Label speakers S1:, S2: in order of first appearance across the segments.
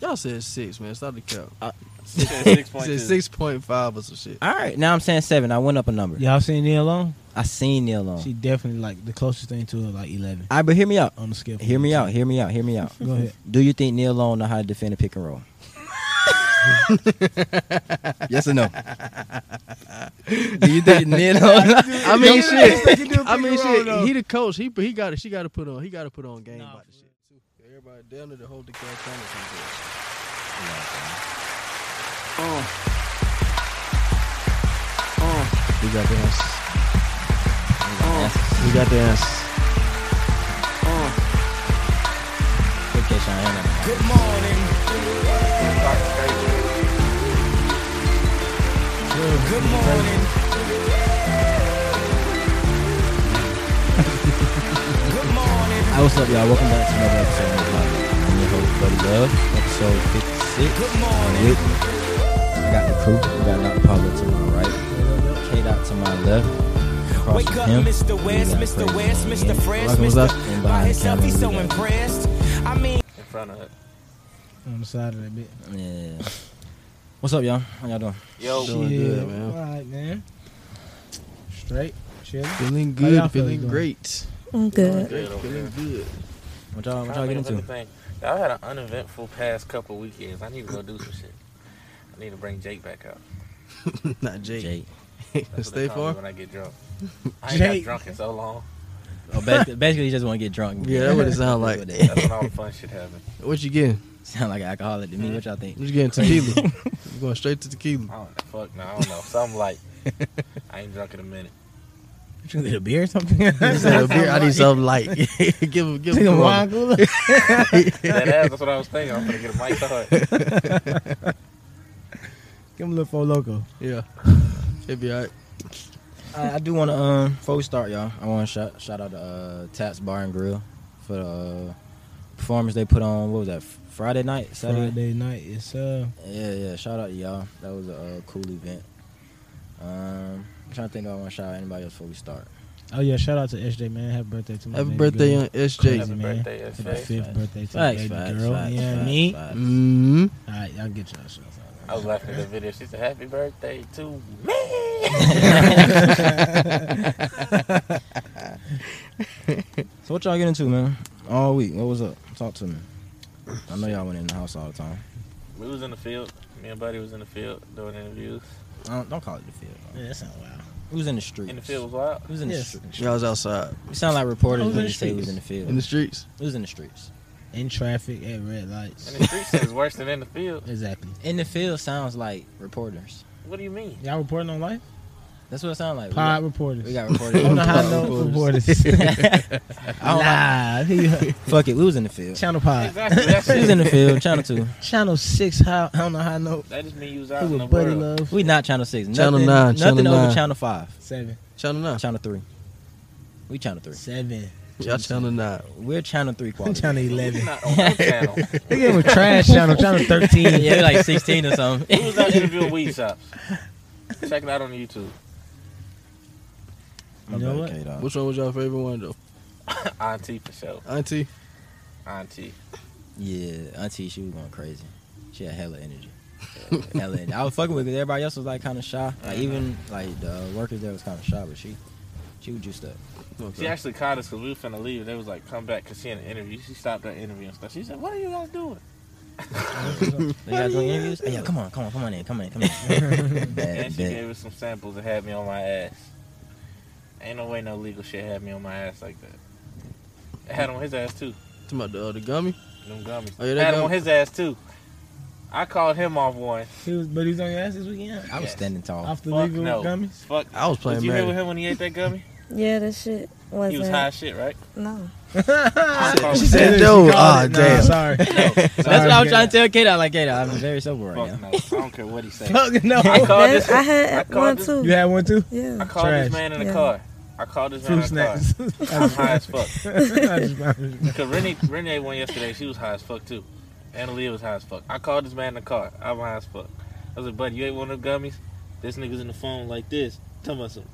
S1: Y'all said six, man. Stop the cap.
S2: Six
S1: You said
S2: point two.
S1: six point five or some shit.
S3: All right, now I'm saying seven. I went up a number.
S4: Y'all seen Neil Long?
S3: I seen Neil Long.
S4: She definitely like the closest thing to it, like eleven
S3: All right, but hear me out.
S4: on the scale. from
S3: Hear me
S4: 10.
S3: out. Hear me out. Hear me out.
S4: Go ahead.
S3: Do you think Neil Long know how to defend a pick and roll? yes or no? Do you think Neil Long?
S1: I mean,
S3: Yo,
S1: shit.
S4: He can do a
S1: I mean,
S4: pick and roll,
S1: shit.
S4: though.
S1: He the coach. He he got to She got to put on. He got to put on game
S4: Nah,
S1: about the
S4: for
S1: shit too. Everybody down there to hold the cat kind of
S2: Oh.
S3: We got the answers.
S1: We got the answer.
S3: Good catch, Sean. Ain't nothing.
S5: Good morning. Good morning. Good morning.
S3: Hi, what's up, y'all? Welcome back to another episode of the podcast. I'm your host, Buddy Love, episode 56.
S5: Good morning.
S3: With, I got the crew. We got Dr. Pablo to my right, K Dot to my left. Across
S5: Wake
S3: from
S5: up,
S3: him,
S5: Mr.
S3: we
S5: West,
S3: got
S5: Mr.
S3: Crazy
S5: West,
S3: Man
S5: Mr.
S3: Ian.
S5: Friends,
S3: Welcome, what's up?
S5: Mr. By
S3: And behind the
S5: himself,
S3: camera,
S5: he's so
S3: we got-
S5: impressed. I mean,
S2: In front of it.
S4: on the side of that bit.
S3: Yeah. What's up, y'all? How y'all doing?
S2: Yo,
S1: Oh, Doing good, man.
S4: All right, man. Straight, chilling.
S1: Feeling
S4: How y'all
S1: good.
S4: feeling
S1: Feeling
S4: doing?
S1: great.
S6: I'm good.
S2: good over
S1: Feeling
S2: here.
S1: good.
S3: What y'all, what y'all
S2: Trying
S3: get
S2: to think of
S3: into?
S2: anything. I've had an uneventful past couple weekends. I need to go do some shit. I need to bring Jake back out.
S1: Not Jake.
S3: Jake.
S2: That's what
S1: Stay
S2: they call me
S1: far.
S2: when I get drunk. I ain't got
S4: Jake.
S2: drunk in so long.
S3: Oh, basically, basically, you just want to get drunk.
S1: Yeah, that what it sound like.
S3: That's what
S2: That's
S3: it-
S2: when all the fun shit happens.
S1: What you getting?
S3: sound like an alcoholic to me. What y'all think?
S1: What you getting? Tequila. you going straight to tequila?
S2: I don't know. Fuck no, I don't know. Something like I ain't drunk in a minute.
S4: You get a beer or something?
S1: I need a beer. I need something light. give him, give
S4: Take a
S1: him.
S4: wine cooler.
S2: That ass, that's what I was thinking. I'm gonna get a mic card.
S4: Give him a little four loco.
S1: Yeah, it'd be alright.
S3: I, I do want to um before we start, y'all. I want to shout shout out to uh, Taps Bar and Grill for the uh, performance they put on. What was that? Friday night, Saturday.
S4: Friday night. It's uh,
S3: Yeah, yeah. Shout out to y'all. That was a uh, cool event. Um, I'm trying to think. If I want to shout out anybody else before we start.
S4: oh yeah. Shout out to SJ man. Happy birthday to my
S1: Happy
S4: baby
S1: birthday
S4: girl.
S1: on
S2: Happy
S1: SJ.
S4: man.
S2: birthday,
S4: Happy fifth birthday to
S3: Facts,
S4: my baby
S3: facts,
S4: girl.
S3: facts,
S4: you know what I
S3: facts,
S4: mean?
S3: facts.
S1: Mm-hmm.
S4: All right, y'all get y'all shots.
S2: I was laughing at the video. She said, Happy birthday to me.
S3: So what y'all get into, man? All week. What was up? Talk to me. I know y'all went in the house all the time.
S2: We was in the field. Me and Buddy was in the field doing interviews.
S3: I don't, don't call it the field. Bro.
S4: Yeah, that sound wild.
S3: It was in the streets.
S2: In the field was wild.
S3: It was in the
S4: Yes.
S3: streets.
S1: Y'all was outside
S3: We sound like reporters
S4: It was
S3: when
S4: in
S3: we
S4: the
S3: say it was in the
S4: streets.
S3: field.
S1: in the streets.
S3: it was in the streets.
S4: In traffic at red lights.
S2: And the streets is worse than in the field.
S4: exactly.
S3: In the field sounds like reporters.
S2: What do you mean?
S4: Y'all reporting on life?
S3: That's what it sounds like. We
S4: Pod
S3: got-
S4: reporters.
S3: We got,
S4: on the
S3: reporters.
S4: high note reporters. Live.
S3: Fuck it, we was in the field.
S4: Channel pod.
S2: Exactly. That's
S3: We was in
S2: it.
S3: the field, Channel Two.
S4: Channel six. High on the high note.
S2: That just mean you was out in
S4: Who
S2: the
S4: with Buddy
S2: world.
S4: Love?
S3: We not Channel Six.
S1: Channel
S3: nothing,
S1: nine,
S3: Nothing
S1: Channel
S3: over
S1: nine.
S3: Channel Five.
S4: Seven.
S1: Channel nine.
S3: Channel Three. We Channel Three.
S4: Seven.
S1: Y'all channel nine.
S3: We're Channel Three quality.
S4: Channel
S2: We
S4: eleven.
S2: not on no channel.
S4: They gave him trash channel. Channel thirteen.
S3: yeah, we're like sixteen or something.
S2: We was out interviewing weed shops. Check it out on YouTube.
S4: You know what?
S1: Which one was your favorite one though?
S2: Auntie for sure.
S1: Auntie.
S2: Auntie.
S3: Yeah, Auntie, she was going crazy. She had hella energy. Uh, hella energy. I was fucking with because everybody else was like kind of shy.
S2: Uh-huh.
S3: Like even like the workers there was kind of shy, but she, she was juiced up.
S2: She actually called us because we were finna leave. They was like, come back because she in an interview. She stopped her interview and stuff. She said, what are you guys doing?
S3: They got doing interviews. Hey, yeah, come on, come on, come on in, come in, come in.
S2: And
S3: bad,
S2: she
S3: bad.
S2: gave us some samples and had me on my ass. Ain't no way no legal shit had me on my ass like that. It had on his ass too.
S1: Talking about the, uh, the gummy.
S2: Them gummies.
S1: Oh, yeah, they
S2: had him
S1: gum-
S2: on his ass too. I called him off one.
S4: He was, but he's on your ass this weekend.
S3: I was
S2: Yes.
S3: standing tall.
S4: Off the
S2: Fuck
S4: legal
S2: no.
S4: gummies.
S2: Fuck.
S1: I was playing
S2: Was you here with
S1: Madden.
S2: him when he ate that gummy?
S6: Yeah, that shit wasn't.
S2: He was high as shit, right?
S6: No.
S2: I called
S1: she
S2: him.
S1: said,
S4: She
S1: "Yo,
S4: called
S1: ah,
S4: it. Nah,
S1: damn."
S4: Sorry.
S3: That's what I was trying to tell Kato. I like Kato, I'm very sober right
S2: Fuck
S3: now.
S2: no. I don't care what he said.
S4: Fuck no.
S2: I called
S6: That-
S2: this.
S6: I
S2: I
S6: had
S2: I called
S6: one
S2: this-
S6: too.
S4: You had one too?
S6: Yeah.
S2: called
S4: Trash.
S2: this man in the
S6: Yeah.
S2: car. I called this man
S4: Fruit
S2: in the car.
S4: snacks.
S2: I'm high as fuck.
S4: I just- I just-
S2: Cause Renee, Renee went yesterday. She was high as fuck too. Annalia was high as fuck. I called this man in the car. I'm high as fuck. I was like, buddy, you ate one of them gummies? This nigga's in the phone like this. Tell me something.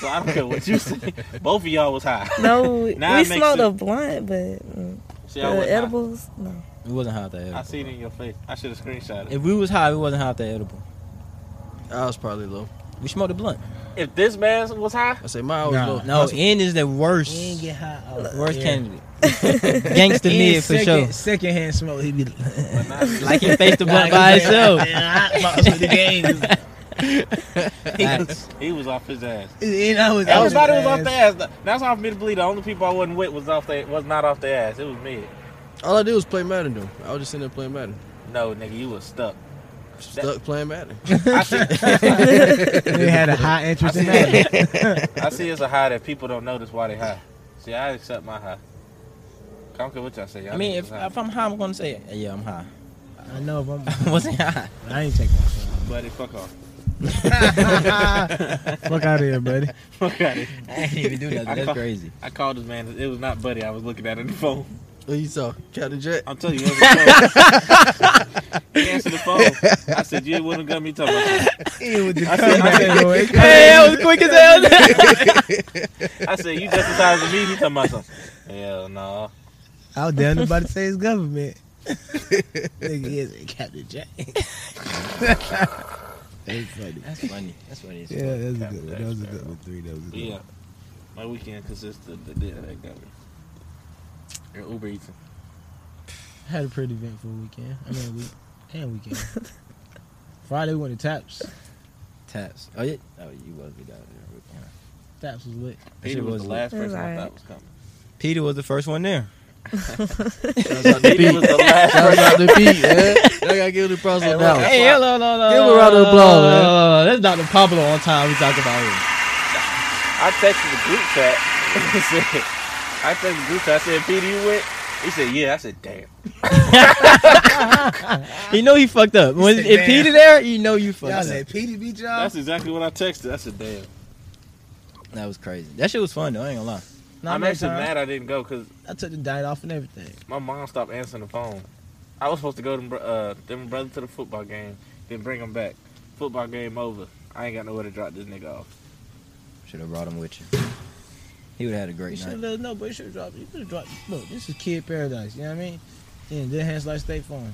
S2: so I don't care what you say. Both of y'all was high.
S6: No, we,
S2: Nah,
S6: we
S2: it makes
S6: smoked a
S2: sense.
S6: blunt, but mm,
S2: See,
S6: the
S2: I was edible.
S6: edibles, no.
S3: It wasn't high off that edible.
S2: I see it in your face. I should have screenshot it.
S3: If we was high, it wasn't high off that edible.
S1: I was probably low.
S3: We smoked a blunt.
S2: If this man was high,
S1: I say mine was
S4: Nah.
S1: low.
S3: No,
S4: That's-
S3: N is the worst.
S4: high.
S3: Worst candidate. Gangsta mid for sure.
S4: Secondhand smoke, he be
S2: but not
S3: Like he faced the blunt by himself. Facts.
S2: he was off his ass.
S4: And I was,
S2: Everybody was off their ass. That's how I made believe the only people I wasn't with was off their was not off their ass. It was me.
S1: All I did was play Madden though. I was just sitting there playing Madden.
S2: No, nigga, you was stuck.
S1: Stuck playing Madden.
S2: I see,
S4: They had a high interest in that.
S2: I see it's a high that people don't notice why they high. See, I accept my high. I don't care what y'all say. Y'all
S3: I mean,
S2: niggas
S3: if,
S2: high.
S3: if I'm high, I'm gonna say, it. yeah, I'm high.
S4: I know if I'm.
S3: wasn't high.
S4: I ain't taking that
S2: buddy, fuck off.
S4: shot. Fuck out of here, buddy.
S2: Fuck out here.
S3: I didn't even do
S2: I
S3: nothing. That's
S2: call-
S3: crazy.
S2: I called this man. It was not buddy. I was looking at it on the phone.
S1: What you saw? Captain Jack.
S2: I'm telling you, it was the phone. he answered the phone. I said, "You wouldn't got me talking." About I said, I said,
S3: Hey, that was quick as hell.
S2: I said, you just as high as me. You talking about something? Hell no.
S4: I was damn about to say his government. Nigga, he is a Captain Jack. That's funny.
S3: That's funny. That's funny.
S4: Yeah, that was a good one. That was a good one. Three. That was a good
S2: Yeah,
S4: one.
S2: my weekend consists of the day that got me. And Uber Eats.
S4: I had a pretty eventful weekend. I mean, week and weekend. Friday we went to Taps.
S3: Taps. Oh yeah. Oh, you was the guy. there.
S4: Taps was lit.
S3: shit
S2: Peter was,
S3: was
S2: the
S3: lit.
S2: last
S6: It was
S2: person I
S6: alright.
S2: thought was coming.
S3: Peter was the first one there.
S2: Peter was the last
S1: Shout out to Pete, man. I gotta give the props on that one.
S3: Hey, hello, hello, hello.
S1: Give him a round of applause, man.
S3: That's Dr. Pablo on time. We talked about him.
S2: I texted the group chat. I said- I texted the group chat. I said, Peter, you went? He said, yeah. I said, damn.
S3: You know he fucked up. When,
S4: said,
S3: if
S4: "Damn."
S3: Peter there, you know you fucked
S4: Y'all
S3: up.
S4: said Petey beat y'all.
S2: That's exactly what I texted. I said, damn.
S3: That was crazy. That shit was fun though. I ain't gonna lie.
S4: Nah,
S2: I'm
S4: next
S2: actually
S4: time.
S2: mad I didn't go because
S4: I took the diet off and everything.
S2: my mom stopped answering the phone. I was supposed to go to br- uh, them brother to the football game, then bring him back. Football game over. I ain't got nowhere to drop this nigga off.
S3: Should have brought him with you. He would have had a
S4: You
S3: great
S4: should have
S3: night.
S4: let us know, but you should have dropped. You could have dropped. Look, this is kid paradise. You know what I mean? And then hands like State Farm.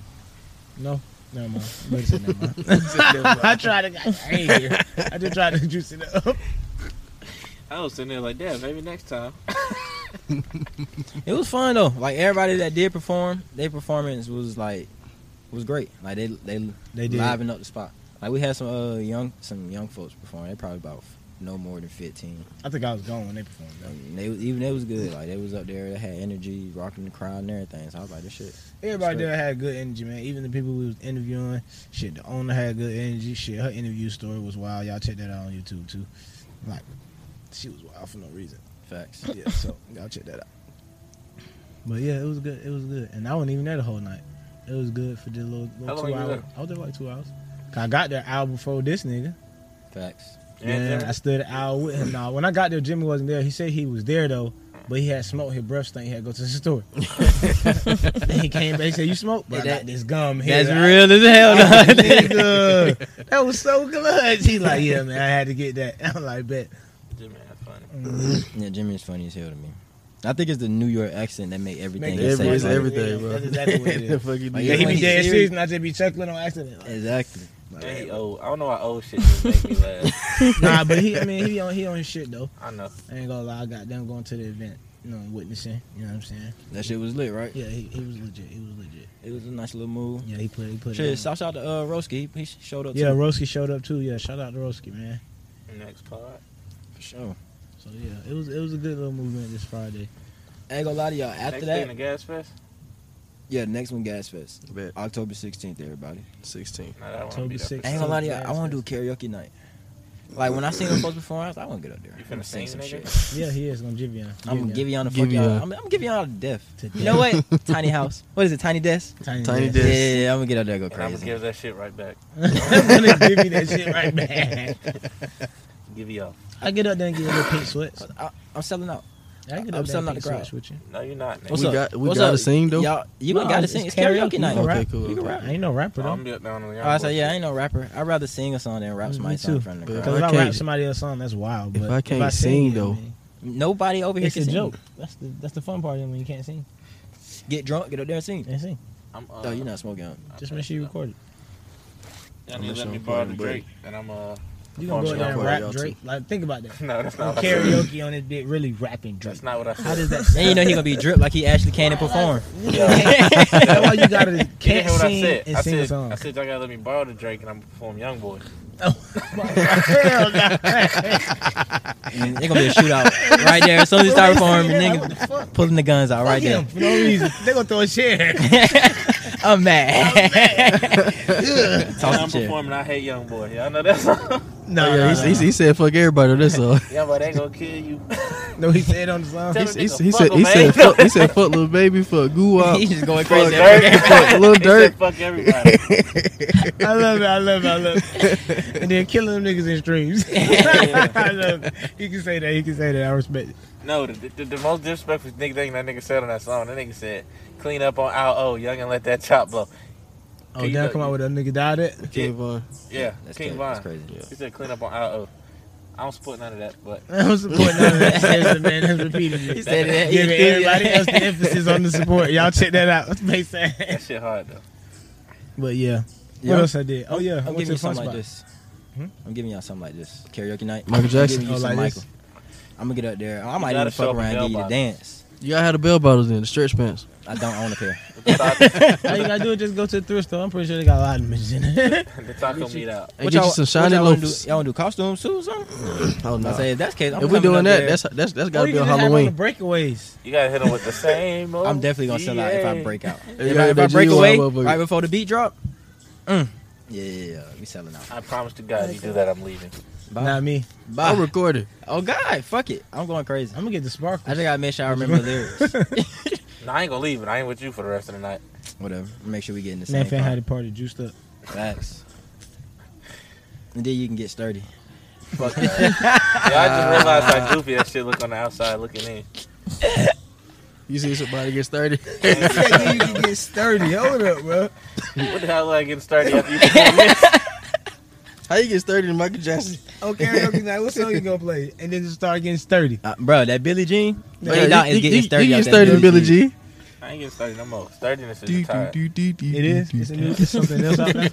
S4: No, never mind. But it's never mind. I tried to. I ain't here. I just tried to juice it up.
S2: I was sitting there like, damn, maybe next time.
S3: It was fun though. Like everybody that did perform, their performance was like was great. Like they they
S4: They did.
S3: livened up the spot. Like we had some uh young some young folks perform. They probably about no more than fifteen.
S4: I think I was gone when they performed. Though.
S3: And they was- even they was good. Like they was up there. They had energy, rocking the crowd and everything. So I was like, this shit.
S4: Everybody there had good energy, man. Even the people we was interviewing. Shit, the owner had good energy. Shit, her interview story was wild. Y'all check that out on YouTube too. Like, she was wild for no reason.
S3: Facts.
S4: yeah, so y'all check that out. But yeah, it was good. It was good, and I wasn't even there the whole night. It was good for the little,
S2: How
S4: little
S2: long
S4: two
S2: you
S4: hours.
S2: there?
S4: I was there for like two hours. 'Cause I got there an hour before this nigga.
S3: Facts.
S4: Yeah, I stood an hour with him. Now, when I got there, Jimmy wasn't there. He said he was there though, but he had smoked his breath stank. He had to go to the store. then he came back. He said, "You smoked? But I got this gum here."
S3: That's real as hell. though.
S4: uh, Nigga, that was so good. He like, yeah, man, I had to get that. I'm like, bet.
S2: Jimmy, that's funny.
S3: yeah, Jimmy is funny as hell to me. I think it's the New York accent that made everything.
S4: Make
S3: he
S1: Every,
S3: say
S1: it's
S3: funny.
S1: everything, bro.
S4: That's exactly what it is.
S1: The fuck you
S3: Like,
S1: do.
S4: Yeah, he
S3: when
S4: be
S3: he
S4: dead
S3: serious-
S4: serious, and I just be chuckling on accident. Like,
S3: Exactly.
S2: Man, he old. I don't know why old shit just make me laugh.
S4: nah, but he, I mean, he on he on his shit though.
S2: I know.
S4: I ain't gonna lie, I got them going to the event, you know, and witnessing. You know what I'm saying?
S3: That shit was lit, right?
S4: Yeah, he, he was legit. He was legit.
S3: It was a nice little move.
S4: Yeah, he put he put.
S3: Shit,
S4: It on.
S3: shout out to uh, Roski. He, he showed up.
S4: Yeah,
S3: too,
S4: Roski showed up too. Yeah, shout out to Roski, man.
S2: Next part.
S3: for sure.
S4: So yeah, it was it was a good little movement this Friday.
S3: I ain't gonna lie to y'all. After
S2: next
S3: that,
S2: thing, the gas fest.
S3: yeah, next one Gas Fest,
S1: Bet.
S3: October sixteenth. Everybody,
S1: 16.
S2: Nah, that one
S4: October
S2: be there.
S4: sixth.
S3: I ain't gonna lie to y'all. I want to do karaoke night. Like when I seen them folks before, I was like, I want to get up there.
S2: You
S3: I'm
S2: finna
S3: gonna sing
S2: sing,
S3: some
S2: nigga?
S3: shit.
S4: Yeah, he is gonna Jivion.
S3: I'm gonna give y'all the fuck
S1: Give y'all.
S3: y'all. I'm, I'm giving y'all the death.
S4: To
S3: You know what? Tiny house. What is it? Tiny desk.
S4: Tiny,
S1: Tiny
S4: Desk.
S3: Yeah,
S1: Desk.
S3: yeah, yeah, I'm gonna get out there and go
S2: And I'm gonna
S3: crazy.
S2: give that shit right back.
S4: I'm gonna give you that shit right back.
S2: Give you all.
S4: I get up there and get a little pink sweats.
S3: I, I'm selling out.
S4: I get
S3: I'm
S4: up there
S3: selling
S4: and
S3: out
S4: pink
S3: the crowd.
S4: sweats with you.
S2: No, you're not. Nigga.
S3: What's
S1: We
S3: up?
S1: got- we
S3: What's
S1: gotta
S3: up?
S1: sing, though?
S3: Y'all, you ain't
S4: No,
S3: gotta
S4: it's-
S3: sing. It's
S4: it's
S3: karaoke,
S4: karaoke.
S3: night.
S4: You can
S1: Okay, Um,
S4: rap.
S1: cool.
S3: You can rap.
S4: I ain't no rapper
S2: I'm
S4: though.
S2: gonna be up down on the
S3: I said, yeah, I ain't no rapper. I'd rather sing a song than rap
S4: Me
S3: somebody's
S4: too.
S3: song in front of the
S1: But-
S3: crowd.
S4: Because if I
S1: Okay.
S4: rap somebody else's song, that's wild. But
S1: If I can't sing,
S4: it,
S1: though.
S4: man,
S3: Nobody over here
S4: it's
S3: can
S4: a
S3: sing.
S4: joke. That's the that's the fun part of it when you can't sing
S3: Get drunk, get up there and sing.
S4: and sing.
S2: I'm. Uh,
S3: Oh, you're not smoking. huh?
S4: Just make sure you record it.
S2: Y'all need to
S1: Unless
S2: let me
S1: I'm
S2: borrow the
S1: playing break.
S2: Drake, and I'm uh.
S4: You gonna go
S2: perform
S4: in there and
S2: some-
S1: rap
S4: rap
S1: y'all
S4: Drake? Like, think about that.
S2: No, that's not what I said.
S4: Karaoke on this bit, really rapping Drake.
S2: That's not what I
S4: How
S2: said.
S4: does that
S3: Then you know he gonna be dripped like he actually came and perform.
S4: That's why you gotta
S2: You didn't
S4: can't
S2: hear what I
S4: sing
S2: said.
S4: and
S2: I
S4: sing
S2: said,
S4: a song.
S2: I said y'all gotta let me borrow the Drake, and I'm gonna perform Young Boy.
S4: Hell no.
S3: And It's gonna be a shootout right there. As soon as he start performing, niggas pulling the guns out right
S4: Fuck him
S3: there.
S4: for no reason. They gonna throw a chair.
S3: Oh, I'm mad.
S2: And
S3: Toss
S2: I'm
S3: the chair.
S2: performing. I hate Young Boy. Y'all know that song.
S4: No,
S1: yeah,
S4: no,
S1: he, he, he said fuck everybody. That's all.
S2: Young Boy, they gonna kill you.
S4: no, he said on the song.
S2: Tell
S1: He,
S2: him
S1: he,
S2: nigga,
S1: he
S2: fuck
S1: said he
S2: him, man.
S1: said fuck, he said fuck little baby, fuck goo up,
S3: He's just going
S2: Fuck
S3: crazy.
S2: Dirk.
S1: fuck little
S2: He said
S1: dirt.
S2: fuck everybody.
S4: I love it. I love it. I love it. And then killing them niggas in streams. I love it. You can say that. You can say that. I respect it.
S2: No, the, the, the most disrespectful nigga thing that nigga said on that song, that nigga said, "Clean up on out, oh, young and let that chop blow."
S4: Oh,
S2: Can you
S4: that
S2: look-
S4: come out with a nigga died at.
S1: Okay, Von.
S2: Yeah,
S3: That's
S2: King
S3: crazy.
S2: Von.
S3: That's crazy.
S2: He said, "Clean up on out, oh." I don't support none of that, but
S4: I'm supporting all of that. There's the man that's repeated it.
S3: He said that.
S4: Giving everybody else the emphasis on the support. Y'all check that out. That's makes sense.
S2: that shit hard though.
S4: But yeah.
S3: Yeah.
S4: What else I did? Oh yeah, I
S3: I'm
S4: went
S3: giving
S4: to
S3: you
S4: the fun
S3: something like
S4: spot.
S3: this.
S4: Hmm?
S3: I'm giving y'all something like this. Karaoke night.
S1: Michael
S3: I'm
S1: Jackson.
S3: giving you
S4: Oh,
S3: some
S4: like this?
S3: Michael. I'm gonna get up there. I might
S2: gotta
S3: even
S2: show
S3: fuck
S2: up
S3: around
S2: in
S3: and
S2: bell
S3: give you the
S2: bottoms.
S3: dance.
S1: Y'all had the bell bottles in the stretch pants.
S3: I don't own a pair.
S2: The taco,
S4: All you gotta do is just go to the thrift store. I'm pretty sure they got a lot of mittens in it.
S2: the taco meat out.
S1: And get you some shiny
S3: y'all wanna do?
S1: loafers.
S3: Y'all wanna do costumes too or something?
S1: Oh
S3: I
S1: no.
S3: say if that's the case, I'm
S1: If we're
S3: coming
S1: doing
S3: up
S1: that,
S3: there.
S1: that's that's that's
S4: Or
S1: gotta
S4: you
S1: be
S4: can
S1: on
S4: just have
S1: Halloween.
S4: on the breakaways.
S2: You gotta hit him with the same. Old
S3: I'm definitely gonna sell out if I
S2: GA.
S3: break out.
S1: Yeah,
S3: If I, if
S1: that
S3: I break
S1: G1
S3: away
S1: motherfucker.
S3: right before the beat drop, mm, yeah, yeah, yeah, we selling out.
S2: I promise to God, you do that, I'm leaving.
S3: Bye.
S4: Not me.
S1: I'll
S3: Bye.
S1: record it.
S3: Oh God, fuck it, I'm going crazy.
S4: I'm gonna get the sparkle.
S3: I just gotta make sure I remember the lyrics.
S2: No, I ain't gonna leave, and I ain't with you for the rest of the night.
S3: Whatever. Make sure we get in the
S4: Man,
S3: same.
S4: fan
S3: car.
S4: had the party juiced up.
S3: Facts. And then you can get sturdy.
S2: Fuck that. yeah, I just realized how goofy that shit look on the outside looking in.
S1: You see somebody get started.
S4: you can get sturdy. Hold up, bro.
S2: What the hell like getting started after you perform this?
S1: How you get started in Michael Jackson?
S4: Oh, karaoke night. What song you gonna play? And then just start getting sturdy.
S3: Uh, bro, that Billy Jean,
S1: Yeah,
S3: Billy Jean is
S1: you-
S3: getting
S1: you-
S3: sturdy.
S1: You
S3: off
S1: get
S3: that
S1: started in Billy G.
S2: I ain't getting started no more. Sturdiness is tired.
S4: It is. It's a new. It's something else out now.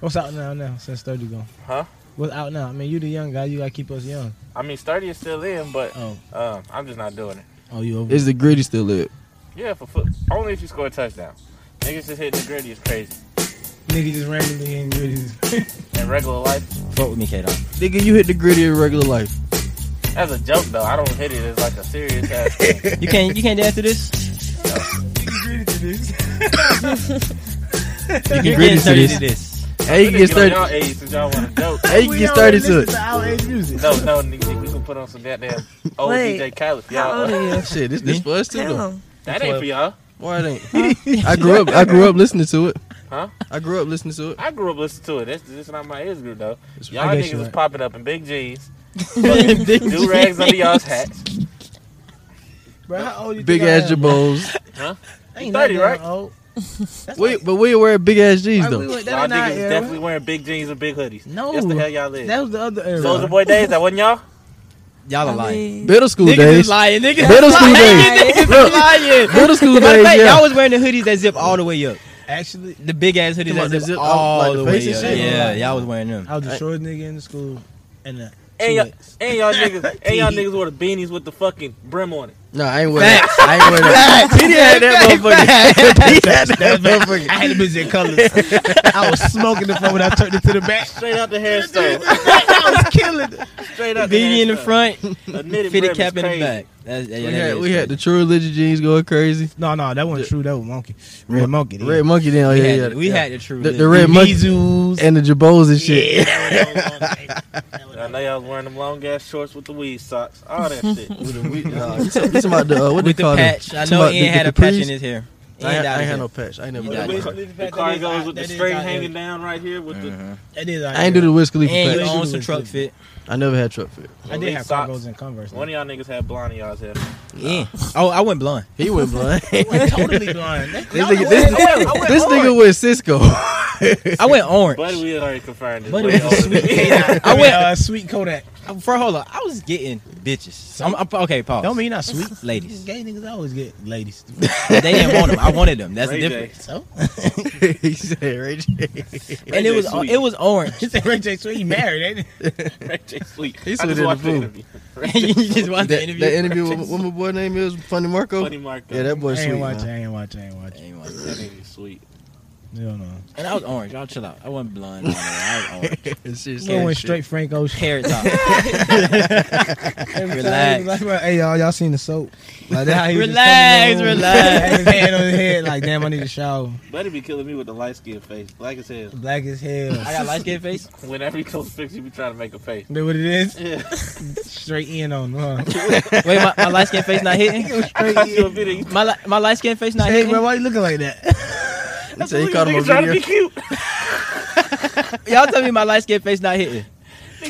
S4: What's out now? Now since sturdy gone.
S2: Huh?
S4: What's out now? I mean, you the young guy. You gotta keep us young.
S2: I mean, sturdy is still in, but
S4: Oh,
S2: um, I'm just not doing it.
S4: oh, you over?
S1: Is the gritty still lit?
S2: Yeah, for foot. Only if you score a touchdown. Niggas just hitting the gritty is crazy.
S4: Nigga just randomly in with
S2: In regular life,
S3: Fuck with me, Kato.
S1: Nigga, you hit the gritty in regular life.
S2: that's a joke though. I don't hit it as like a serious ass thing.
S3: You can't, you can't dance to this.
S4: his.
S3: You
S1: get
S3: can get
S1: into
S3: sturdy
S1: this.
S3: to this.
S1: Hey, you can
S2: Niggas
S1: get
S2: on
S1: started.
S2: Y'all age since y'all want to joke.
S1: Hey, you can get started to it.
S4: Our age music.
S2: No, no, nigga, we can put on some goddamn old
S6: Wait,
S2: DJ Khaled.
S6: How old
S2: Y'all,
S6: are you?
S1: Shit, this this for us too though.
S6: Damn.
S2: that ain't for y'all.
S1: Why it ain't? I grew up. I grew up listening to it.
S2: Huh?
S1: I grew up listening to it.
S2: I grew up listening to it. That's this not my age group though. Y'all
S4: I guess
S2: niggas
S4: you're
S2: was
S4: right.
S2: popping up in big G's,
S3: Big
S2: do rags under y'all's hats.
S4: Bro, how old you
S1: Big
S4: think I
S1: ass
S4: am?
S1: jabos.
S4: I
S2: 30,
S4: ain't that damn
S2: right?
S4: old. That's
S1: We
S4: like-
S1: but we wear big ass jeans
S4: like, we
S1: though.
S4: went- that
S2: Y'all
S4: ain't our
S2: niggas is
S4: era.
S2: definitely wearing big jeans and big hoodies.
S4: No.
S2: that's the hell y'all live.
S4: That was the other era.
S2: Soldier Boy days, that wasn't y'all.
S3: Y'all are
S6: I
S3: lying.
S6: mean,
S1: Middle school
S3: Niggas
S1: days.
S3: is lying. Niggas is
S1: Middle school
S3: lying.
S1: days.
S3: Niggas
S1: Look,
S3: is lying.
S1: Middle school
S3: Matter
S1: days.
S3: of fact,
S1: Yeah.
S3: y'all was wearing the hoodies that zip all the way up.
S4: Actually,
S3: The big ass hoodies
S1: Come on,
S3: that
S1: they
S3: zip,
S1: zip
S3: all
S1: up, like,
S3: the
S1: the
S3: way
S1: face and
S3: up.
S1: shit?
S3: Yeah, y'all was wearing them.
S4: I was the shortest nigga in the school, and uh,
S2: And y'all,
S4: Two-X.
S2: and y'all niggas, and y'all niggas wore the beanies with the fucking brim on it.
S1: No, I ain't wear that. I ain't wear that. He had that motherfucker.
S4: I had the busy colors. I was smoking the phone when I turned it to the back.
S2: Straight out the hairstyle.
S4: I was killing it.
S2: Straight out
S3: Beanie in the
S2: hairstyle.
S3: front,
S2: A knitted
S3: fitted
S2: brim
S3: cap in
S2: is
S3: the
S2: crazy.
S3: back. That's, yeah,
S1: We
S3: that
S1: had,
S3: is
S1: we had
S3: crazy.
S1: the True Religion jeans going crazy.
S4: No, no, that wasn't true. That was monkey. Red
S1: Red
S4: monkey.
S1: Red Monkey then. Oh,
S3: we
S1: yeah,
S3: had
S1: yeah,
S3: the- we
S1: yeah.
S3: had the true.
S1: the, the
S3: religion.
S1: Red Monkey
S4: Mizus.
S1: and the Jabos and shit.
S2: I know y'all was wearing them long ass shorts with the weed socks, all that shit.
S1: Nah, you talking you talking about the uh, what
S3: with
S1: they
S3: the
S1: call them?
S3: patch. I
S1: Talking
S3: know
S1: about
S3: Ian
S1: the-
S3: had
S1: the
S3: a patch in
S1: capris?
S3: his hair.
S1: I,
S3: Ian
S1: ain't- I ain't
S3: dyed his
S1: had
S3: hair.
S1: no patch. I ain't never.
S3: You
S1: I
S3: dyed
S1: ain't
S3: it.
S2: The car goes with the string hanging down right here with the
S3: Mhm.
S4: That is.
S1: I ain't do the Wiz Khalifa
S3: And you
S1: patch.
S4: Usually
S3: own some
S4: it's
S3: truck
S4: good.
S3: fit.
S1: I never had truck fit.
S4: I did have
S2: Socks.
S4: cargos and Converse.
S2: One of y'all niggas had blonde in y'all's hair.
S3: Yeah. Oh, I went blonde.
S1: He went blind. this
S4: went totally blind. That- y'all
S1: nigga,
S4: went-
S1: this,
S2: went- I went
S1: this nigga went Cisco.
S3: I went orange.
S2: But we had already confirmed it.
S3: Buddy
S2: Way
S3: was a
S2: older than
S3: sweet
S2: me.
S3: Kodak.
S4: I went uh, sweet Kodak.
S3: for hold up, I was getting bitches. I'm, I'm- okay, pause.
S4: Don't mean you're not sweet.
S3: ladies.
S4: Gay niggas always get ladies.
S3: they didn't want them. I wanted them. That's
S2: Ray
S3: the
S2: J.
S3: difference.
S4: So?
S1: he said, Ray J.
S3: And it
S2: J
S3: was
S2: sweet.
S3: it was orange.
S4: He said Ray J. Sweet, he married, ain't he?
S2: Ray J. Sweet.
S1: He
S2: I
S1: sweet in
S2: just
S1: the
S2: watched the
S1: food.
S2: interview. Ray
S3: you
S2: J.
S3: just watched the
S1: That
S3: interview.
S1: that interview with what my boy name is Funny Marco.
S2: Funny Marco.
S1: Yeah, that boy
S4: I
S1: sweet.
S4: ain't watching,
S1: man.
S4: I ain't watching, I ain't
S3: I
S4: watching.
S3: ain't want
S2: That
S3: that.
S2: nigga sweet.
S4: You don't know.
S3: And I was orange. Y'all chill out. I wasn't blonde. I don't know. I was orange.
S1: It's just
S4: Going
S1: that
S4: straight Frank Ocean.
S3: Hair top.
S4: Every time
S3: Relax.
S4: he was like, hey, y'all, y'all seen the soap? Like, that how he was just
S3: Relax,
S4: coming home,
S3: relax.
S4: had His hand on his head, like, damn, I need a shower.
S2: Buddy be killing me with the light skin face. Black as hell.
S4: Black as hell.
S3: I got light skin face.
S2: Whenever he goes fix, he be trying to make a face.
S4: Know what it is?
S2: Yeah.
S4: Straight in on him, huh?
S3: Wait, my, my light skin face not hitting.
S2: I
S4: Straight
S2: caught you a
S4: in.
S2: video. You
S3: My li- my light skin face not
S4: Hey,
S3: hitting.
S4: bro, why you looking like that?
S1: shit. So he caught him a
S2: niggas trying to be
S1: video.
S2: cute.
S3: Y'all tell me my light skin face not hitting.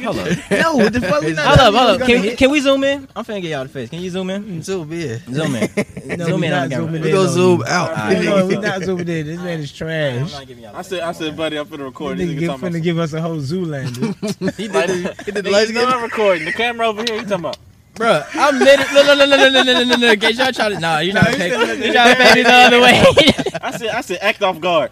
S3: Hold up,
S4: no, what the fuck? we not-
S3: hold up,
S4: we
S3: hold up.
S4: gonna
S3: Can,
S4: hit-
S3: can we zoom in? I'm finna get y'all the face. Can you zoom in?
S1: So big.
S3: Zoom in.
S4: No,
S3: zoom
S4: we
S3: in on the camera.
S4: not zooming
S1: We
S4: in.
S1: go
S4: on
S1: zoom
S4: you.
S1: out.
S2: Alright.
S4: No, no, we not zooming in. This man is
S3: I'm
S4: trash.
S3: not giving y'all the
S2: I
S3: face.
S2: said, I said, buddy, I'm finna record. This
S4: Nigga
S2: nigga
S4: get,
S2: talking
S4: finna
S2: about.
S4: give us a whole Zoolander.
S1: He did.
S2: Like,
S1: the- He did the
S2: nigga,
S1: lights
S2: no, I'm
S1: again.
S2: recording. The camera over here. He talking about.
S3: Bruh, I'm literally no no no no no no no no no. Get y'all trying to nah, you're not
S4: he's
S3: paying.
S4: still looking
S3: You're trying to pay me the other way.
S2: I said, I said, act off guard.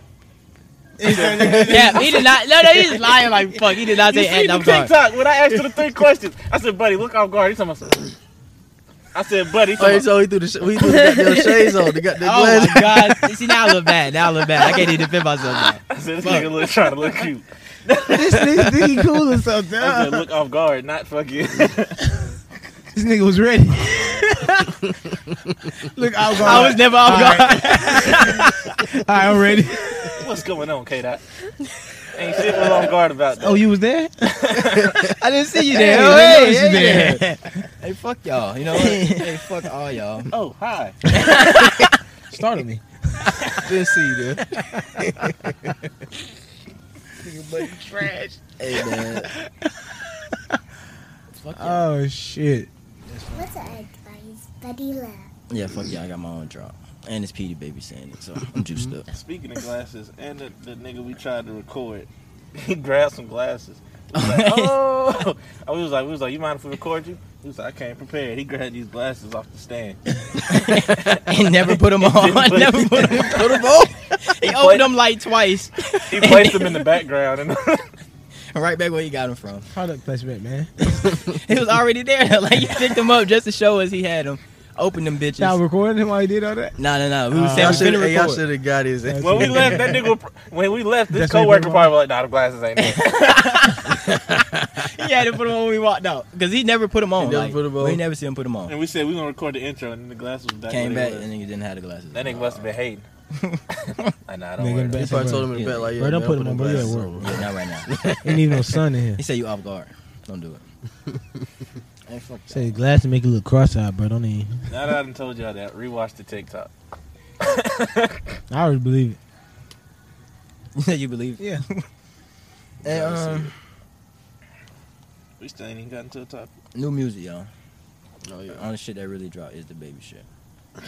S3: yeah, he did not. No, no, he just lying like fuck. He did not
S2: You
S3: say
S2: see
S3: and
S2: the
S3: I'm guard.
S2: TikTok when I asked her the three questions. I said, buddy, look off guard. He talking about. something. I said, buddy. He
S1: Oh, he
S2: talking about.
S1: so he threw the sh- he threw the goddamn shades on. The goddamn
S3: Oh
S1: glasses.
S3: my god! See now I look bad. Now I look bad. I can't even defend myself. Now.
S2: I said, this nigga look, trying to look cute.
S4: this nigga think he cool or something.
S2: I
S4: huh?
S2: said, look off guard, not fucking.
S4: This nigga was ready. Look, I was,
S3: I was never off guard.
S4: All right, I'm ready.
S2: What's going on, K Dot? Ain't shit was off guard about that.
S4: Oh, you was there?
S3: I didn't see you
S4: Hey,
S3: there.
S4: I
S3: Hey,
S4: noticed
S3: hey,
S4: you
S3: hey,
S4: there.
S3: Hey, fuck y'all. You know what? hey, fuck all y'all.
S2: Oh, hi.
S4: Startled me.
S1: Didn't see you there.
S4: Trash.
S3: Hey man. fuck y'all.
S4: Oh shit.
S7: What's the advice, Buddy Love?
S3: yeah, fuck y'all. I got my own drop, and it's Petey Baby saying it, so I'm juiced up.
S2: Speaking of glasses, and the, the nigga we tried to record, he grabbed some glasses. We was like, oh, I was like, we was like, you mind if we record you? He was like, I came prepared. He grabbed these glasses off the stand.
S3: and never put them on.
S2: Didn't
S3: never
S2: put-
S3: put them, put 'em on. He opened them like twice.
S2: He placed them in the background, and
S3: Right back where he got them from.
S4: Product placement, man.
S3: He was already there. Like he picked them up just to show us he had them. Opened them bitches.
S4: Y'all
S3: No,
S4: recording him while he did all that?
S3: no, no. We
S4: Uh,
S3: was
S1: Y'all
S3: saying we finna
S1: should y'all
S3: record.
S1: should have got his.
S4: That's-
S2: when we left, that nigga, when we left, this
S4: That's what he
S2: coworker
S4: put 'em
S2: probably was like, nah, the glasses ain't there.
S3: He had to put them on when we walked out because he never put them on.
S1: never
S3: like,
S1: put 'em on.
S3: We never see him put them on.
S2: And we said we gonna record the intro, and then the glasses was back.
S3: Came
S2: where
S3: back
S2: they was.
S3: and then you didn't have the glasses.
S2: that nigga
S3: on.
S2: must have been hating. I know. I don't worry
S4: Nigga in
S2: about
S1: He
S2: it.
S4: back.
S1: probably told him in the back like, yeah,
S4: Bro, don't
S1: man,
S4: put him on, bro.
S1: the
S4: Yeah,
S1: glasses
S4: work.
S1: on.
S3: Yeah, not right now.
S4: Ain't even no sun in here.
S3: He said you off guard. Don't do it. Hey, fuck y'all.
S4: Say glass to make you look cross-eyed, bro. Don't even.
S2: Now that I done told y'all that, rewatch the TikTok.
S4: I already believe it.
S3: you believe?
S4: Yeah.
S3: Hey,
S1: uh,
S3: um,
S2: We still ain't even gotten to the topic.
S3: new music, y'all.
S1: Oh
S3: The
S1: yeah.
S3: only shit that really dropped is the baby shit.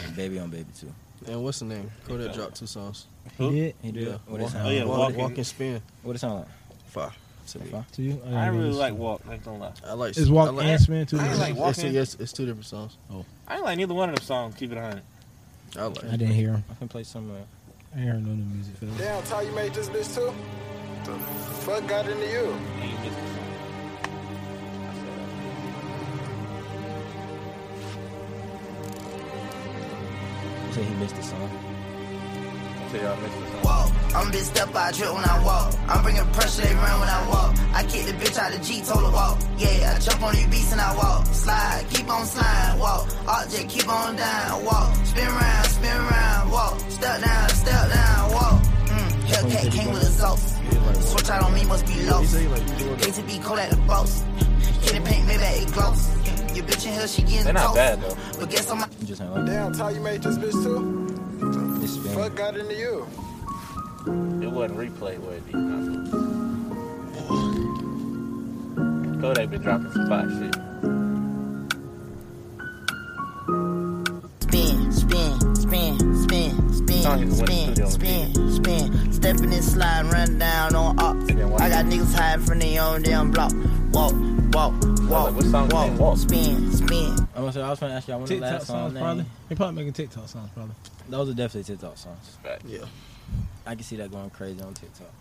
S3: And baby on baby too.
S1: And what's the name? Kodak dropped two songs.
S2: Who?
S4: He did
S3: He do it. What it
S1: Walk,
S3: sound
S2: Oh, yeah,
S3: like?
S1: walk,
S2: Walking.
S1: walk and spin.
S3: What it sound like?
S1: Fire. To me.
S3: Fire.
S4: to you.
S2: I
S4: gotta go
S2: really
S4: listen.
S2: like Walk, I ain't gonna lie.
S1: I like.
S4: Is walk
S1: I like,
S4: and spin too?
S2: I like-
S1: It's,
S2: Walking.
S1: yes, it's two different songs.
S2: I ain't like neither one of them songs, keep it 100.
S1: I like.
S4: I didn't hear him.
S3: I can play some. Uh,
S4: I ain't heard no new music. Fellas.
S8: Damn, Ty, you made this bitch too? The fuck got into you?
S2: Ain't missing a song.
S3: say he missed the song.
S2: I tell y'all, I missed a song.
S9: walk. I'm bitched up, I drip when I walk. I'm bringing pressure, they run when I walk. I kick the bitch out the G, told her walk. Yeah, I jump on these beats and I walk. Slide, keep on sliding, walk. Object, keep on down, walk. Spin round, spin round, walk. Step down, step down, walk. Mm, Hellcat came with results. Switch out on me must be lost. Hate to be cold at the boss. Get it paint, maybe it gloss. Your bitch in here, she
S2: They're
S9: getting
S2: not
S9: toast.
S2: bad, though.
S9: But guess I'm
S3: You just ain't like
S8: Damn, Ty, you made this bitch too?
S3: it. It's spin.
S8: Fuck got into you?
S2: It wasn't replay worthy. nah. Kodak been dropping some fire shit.
S9: Spin, spin, spin, spin,
S2: Sound like
S9: spin,
S2: it's West Studio
S9: spin,
S2: on
S9: spin, spin. Stepping and slide, run down on ops.
S2: And then watch
S9: I got
S2: it.
S9: niggas hiding from their own damn block. walk, walk, walk,
S2: like, what song is
S9: walk,
S2: that? Walk.
S9: spin, spin.
S3: I'm gonna say, I was trying to ask y'all when the
S4: TikTok
S3: last song
S4: songs,
S3: name.
S4: probably. They probably making TikTok songs, probably.
S3: Those are definitely TikTok songs.
S2: Yeah.
S3: I can see that going crazy on TikTok.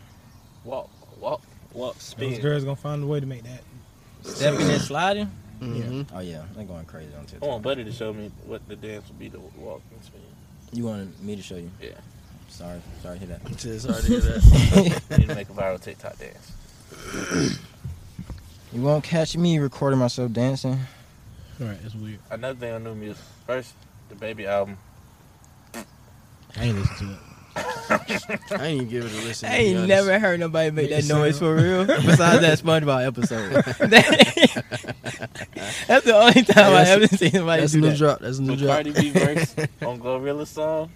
S2: Walk, walk, walk,
S4: Those
S2: spin.
S4: girls gonna find a way to make that.
S3: Stepping and sliding.
S1: Mm-hmm.
S4: Yeah.
S3: Oh yeah, they're going crazy on
S2: I
S3: TikTok.
S2: want Buddy to show me what the dance would be to walk and spin.
S3: You wanted me to show you?
S2: Yeah.
S3: Sorry, sorry to hear that.
S1: It's hard to hear that.
S2: I need to make a viral TikTok dance.
S3: You won't catch me recording myself dancing.
S4: All right, that's weird.
S2: Another thing on new music. First, the baby album.
S4: I ain't listen to it.
S1: I ain't even give it a listen. to
S3: I
S1: be
S3: ain't
S1: honest.
S3: never heard nobody make that
S4: Make it
S3: noise
S4: sound-
S3: for real. Besides that SpongeBob episode, that's the only time I
S1: that's-
S3: ever seen somebody
S1: That's a
S3: do
S1: new
S3: that.
S1: drop. That's a new
S2: The
S1: drop.
S2: Cardi B verse on Glorilla song.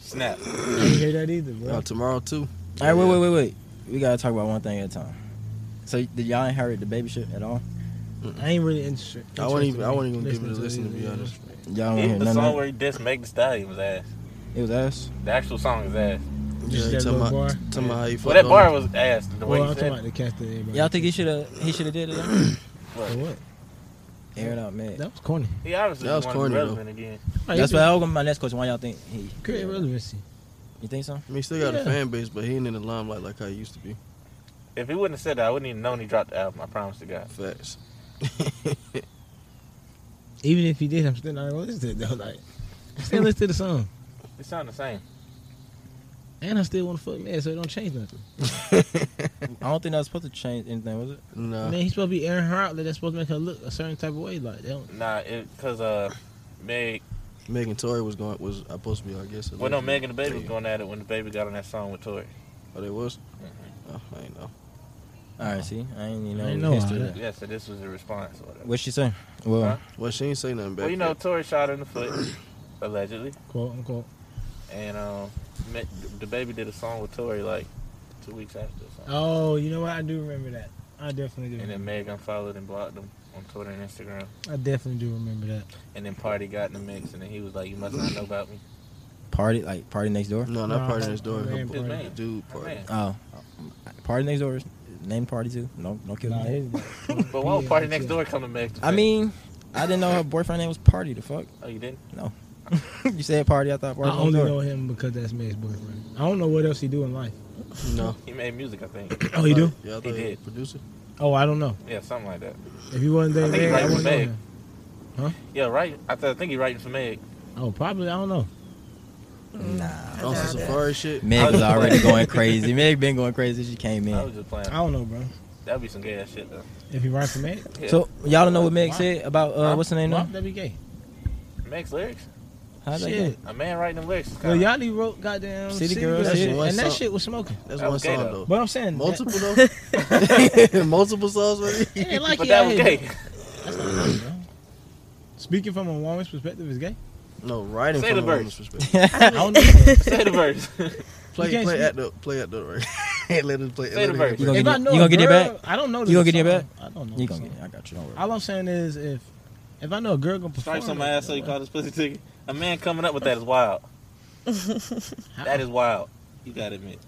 S2: Snap.
S4: I ain't hear that either, bro.
S1: Oh, tomorrow too.
S3: All right, wait, wait, wait, wait. We gotta talk about one thing at a time. So did y'all inherit the baby shit at all?
S4: I ain't really inter- interested.
S1: I wasn't even. I wasn't even
S4: in
S1: gonna give it a listen.
S4: listening
S1: To
S4: it
S1: be
S4: either.
S1: honest,
S3: Y'all don't hear
S2: Even the
S3: none
S2: song
S3: of
S2: where
S3: it.
S2: he dissed Meg Thee Stallion was ass.
S3: It was ass.
S2: The actual song is ass.
S1: yeah,
S4: Just
S1: you
S4: that
S1: talking
S4: little
S1: about,
S4: bar.
S1: talking about how you
S2: Well, that
S1: fucked
S2: bar
S1: on
S2: was ass. The way
S4: Well,
S2: he
S4: I'm talking
S2: said
S4: about the cast that everybody.
S3: Y'all think he should have? He should have did it. though?
S4: Or what?
S3: Air it out, man.
S4: That was corny.
S2: it. He obviously
S1: That was
S2: wanted to
S1: corny,
S2: be
S1: though.
S2: relevant again.
S3: That's why I was gonna my next question. Why y'all think he?
S4: Create relevancy.
S3: You think so?
S1: I mean, he still got
S4: Yeah.
S1: a fan base, but he ain't in the limelight like how he used to be.
S2: If he wouldn't have said that, I wouldn't even known he dropped the album. I promise to God.
S1: Facts.
S4: Even if he did, I'm still not gonna listen to it though. Like, I still listen to the song,
S2: It sound the same.
S4: and I still want to fuck man, so it don't change nothing.
S3: I don't think that was supposed to change anything, was it?
S1: nah.
S4: I mean, he's supposed to be airing her out. Like, that's supposed to make her look a certain type of way. Like, they don't.
S2: Nah, it because uh, Meg.
S1: Megan Tory was going was I supposed to be I guess.
S2: Well, no, Meg and the baby was
S1: Yeah.
S2: going at it when the baby got on that song with Tori.
S1: Oh, they was.
S2: Mm-hmm.
S1: Oh, I ain't know.
S3: All right, see, I ain't even know,
S4: I ain't
S3: the
S4: know
S3: history.
S4: all
S3: of
S4: that.
S2: Yeah, so this was the response or
S3: that.
S2: whatever.
S3: What'd she say? Well,
S2: Huh?
S1: Well, she ain't say nothing back.
S2: Well, you know,
S1: yet.
S2: Tori shot her in the foot, allegedly,
S4: Quote unquote.
S2: and um, Meg, the baby did a song with Tori like two weeks after. Or something.
S4: Oh, you know what? I do remember that. I definitely do.
S2: And then Meg unfollowed and blocked him on Twitter and Instagram.
S4: I definitely do remember that.
S2: And then Party got in the mix, and then he was like, "You must not know about me."
S3: party like party next door.
S1: No, not
S4: Nah,
S1: party next door.
S4: man,
S1: Her
S4: party.
S1: party. Dude party.
S2: Man.
S3: Oh, party next door. is Name party too. No, no kidding.
S4: Nah, his,
S2: But why would Party Next Door come to Meg? to
S3: I
S2: say-
S3: mean, I didn't know her boyfriend name was Party. The fuck?
S2: oh, you didn't?
S3: you said Party. I thought
S4: I
S3: Party next
S4: only
S3: door.
S4: know him because that's Meg's boyfriend. I don't know what else he do in life.
S1: No.
S2: He made music, I think.
S4: Oh, he do?
S1: Yeah, I thought
S2: He
S1: he was
S2: did.
S1: a producer.
S4: Oh, I don't know.
S2: Yeah, something like that.
S4: If he wasn't there,
S2: I think he
S4: Meg, I
S2: writes for
S4: wouldn't know
S2: Meg.
S4: him.
S2: Yeah, right. I, th- I think he writing for Meg.
S4: Oh, probably. I don't know.
S3: Nah,
S1: On some safari shit.
S3: Meg was already going crazy. Meg been going crazy. since She came
S2: I
S3: in.
S2: was just playing.
S4: I don't know, bro.
S2: That'd be some gay ass shit though.
S4: If he writes for Meg,
S2: Yeah.
S3: So y'all don't know what Meg
S4: Why?
S3: said about uh, what's the name?
S4: why
S3: now?
S4: would that be gay?
S2: Meg's lyrics.
S3: How's that
S4: Shit.
S3: go?
S2: A man writing them lyrics. is
S4: Well,
S2: kinda-
S4: Yali wrote goddamn
S3: City
S4: City,
S3: Girl
S4: Girl,
S1: shit.
S4: shit,
S1: One
S4: and that
S1: song.
S4: shit was smoking.
S1: That's
S2: That
S1: one
S2: was gay,
S1: song
S2: though.
S1: though.
S4: But I'm saying
S1: Multiple though. Multiple songs. Right?
S4: That, it ain't like
S2: but
S4: he
S2: that
S4: out
S2: was
S4: here.
S2: gay.
S4: That's not gay, bro. Speaking from a woman's perspective is gay.
S1: No, writing
S2: Say
S1: from
S2: the
S1: a
S2: verse.
S1: woman's perspective.
S4: I don't know. if
S2: Say the verse.
S1: Play,
S4: can't
S1: play
S4: speak-
S1: at the, play at the right. let us play.
S2: Say the
S1: let us
S2: verse.
S1: play.
S3: You gonna
S4: I
S3: get,
S4: know
S3: you
S4: a
S3: gonna get it
S4: girl-
S3: back?
S4: I don't know.
S3: You gonna get it
S4: the
S3: back?
S4: song. I don't know.
S3: You
S4: the
S3: gonna get
S4: song.
S3: it? I got you. Don't worry.
S4: All I'm saying is if if I know a girl gonna perform,
S2: Stripes on my
S4: like
S2: ass so
S4: that,
S2: you
S4: bro,
S2: call this pussy ticket. A man coming up with that is wild. that is wild. You gotta admit.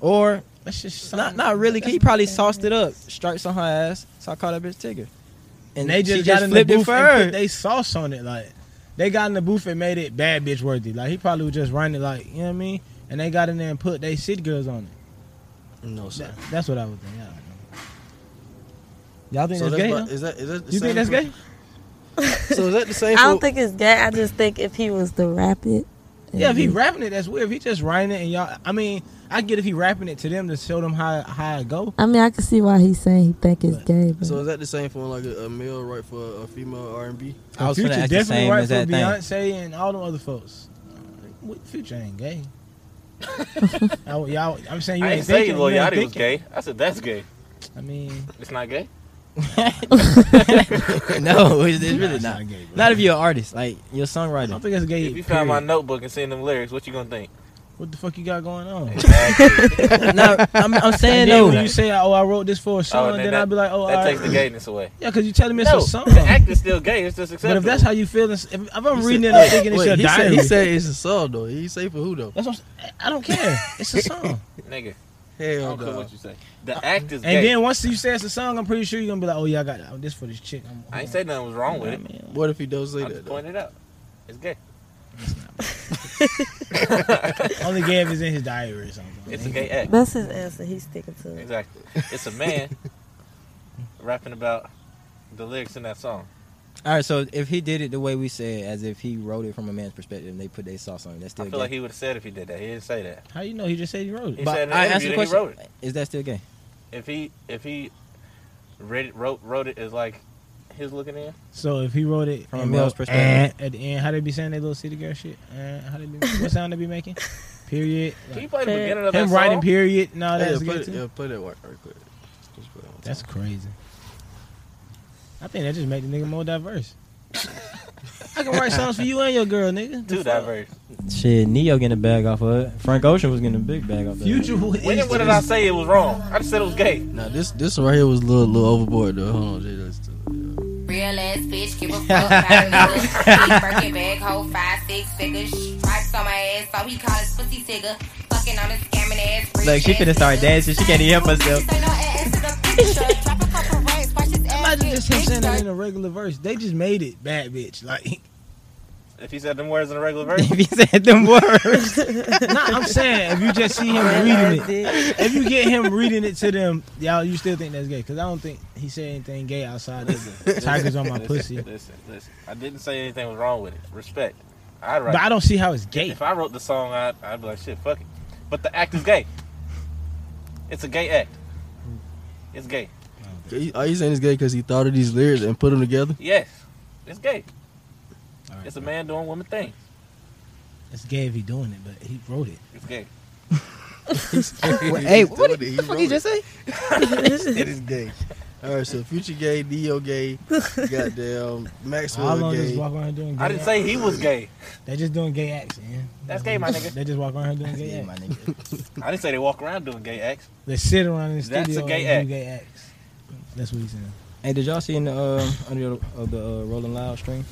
S3: Or
S4: that's just
S3: not
S4: something-
S3: not really. 'cause He probably sauced it up. Stripes on her ass. So I called that bitch Tigger.
S4: And they just,
S3: she
S4: got
S3: just
S4: in the
S3: flipped it
S4: booth
S3: for
S4: and put
S3: her.
S4: they sauce on it. Like they got in the booth and made it bad bitch worthy. Like he probably was just running it like, you know what I mean? And they got in there and put they city girls on it.
S1: No, sir.
S4: That- that's what I would think. Yeah. Y'all think
S1: So
S4: that's
S1: that's
S4: gay?
S1: about,
S4: huh?
S1: is that is that the
S4: you
S1: same
S4: think that's
S1: for-
S4: gay?
S1: So is that the
S6: I
S1: same?
S6: don't
S1: for-
S6: think it's gay. I just think if he was to rap it.
S4: Yeah, if he
S6: Mm-hmm.
S4: rapping it, that's weird. If he just writing it and y'all, I mean, I get if he rapping it to them to show them how how it go.
S6: I mean, I can see why he's saying he think it's gay. But
S1: So is that the same for like a, a male right for a female R and B?
S3: I was
S4: Future
S3: gonna ask the
S4: definitely
S3: same
S4: right
S3: as that
S4: for
S3: thing.
S4: Beyonce and all the other folks. What- Future ain't gay. Oh, y'all, I'm saying you
S2: I
S4: ain't,
S2: ain't say
S4: thinking,
S2: Lil
S4: you ain't
S2: Yachty was
S4: thinking.
S2: gay. I said that's gay.
S4: I mean,
S2: It's not gay.
S3: no, it's, it's really not.
S4: Nah, it's not gay, bro.
S3: Not if you're an artist, like you're a
S4: I don't
S3: songwriter.
S4: think it's gay.
S2: If you found my
S4: period.
S2: notebook and seen them lyrics, what you gonna think?
S4: What the fuck you got going on? And
S2: Exactly.
S3: no, I'm, I'm saying
S4: then
S3: though.
S4: when you say, "Oh, I wrote this for a
S2: Oh,
S4: song,"
S2: and then
S4: then
S2: that-
S4: I'll be like, "Oh,
S2: that
S4: all
S2: takes
S4: right.
S2: the gayness away.
S4: yeah," because you telling me it's
S2: no,
S4: a song.
S2: the act is still gay. It's just
S4: But
S2: acceptable.
S4: if that's how you feel, it's- if, if I'm
S1: He
S4: reading
S1: said-
S4: it, I'm
S1: wait,
S4: thinking it's
S1: wait,
S4: your
S1: he
S4: diary.
S1: Said, he said it's a song though. He say for who though?
S4: That's what I'm, s- I don't care. It's a song.
S2: nigga, I
S1: Hell
S2: don't care
S1: no.
S2: what you say. The act is
S4: And
S2: gay.
S4: then once you says the song, I'm pretty sure you're gonna be like, oh yeah, I got oh, this for this chick. I'm,
S2: I ain't say nothing was wrong with it.
S1: What if he don't say that?
S2: I just
S1: though?
S2: pointed it out. It's gay.
S4: Only gay if it's in his diary or something.
S2: It's a gay act.
S6: That's his answer. He's sticking to it.
S2: Exactly. It's a man rapping about the lyrics in that song.
S3: All right, so if he did it the way we said, as if he wrote it from a man's perspective, and they put their sauce on it, that's
S2: I
S3: still
S2: feel
S3: gay.
S2: like he would have said if he did that. He didn't say that.
S4: How you know? He just said he wrote
S2: He
S4: it.
S3: But
S2: said in an
S3: I asked the
S2: interview that
S3: question:
S2: he wrote it.
S3: Is that still gay?
S2: If he if he read it, wrote wrote it as like his looking in,
S4: So if he wrote it
S3: From a
S4: and
S3: male's
S4: wrote,
S3: perspective.
S4: "Eh," at the end, how they be saying that little city girl shit? Eh, how they be, what sound they be making? Period.
S2: can you
S4: Like,
S2: play the
S6: Fair.
S2: beginning of that
S4: him writing
S2: song?
S4: period and all
S1: Yeah,
S4: that's
S1: put
S4: good
S1: it,
S4: too.
S1: yeah, put it right, right quick. Just put it on
S4: That's
S1: top.
S4: crazy. I think that just make the nigga more diverse. I can write songs for you and your girl, nigga. The
S2: Too
S4: fuck?
S2: diverse.
S3: Shit, Neo getting a bag off of it. Frank Ocean was getting a big bag off of it.
S4: Future who
S2: When
S4: is
S2: when did I say it was wrong? I just said it was gay.
S1: Now this this one right here was a little little overboard though. Hold on, Jay, that's too- yeah.
S10: Real ass bitch, give a fuck about a nigga. He Birkin bag, hold five, six figures. Stripes on my ass, so he call his pussy tigger. Fucking on his scamming ass. rich
S3: Look, she
S10: ass
S3: finna start
S10: nigga.
S3: dancing. She can't even help herself.
S10: Say no ass to the picture. Drop a couple racks, watch his ass
S4: Imagine
S10: get
S4: just him saying that
S10: bigger.
S4: in a regular verse. They just made it bad bitch. Like
S2: If he said them words in a regular verse,
S3: if he said them words,
S4: Nah, I'm saying if you just see him reading it. If you get him reading it to them, y'all you still think that's gay. Cause I don't think he said anything gay outside of the tigers on my
S2: listen,
S4: pussy.
S2: Listen, listen. I didn't say anything was wrong with it. Respect. I'd
S4: But I
S2: write.
S4: don't see how it's gay.
S2: If I wrote the song, I'd, I'd be like, shit, fuck it. But the act is gay. It's a gay act. It's gay.
S1: He- Are you saying it's gay because he thought of these lyrics and put them together?
S2: Yes, it's gay.
S4: All right,
S2: It's a man doing woman things.
S4: It's gay if he doing it, but he wrote it.
S2: It's gay.
S3: hey, what the fuck you just say?
S1: It is gay. All right, so Future gay, Neo gay, goddamn
S4: All
S1: Maxwell
S4: on just
S1: gay.
S4: walk around doing gay
S2: I didn't
S4: acts.
S2: say he was gay.
S4: They just doing gay acts, man.
S2: That's gay, my nigga.
S4: They just walk around doing gay
S3: Yeah,
S4: acts.
S3: my nigga.
S2: I didn't say they walk around doing gay acts.
S4: They sit around in the
S2: That's a
S4: studio
S2: gay
S4: and do gay acts. That's what he's saying.
S3: Hey, did y'all see in the uh, under the, of the uh, Rolling Loud stream?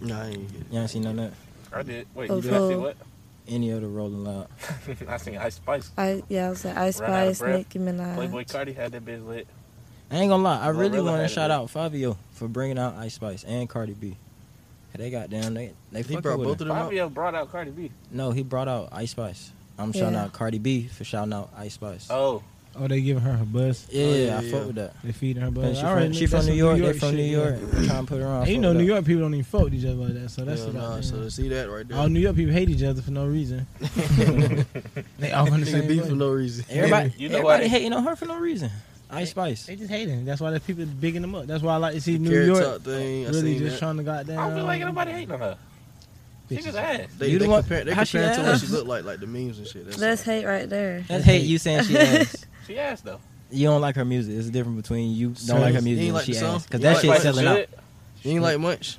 S1: Nah, I ain't get it.
S3: Y'all ain't seen none of that.
S2: I did. Wait,
S6: Oh,
S2: you did I see
S6: fuck.
S2: what?
S3: Any of the Rolling Loud?
S2: I seen Ice Spice.
S6: I yeah, I was like Ice
S2: Run out of
S6: Spice,
S2: breath.
S6: Nicki Minaj.
S2: Playboy Cardi had that bitch lit.
S3: I ain't gonna lie. I
S2: Gorilla
S3: really want
S2: had
S3: to
S2: it,
S3: shout
S2: bro.
S3: out Fabio for bringing out Ice Spice and Cardi B. They got down. They they
S1: He
S3: fucking
S1: brought
S3: with
S1: both
S3: her.
S1: of them out.
S2: Fabio brought out Cardi B.
S3: No, he brought out Ice Spice. I'm shouting
S6: Yeah.
S3: out Cardi B for shouting out Ice Spice.
S2: Oh,
S4: Oh, they giving her her buzz.
S3: yeah,
S1: Oh,
S3: yeah,
S1: yeah,
S3: I
S1: yeah.
S3: fuck with that.
S4: They feeding her
S3: But
S4: buzz.
S3: she
S4: All
S3: from,
S4: right,
S3: she
S4: nigga,
S3: from
S4: that's
S3: New
S4: some
S3: York. They from
S4: shit,
S3: New
S4: yeah.
S3: York. We're Trying to put her on. I
S4: And you
S3: fuck
S4: know,
S3: with
S4: New
S3: that.
S4: York people don't even fuck with each other like that. So that's
S1: Hell
S4: about
S1: nah,
S4: it.
S1: so to see that right there.
S4: All New York people hate each other for no reason. they all on the
S1: Nigga
S4: same
S1: beef
S4: boat.
S1: for no reason.
S3: Everybody,
S2: You know
S3: everybody
S2: why-
S3: hating on her for no reason. Ice Spice.
S4: They just hating. That's why there's people bigging them up. That's why I like to
S1: The
S4: see New
S1: Carrot
S4: York
S1: Top thing, I
S4: really
S1: seen
S4: just
S1: that.
S4: trying to goddamn.
S2: I don't feel like
S4: um,
S2: nobody hating on her. She
S4: bitches.
S2: just ass.
S1: They,
S3: You
S1: they
S3: the one-
S1: compare, they
S3: how she
S1: comparing to what
S3: ass?
S1: she looked like, like the memes and shit. That's,
S6: That's hate right there.
S3: That's hate you saying she ass.
S2: She ass though.
S3: You don't like her music. It's the difference between you don't
S4: So,
S3: like her
S1: you
S3: music
S1: ain't
S3: and
S1: like
S3: she
S1: the song?
S3: ass. Because
S1: You
S3: that
S1: like
S3: shit's
S1: like
S3: selling out.
S1: You ain't like much.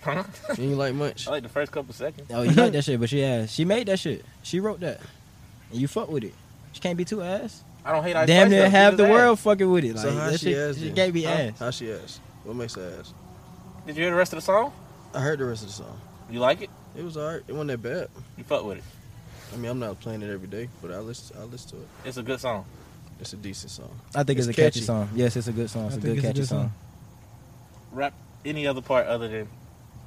S2: Huh?
S1: You ain't like much.
S2: I like the first couple seconds.
S3: Oh, you like that shit, but she ass. She made that shit. She wrote that. And you fuck with it. She can't be too ass.
S2: I don't hate Ice
S3: Damn
S2: Spice. though.
S3: near
S2: She
S3: half
S2: just
S3: the
S2: ass.
S3: world fucking with it. Like
S1: So how
S3: that
S1: she
S3: shit,
S1: ass
S3: she
S1: then?
S3: can't be
S1: Huh?
S3: ass.
S1: How she ass? What makes her ass?
S2: Did you hear the rest of the song?
S1: I heard the rest of the song.
S2: You like it?
S1: It was alright. It wasn't that bad.
S2: You fuck with it.
S1: I mean, I'm not playing it every day, but I listen. I listen to it.
S2: It's a good song.
S1: It's a decent song.
S3: I think it's,
S1: It's
S3: a catchy,
S1: catchy.
S3: song. Yes, it's a good song. It's
S4: I
S3: a
S4: think
S3: good
S4: it's a
S3: catchy
S4: good
S3: song.
S4: song.
S2: Rap any other part other than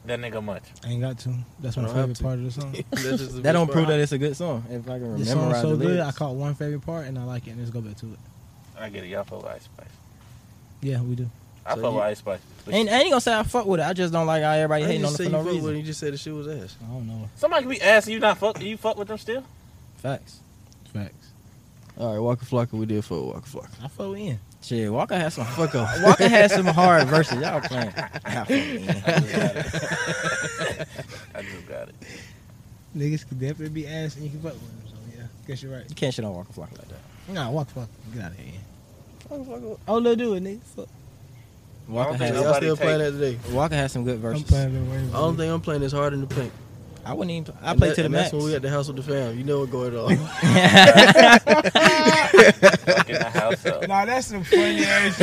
S2: that nigga much.
S4: I ain't got to. That's my
S1: I don't have
S4: favorite
S1: to.
S4: part of the song.
S1: That's just the
S3: That don't
S1: best
S3: prove that
S1: part.
S3: it's a good song. If I can
S4: This
S3: memorize
S4: song's so
S3: the
S4: good,
S3: lyrics.
S4: I caught one favorite part and I like it, and let's go back to it.
S2: I get it. Y'all fuck with Ice Spice.
S4: Yeah, we do.
S2: I
S1: So
S2: fuck
S1: you-
S2: with Ice Spice. But
S3: Ain't, I ain't gonna say I fuck with it. I just don't like how everybody
S1: I
S3: hating on
S1: just
S3: it
S1: say you
S3: for no
S1: fuck with it.
S3: reason.
S1: You just said the shit was ass.
S4: I don't know.
S2: somebody could be asking you not fuck. You fuck with them still?
S3: Facts.
S4: Facts.
S1: All right, Walker Flocker, we did for Walker Flocker.
S4: I fuck in.
S3: Shit, Walker had some.
S1: Fuck off.
S3: Walker had some hard verses. Y'all playing. Y'all playing.
S2: I just got it.
S4: Niggas could definitely be ass and you can fuck with them. So yeah, guess you're right.
S3: You can't shit on Walker Flocker like that.
S4: Nah, walk fuck. Get out of here. Oh, little dude, nigga. Fuck.
S3: Walker
S2: think
S1: y'all
S3: had,
S2: nobody
S1: still
S2: take
S1: playing that today?
S3: Walker had some good
S4: I'm
S3: verses.
S4: playing the way.
S1: I don't think I'm playing as hard in the paint.
S3: I wouldn't even. Play. I
S1: And
S3: played
S1: that-
S3: to the
S1: and
S3: max.
S1: That's when we at the house with the fam. You know what going on.
S2: Fucking the house up.
S4: Nah, that's some funny ass.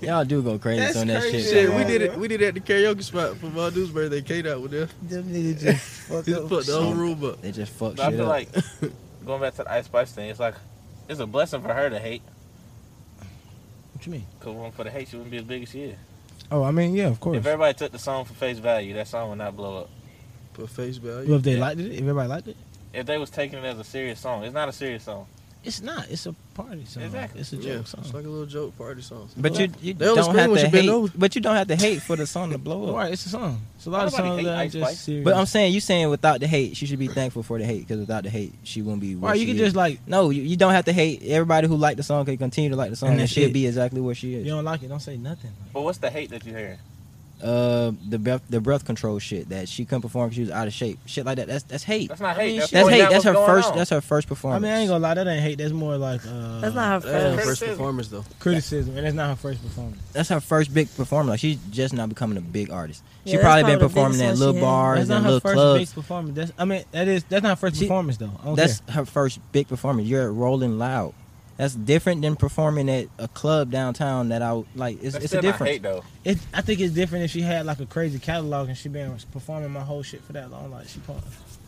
S3: Y'all y'all do go crazy
S1: That's
S3: on that
S1: crazy.
S3: shit.
S1: Shit,
S3: man.
S1: we did it. We did it at the karaoke spot for my dude's birthday. Kate out with them.
S4: Them niggas just fuck
S1: Just put the whole
S3: shit.
S1: room up.
S3: They just fuck
S2: But I
S3: shit up.
S2: feel like going back to the Ice Spice thing, it's like it's a blessing for her to hate.
S4: What you mean?
S2: Cause one for the hate, she wouldn't be as big as she is.
S4: Oh, I mean, yeah, of course.
S2: If everybody took the song for face value, that song would not blow up.
S1: Put face value.
S4: Well, if they liked it, if everybody liked it,
S2: If they was taking it as a serious song, it's not a serious song.
S4: it's not. It's a party song.
S2: Exactly.
S4: It's a joke
S1: yeah,
S4: song.
S1: it's like a little joke party song.
S3: But you, you
S1: They only
S3: don't
S1: scream
S3: have
S1: when
S3: to
S1: you bend
S3: hate.
S1: over.
S3: But you don't have to hate for the song to blow up.
S4: Right, it's a song. It's a lot of
S2: Nobody
S4: songs
S2: hate
S4: that are
S2: Ice Spice.
S4: just serious.
S3: But I'm saying you saying without the hate, she should be thankful for the hate because without the hate, she wouldn't be. Where
S4: right,
S3: she
S4: you can
S3: is.
S4: just like
S3: No, you, you don't have to hate. Everybody who liked the song can continue to like the song,
S4: And
S3: and,
S4: that's
S3: she'll
S4: it.
S3: be exactly where she
S4: you
S3: is.
S4: don't like it, don't say nothing.
S2: But what's the hate that you hearing?
S3: Uh, the breath, the breath control shit that she couldn't perform. 'cause She was out of shape. Shit like that. That's that's hate.
S2: That's not
S4: I mean,
S2: hate.
S4: she-
S3: That's
S2: pointing
S3: hate.
S2: out
S3: That's her
S2: what's going
S3: first.
S2: on.
S3: That's her first performance.
S4: I mean, I ain't gonna lie, that ain't hate. That's more like uh,
S6: That's not
S1: That was
S6: her first.
S1: her first
S2: Criticism.
S1: performance though.
S4: criticism, and that's not her first performance.
S3: That's her first big performance. Like she's just now becoming a big artist.
S6: Yeah,
S3: she
S6: that's
S3: probably, been
S6: probably the
S3: performing at
S6: biggest one
S3: little
S6: she had.
S3: bars
S4: That's
S3: and
S4: not her
S3: little
S4: first
S3: clubs.
S4: big performance. That's I mean, that is that's not her first
S3: She-
S4: performance though. I don't
S3: That's
S4: care.
S3: her first big performance. You're at Rolling Loud. That's different than performing at a club downtown. That I like. It's,
S2: That's
S3: it's
S2: still
S3: a
S2: not
S3: difference.
S2: hate though.
S4: It, I think it's different if she had like a crazy catalog and she been performing my whole shit for that long. Like she performed,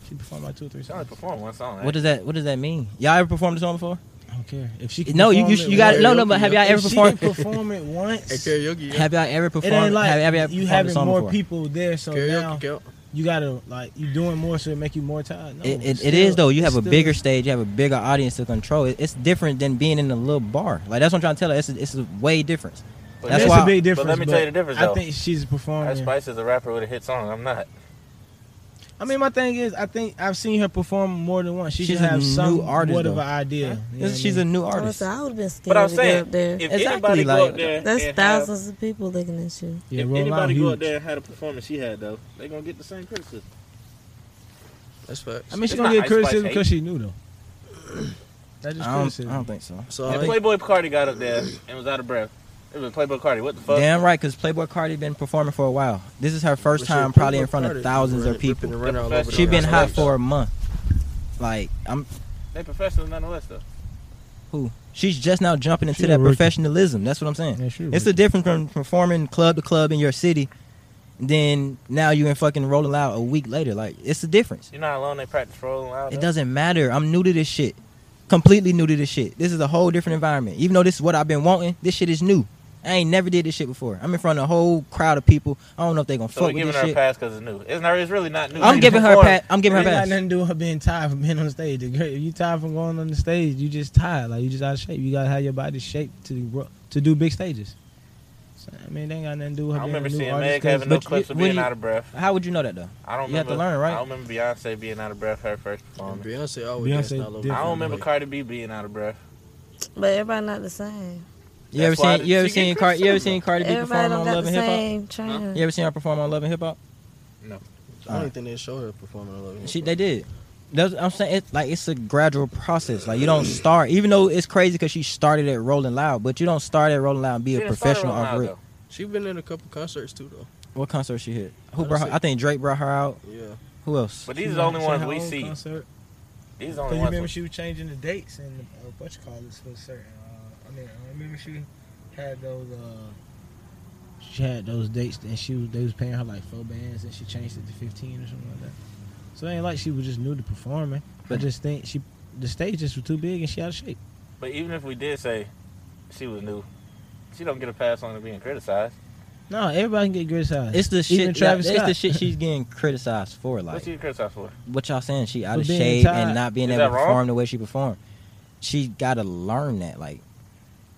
S4: she performed like two or three
S2: She only
S4: songs.
S2: performed one song.
S3: What
S2: right?
S3: does that What does that mean? Y'all ever performed a song before?
S4: I don't care if she. can
S3: No, you
S4: perform
S3: you,
S4: it
S3: you got no no.
S1: karaoke,
S3: But have
S1: yeah.
S3: y'all
S4: If
S3: ever
S4: she can
S3: performed?
S4: perform it once.
S1: At karaoke, yeah.
S3: Have y'all ever
S4: It
S3: performed?
S4: ain't like
S3: have, have y'all ever
S4: you
S3: performed a
S4: having
S3: song
S4: more
S3: before?
S4: people there, so
S1: karaoke
S4: now
S1: count.
S4: you gotta like you doing more, so it make you more tired. No,
S3: It, it,
S4: still-
S3: it is though. You have a
S4: still-
S3: bigger stage. You have a bigger audience to control. It, it's different than being in a little bar. Like that's what I'm trying to tell her. It's a, it's a way difference.
S2: But
S3: That's
S4: That's
S3: why-
S4: a big difference.
S2: But let me tell you the difference
S4: I
S2: though.
S4: think she's
S2: Ice
S4: performing.
S2: Spice is a rapper with a hit song. I'm not.
S4: I mean, my thing is, I think I've seen her perform more than once. She
S3: She's
S4: should
S3: a
S4: have
S3: new
S4: some
S3: artist,
S4: what of
S3: though.
S4: an idea. You know
S3: This-
S4: what I
S3: she's
S4: mean?
S3: a new
S6: I
S3: artist.
S6: was- I would have been scared
S2: But I'm
S6: to
S2: saying,
S6: go up there.
S2: if
S3: Exactly,
S2: anybody go
S3: like-
S2: up there,
S6: That's
S2: and have-
S6: thousands of people looking at you.
S4: yeah,
S2: if
S4: Rolling Loud
S2: anybody go
S4: huge.
S2: up there and had a performance she had though, they gonna get the same criticism.
S1: That's facts.
S4: I mean,
S2: It's
S4: she gonna
S2: not
S4: get
S2: Ice Spice
S4: criticism
S2: hate.
S4: because she knew though. That just
S3: I don't,
S4: criticism.
S3: I don't think so.
S1: So
S2: And
S1: I think
S2: Playboy Cardi got up there and was out of breath. It was Playboy Cardi. What the fuck?
S3: Damn right, because Playboy Cardi been performing for a while. This is her first
S1: But shit,
S3: time, probably in
S1: people
S3: front of
S1: started
S3: thousands
S1: ripping
S3: of people.
S1: and running all over the
S3: She been
S1: place.
S3: hot for a month. Like I'm,
S2: They professionals nonetheless though.
S3: who? She's just now jumping into
S4: She a
S3: that
S4: rookie.
S3: professionalism. That's what I'm saying.
S4: Yeah, she a
S3: it's the
S4: rookie.
S3: difference from performing club to club in your city, then now you in fucking Rolling Loud a week later. Like it's the difference.
S2: You know how long they practice rolling loud?
S3: It
S2: though?
S3: doesn't matter. I'm new to this shit. Completely new to this shit. This is a whole different environment. Even though this is what I've been wanting, this shit is new. I ain't never did this shit before. I'm in front of a whole crowd of people. I don't know if they gonna
S2: So we're
S3: fuck with
S2: giving
S3: this
S2: her a
S3: shit.
S2: pass because it's new. It's not. It's really not new.
S3: I'm
S2: She
S3: giving her a
S2: performed.
S3: pass. I'm giving her
S4: It
S3: a
S4: ain't got
S3: pass.
S4: nothing to do with being tired from being on stage. The girl- If you tired from going on the stage, you just tired. Like you just out of shape. You gotta have your body shaped to ru- to do big stages. So, I mean, they ain't got nothing to do with
S2: I
S4: her being
S2: remember
S4: a new
S2: seeing
S4: artist
S2: Meg
S4: 'cause-
S2: having no
S3: but you-
S2: clips of
S3: when
S2: being
S3: you-
S2: out of breath.
S3: How would you know that though?
S2: I don't.
S3: you have to
S2: remember-
S3: learn, right?
S2: I don't remember Beyonce being out of breath her first performance.
S1: um, Beyonce always dancing
S4: Beyonce
S1: all over.
S4: did.
S1: the
S2: I don't
S1: place.
S2: remember
S1: Like,
S2: Cardi B being out of breath.
S6: But everybody not the same.
S3: You ever
S2: That's why
S3: seen? You ever
S2: she get
S3: seen? Car- you ever
S2: criticism.
S3: seen Cardi B
S6: everybody
S3: perform
S6: don't
S3: on
S6: got
S3: Love
S6: the
S3: and Hip Hop?
S6: same trainer.
S3: You ever seen her perform on Love and Hip Hop?
S1: I don't think they showed her performing all over.
S3: She they did. That's, I'm saying it's like it's a gradual process. Like you don't start, even though it's crazy because she started at Rolling Loud, but you don't start at Rolling Loud and be
S2: She
S3: a
S2: didn't start her
S3: professional
S2: own
S3: off
S2: loud,
S3: rip.
S2: though.
S1: She been in a couple concerts too though.
S3: What concert she hit? Who
S1: I
S3: brought
S1: don't
S3: her? I think Drake brought her out.
S1: Yeah.
S3: Who else?
S2: But these are the only
S4: She
S2: ones
S4: had
S2: we
S4: her own
S2: see.
S4: concert.
S2: These are the only
S4: But you
S2: ones.
S4: remember
S2: we-
S4: she was changing the dates and uh, what you call this for certain. Uh, I mean, I remember she had those. Uh, she had those dates and she was, they was paying her like four bands and she changed it to fifteen or something like that. So it ain't like she was just new to performing. I
S3: But-
S4: just think she the stage just was too big and she out of shape.
S2: But even if we did say she was new, she don't get a pass on being criticized.
S4: No, everybody can get criticized.
S3: It's the
S4: Even
S3: shit.
S4: Travis
S3: it's the
S4: Scott.
S3: shit she's getting criticized for.
S2: What's
S3: Like
S2: she criticized for?
S3: what y'all saying? She out
S4: For
S3: of
S4: being
S3: shape
S4: tired.
S3: and not being
S2: Is
S3: able to
S2: that wrong?
S3: perform the way she performed. She got to learn that. Like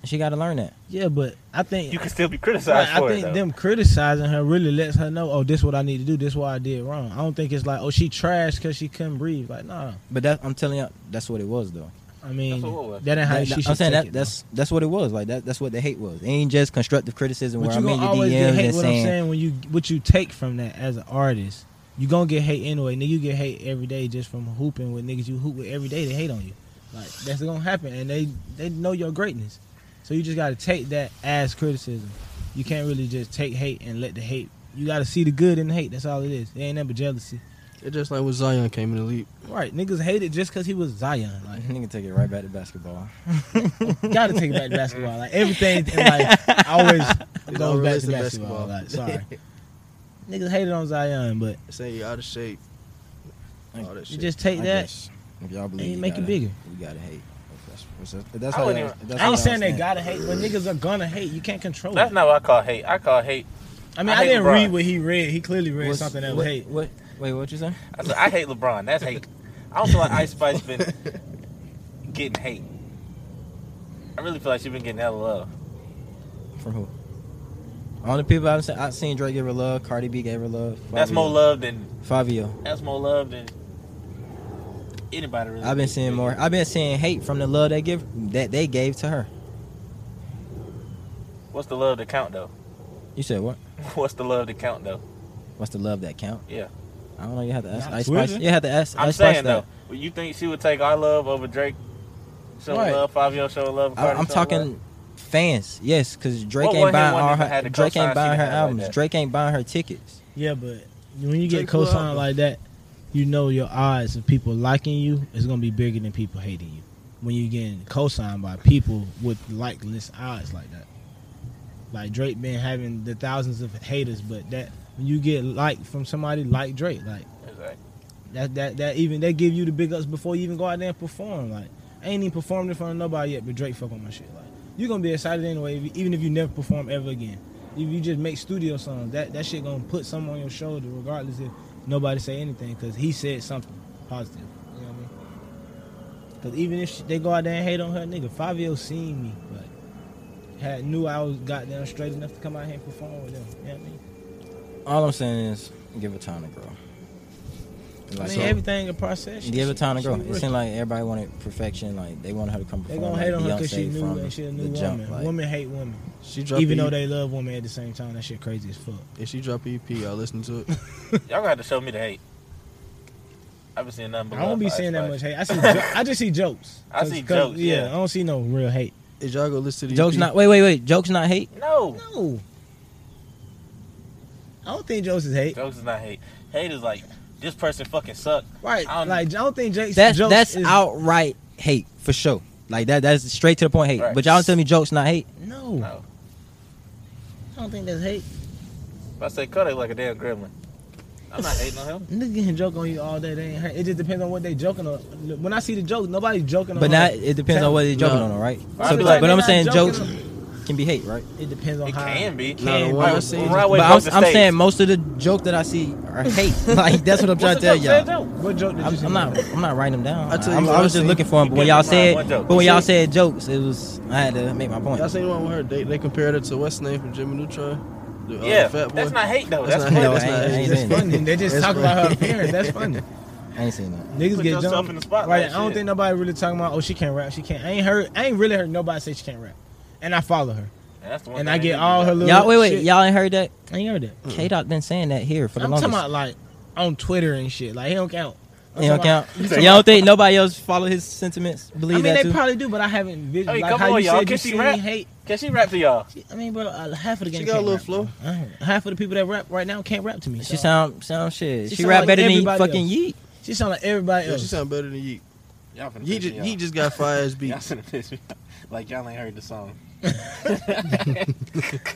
S3: she got to learn that.
S4: Yeah, but I think
S2: You can still be criticized
S4: Right, I
S2: for
S4: think
S2: it. Though.
S4: them criticizing her really lets her know, oh, this what I need to do. This what I did wrong. I don't think it's like, oh, she trashed because she couldn't breathe. Like, nah.
S3: But that I'm telling you, that's what it was though.
S4: I mean,
S2: That's what it was.
S4: that ain't how
S3: That-
S4: she
S3: that-
S4: should
S3: I'm saying
S4: take
S3: that
S4: it,
S3: that's that's what it was. Like that that's what the hate was. It ain't just constructive criticism
S4: though.
S3: where
S4: But
S3: I'm
S4: you
S3: in
S4: gonna
S3: your
S4: always get
S3: DMs
S4: hate.
S3: and
S4: What I'm
S3: saying
S4: saying when you what you take from that as an artist, you gonna get hate anyway. Nigga, you get hate every day just from hooping with niggas you hoop with every day. They hate on you. Like that's gonna happen, and they they know your greatness. So you just gotta take that as criticism. You can't really just take hate and let the hate. You gotta see the good in the hate. That's all it is. It ain't nothing but jealousy.
S1: It just like when Zion came in the league.
S4: Right, niggas hate it just because he was Zion. Like,
S3: nigga take it right back to basketball.
S4: gotta take it back to basketball. Like everything, and like I always
S1: don't
S4: It goes back
S1: relate
S4: to
S1: to
S4: basketball. a
S1: basketball.
S4: lot. sorry. Niggas hated on Zion, but
S1: Say you out of shape. All that
S4: you
S1: shit.
S4: just take
S3: I
S4: that.
S3: guess. If y'all believe,
S4: you
S3: you
S4: make it
S3: gotta-
S4: bigger.
S3: We gotta hate. If that's, if that's, if that's
S2: I
S3: how
S2: wouldn't
S3: y'all-
S2: even-
S3: if that's
S4: I
S3: how
S4: ain't
S3: y'all
S4: saying they
S3: stand.
S4: gotta hate, but niggas are gonna hate. You can't control
S2: That's
S4: it.
S2: not what I call hate. I call hate.
S4: I mean,
S2: I
S4: I,
S2: hate
S4: didn't
S2: LeBron.
S4: read what he read. He clearly read
S3: What's-
S4: something that
S3: what-
S4: was hate.
S3: What? Wait, what you say?
S2: I said, I hate LeBron. That's hate. I don't feel like Ice Spice been getting hate. I really feel like she been getting hella love.
S3: From who? All the people I've seen, I've seen Drake give her love, Cardi B gave her love.
S2: That's
S3: Fabio-
S2: more love than
S3: Fabio.
S2: that's more love than anybody. Really
S3: I've been seeing more. I've been seeing hate from the love they give that they gave to her.
S2: What's the love to count though?
S3: You said what?
S2: What's the love to count though?
S3: What's the love that count?
S2: Yeah.
S3: I don't know. You have to ask
S4: Not
S3: Ice
S4: Twitter.
S3: Spice. You have to ask
S2: I'm
S3: Ice Spice
S2: saying
S3: that.
S2: though, well, you think she would take our love over Drake? Show
S3: Right.
S2: love, Fabio. Show love.
S3: I,
S2: Cardi
S3: I'm
S2: show
S3: talking
S2: love?
S3: fans. Yes, because Drake
S2: What one
S3: ain't
S2: hit
S3: buying
S2: wonder
S3: all
S2: if I had
S3: her.
S2: to
S3: Drake
S2: co-sign,
S3: ain't buying
S2: she
S3: her
S2: didn't have it like
S3: albums.
S2: that.
S3: Drake ain't buying her tickets.
S4: Yeah, but when you get
S1: Drake love
S4: co-signed
S1: him.
S4: like that, you know your odds of people liking you is gonna be bigger than people hating you. When you getting co-signed by people with likeless odds like that, like Drake been having the thousands of haters, but that when you get like from somebody like Drake, like
S2: Exactly.
S4: that that that even they give you the big ups before you even go out there and perform. Like I ain't even performed in front of nobody yet, but Drake fuck on my shit. Like you gonna be excited anyway, if you- even if you never perform ever again. If you just make studio songs, that that shit gonna put something on your shoulder, regardless if nobody say anything, because he said something positive. You know what I mean? Because even if she, they go out there and hate on her, nigga, Fabio seen me, but had knew I was goddamn straight enough to come out here and perform with them. You know what I mean?
S3: All I'm saying is give her time to grow.
S4: I
S3: Like,
S4: mean,
S3: so-
S4: everything a process. She-
S3: Give it time to
S4: she
S3: grow.
S4: rookie.
S3: It seemed like everybody wanted perfection. Like they wanted her to come
S4: They
S3: perform.
S4: gonna
S3: like
S4: hate on her because
S3: Beyonce
S4: she new
S3: from
S4: and she a new
S3: the
S4: woman.
S3: jump. Like,
S4: women hate women,
S1: She dropped
S4: even
S1: the
S4: though they love women at the same time. That shit crazy as fuck.
S1: If she drop an EP, I'll listen to it.
S2: Y'all gonna have to show me the hate. I've been seeing nothing. But
S4: I don't
S2: love
S4: be
S2: for Ice
S4: seeing that
S2: Spice.
S4: much hate. I see, jo- I just see jokes.
S2: I see
S4: 'Cause- 'cause-
S2: jokes, yeah.
S4: I don't see no real hate.
S1: Is y'all go listen to the
S3: jokes
S1: EP?
S3: not. Wait, wait, wait. Jokes not hate.
S2: No,
S4: No, I don't think jokes is hate.
S2: jokes is not hate. Hate is like this person fucking suck.
S4: Right?
S2: I don't-
S4: like I don't think Jake's
S3: That's
S4: jokes
S3: that's
S4: is,
S3: outright hate for sure. Like that. That's straight to the point hate.
S2: Right.
S3: But y'all tell me jokes not hate.
S4: No,
S2: No.
S4: I don't think that's hate.
S2: If I say Kodak like a damn gremlin, I'm not hating on him.
S4: Niggas can joke on you all day. They ain't hurt. It just depends on what they joking on. When I see the joke, nobody's joking.
S3: But
S4: on
S3: not. It depends on what they're joking on, right?
S2: I'd
S3: So,
S2: be
S3: but,
S2: like-
S3: but I'm
S4: They're
S3: saying
S4: not
S3: jokes
S4: joking
S3: can be hate, right?
S4: It depends on
S2: It
S4: how.
S2: can be.
S1: Nah, the
S4: Can
S1: one
S4: be.
S1: I seen.
S2: Right way
S3: But
S2: broke the
S3: I'm, I'm
S2: stage.
S3: saying most of the joke that I see are hate. like that's what I'm trying to
S2: What's
S3: tell
S2: the joke? Say
S3: y'all.
S2: a joke.
S4: What joke did you
S3: I'm,
S4: see?
S3: I'm not. I'm not writing them down.
S1: I tell you
S3: I'm- i
S1: what I
S3: was just
S1: seen.
S3: looking for them. But when
S2: You
S3: y'all
S2: can't
S3: said,
S2: find one joke.
S3: but when
S2: You
S3: y'all
S2: see-
S3: said jokes, it was I had to make my point.
S1: Y'all seen the one with her? They, they compared her to what's the name from Jimmy Neutron? The, uh,
S2: Yeah,
S1: Fat Boy?
S2: that's not hate though.
S1: That's
S2: That's,
S1: not hate.
S2: funny.
S1: That's
S3: I ain't-
S1: not
S3: I ain't
S1: hate.
S4: That's
S3: saying
S4: funny.
S3: that.
S4: They just
S1: That's
S4: talk about her
S1: funny.
S4: appearance. That's funny.
S3: I ain't seen that.
S4: Niggas
S2: Put
S4: get
S2: yourself
S4: jumped.
S2: in the spotlight,
S4: Right, I don't
S2: shit.
S4: think nobody really talking about. Oh, she can't rap. She can't. I ain't heard. I ain't really heard nobody say she can't rap. And I follow her.
S2: That's the one
S4: And
S2: thing
S4: I
S2: they
S4: get
S2: do
S4: all
S2: that.
S4: her little.
S3: Y'all, wait, wait,
S4: shit.
S3: y'all ain't heard that?
S4: I ain't heard that.
S3: K Dot been saying that here for the
S4: I'm
S3: longest.
S4: talking about like on Twitter and shit. Like he don't count. I'm
S3: you don't
S4: talking about-
S3: count. You don't think nobody else follow his sentiments?
S4: I
S3: Believe
S4: mean,
S3: that
S4: they
S3: too.
S4: probably do, but I haven't. Vis-
S2: Hey,
S4: like
S2: come
S4: how
S2: on,
S4: you
S2: y'all.
S4: said you
S2: Can she
S4: seen
S2: rap?
S4: hate.
S2: Can she rap to y'all?
S4: I mean, bro, uh, half of the
S1: She
S4: gang
S1: got a
S4: can't
S1: little
S4: rap,
S1: flow.
S4: bro. I- Half of the people that rap right now can't rap to me.
S3: she
S4: so-
S3: sound sound shit.
S4: She
S3: She,
S4: sound
S3: rap
S4: like
S3: better than you
S4: everybody
S3: fucking
S4: else.
S3: Yeet.
S4: She sound like everybody
S1: Yeah, she
S4: else.
S1: sound better than Yeet.
S2: Y'all finna
S1: Yeet
S2: piss
S1: just,
S2: me off.
S1: Yeet just got fire as
S2: Y'all
S1: beats.
S2: finna piss me off. Like y'all ain't heard the song.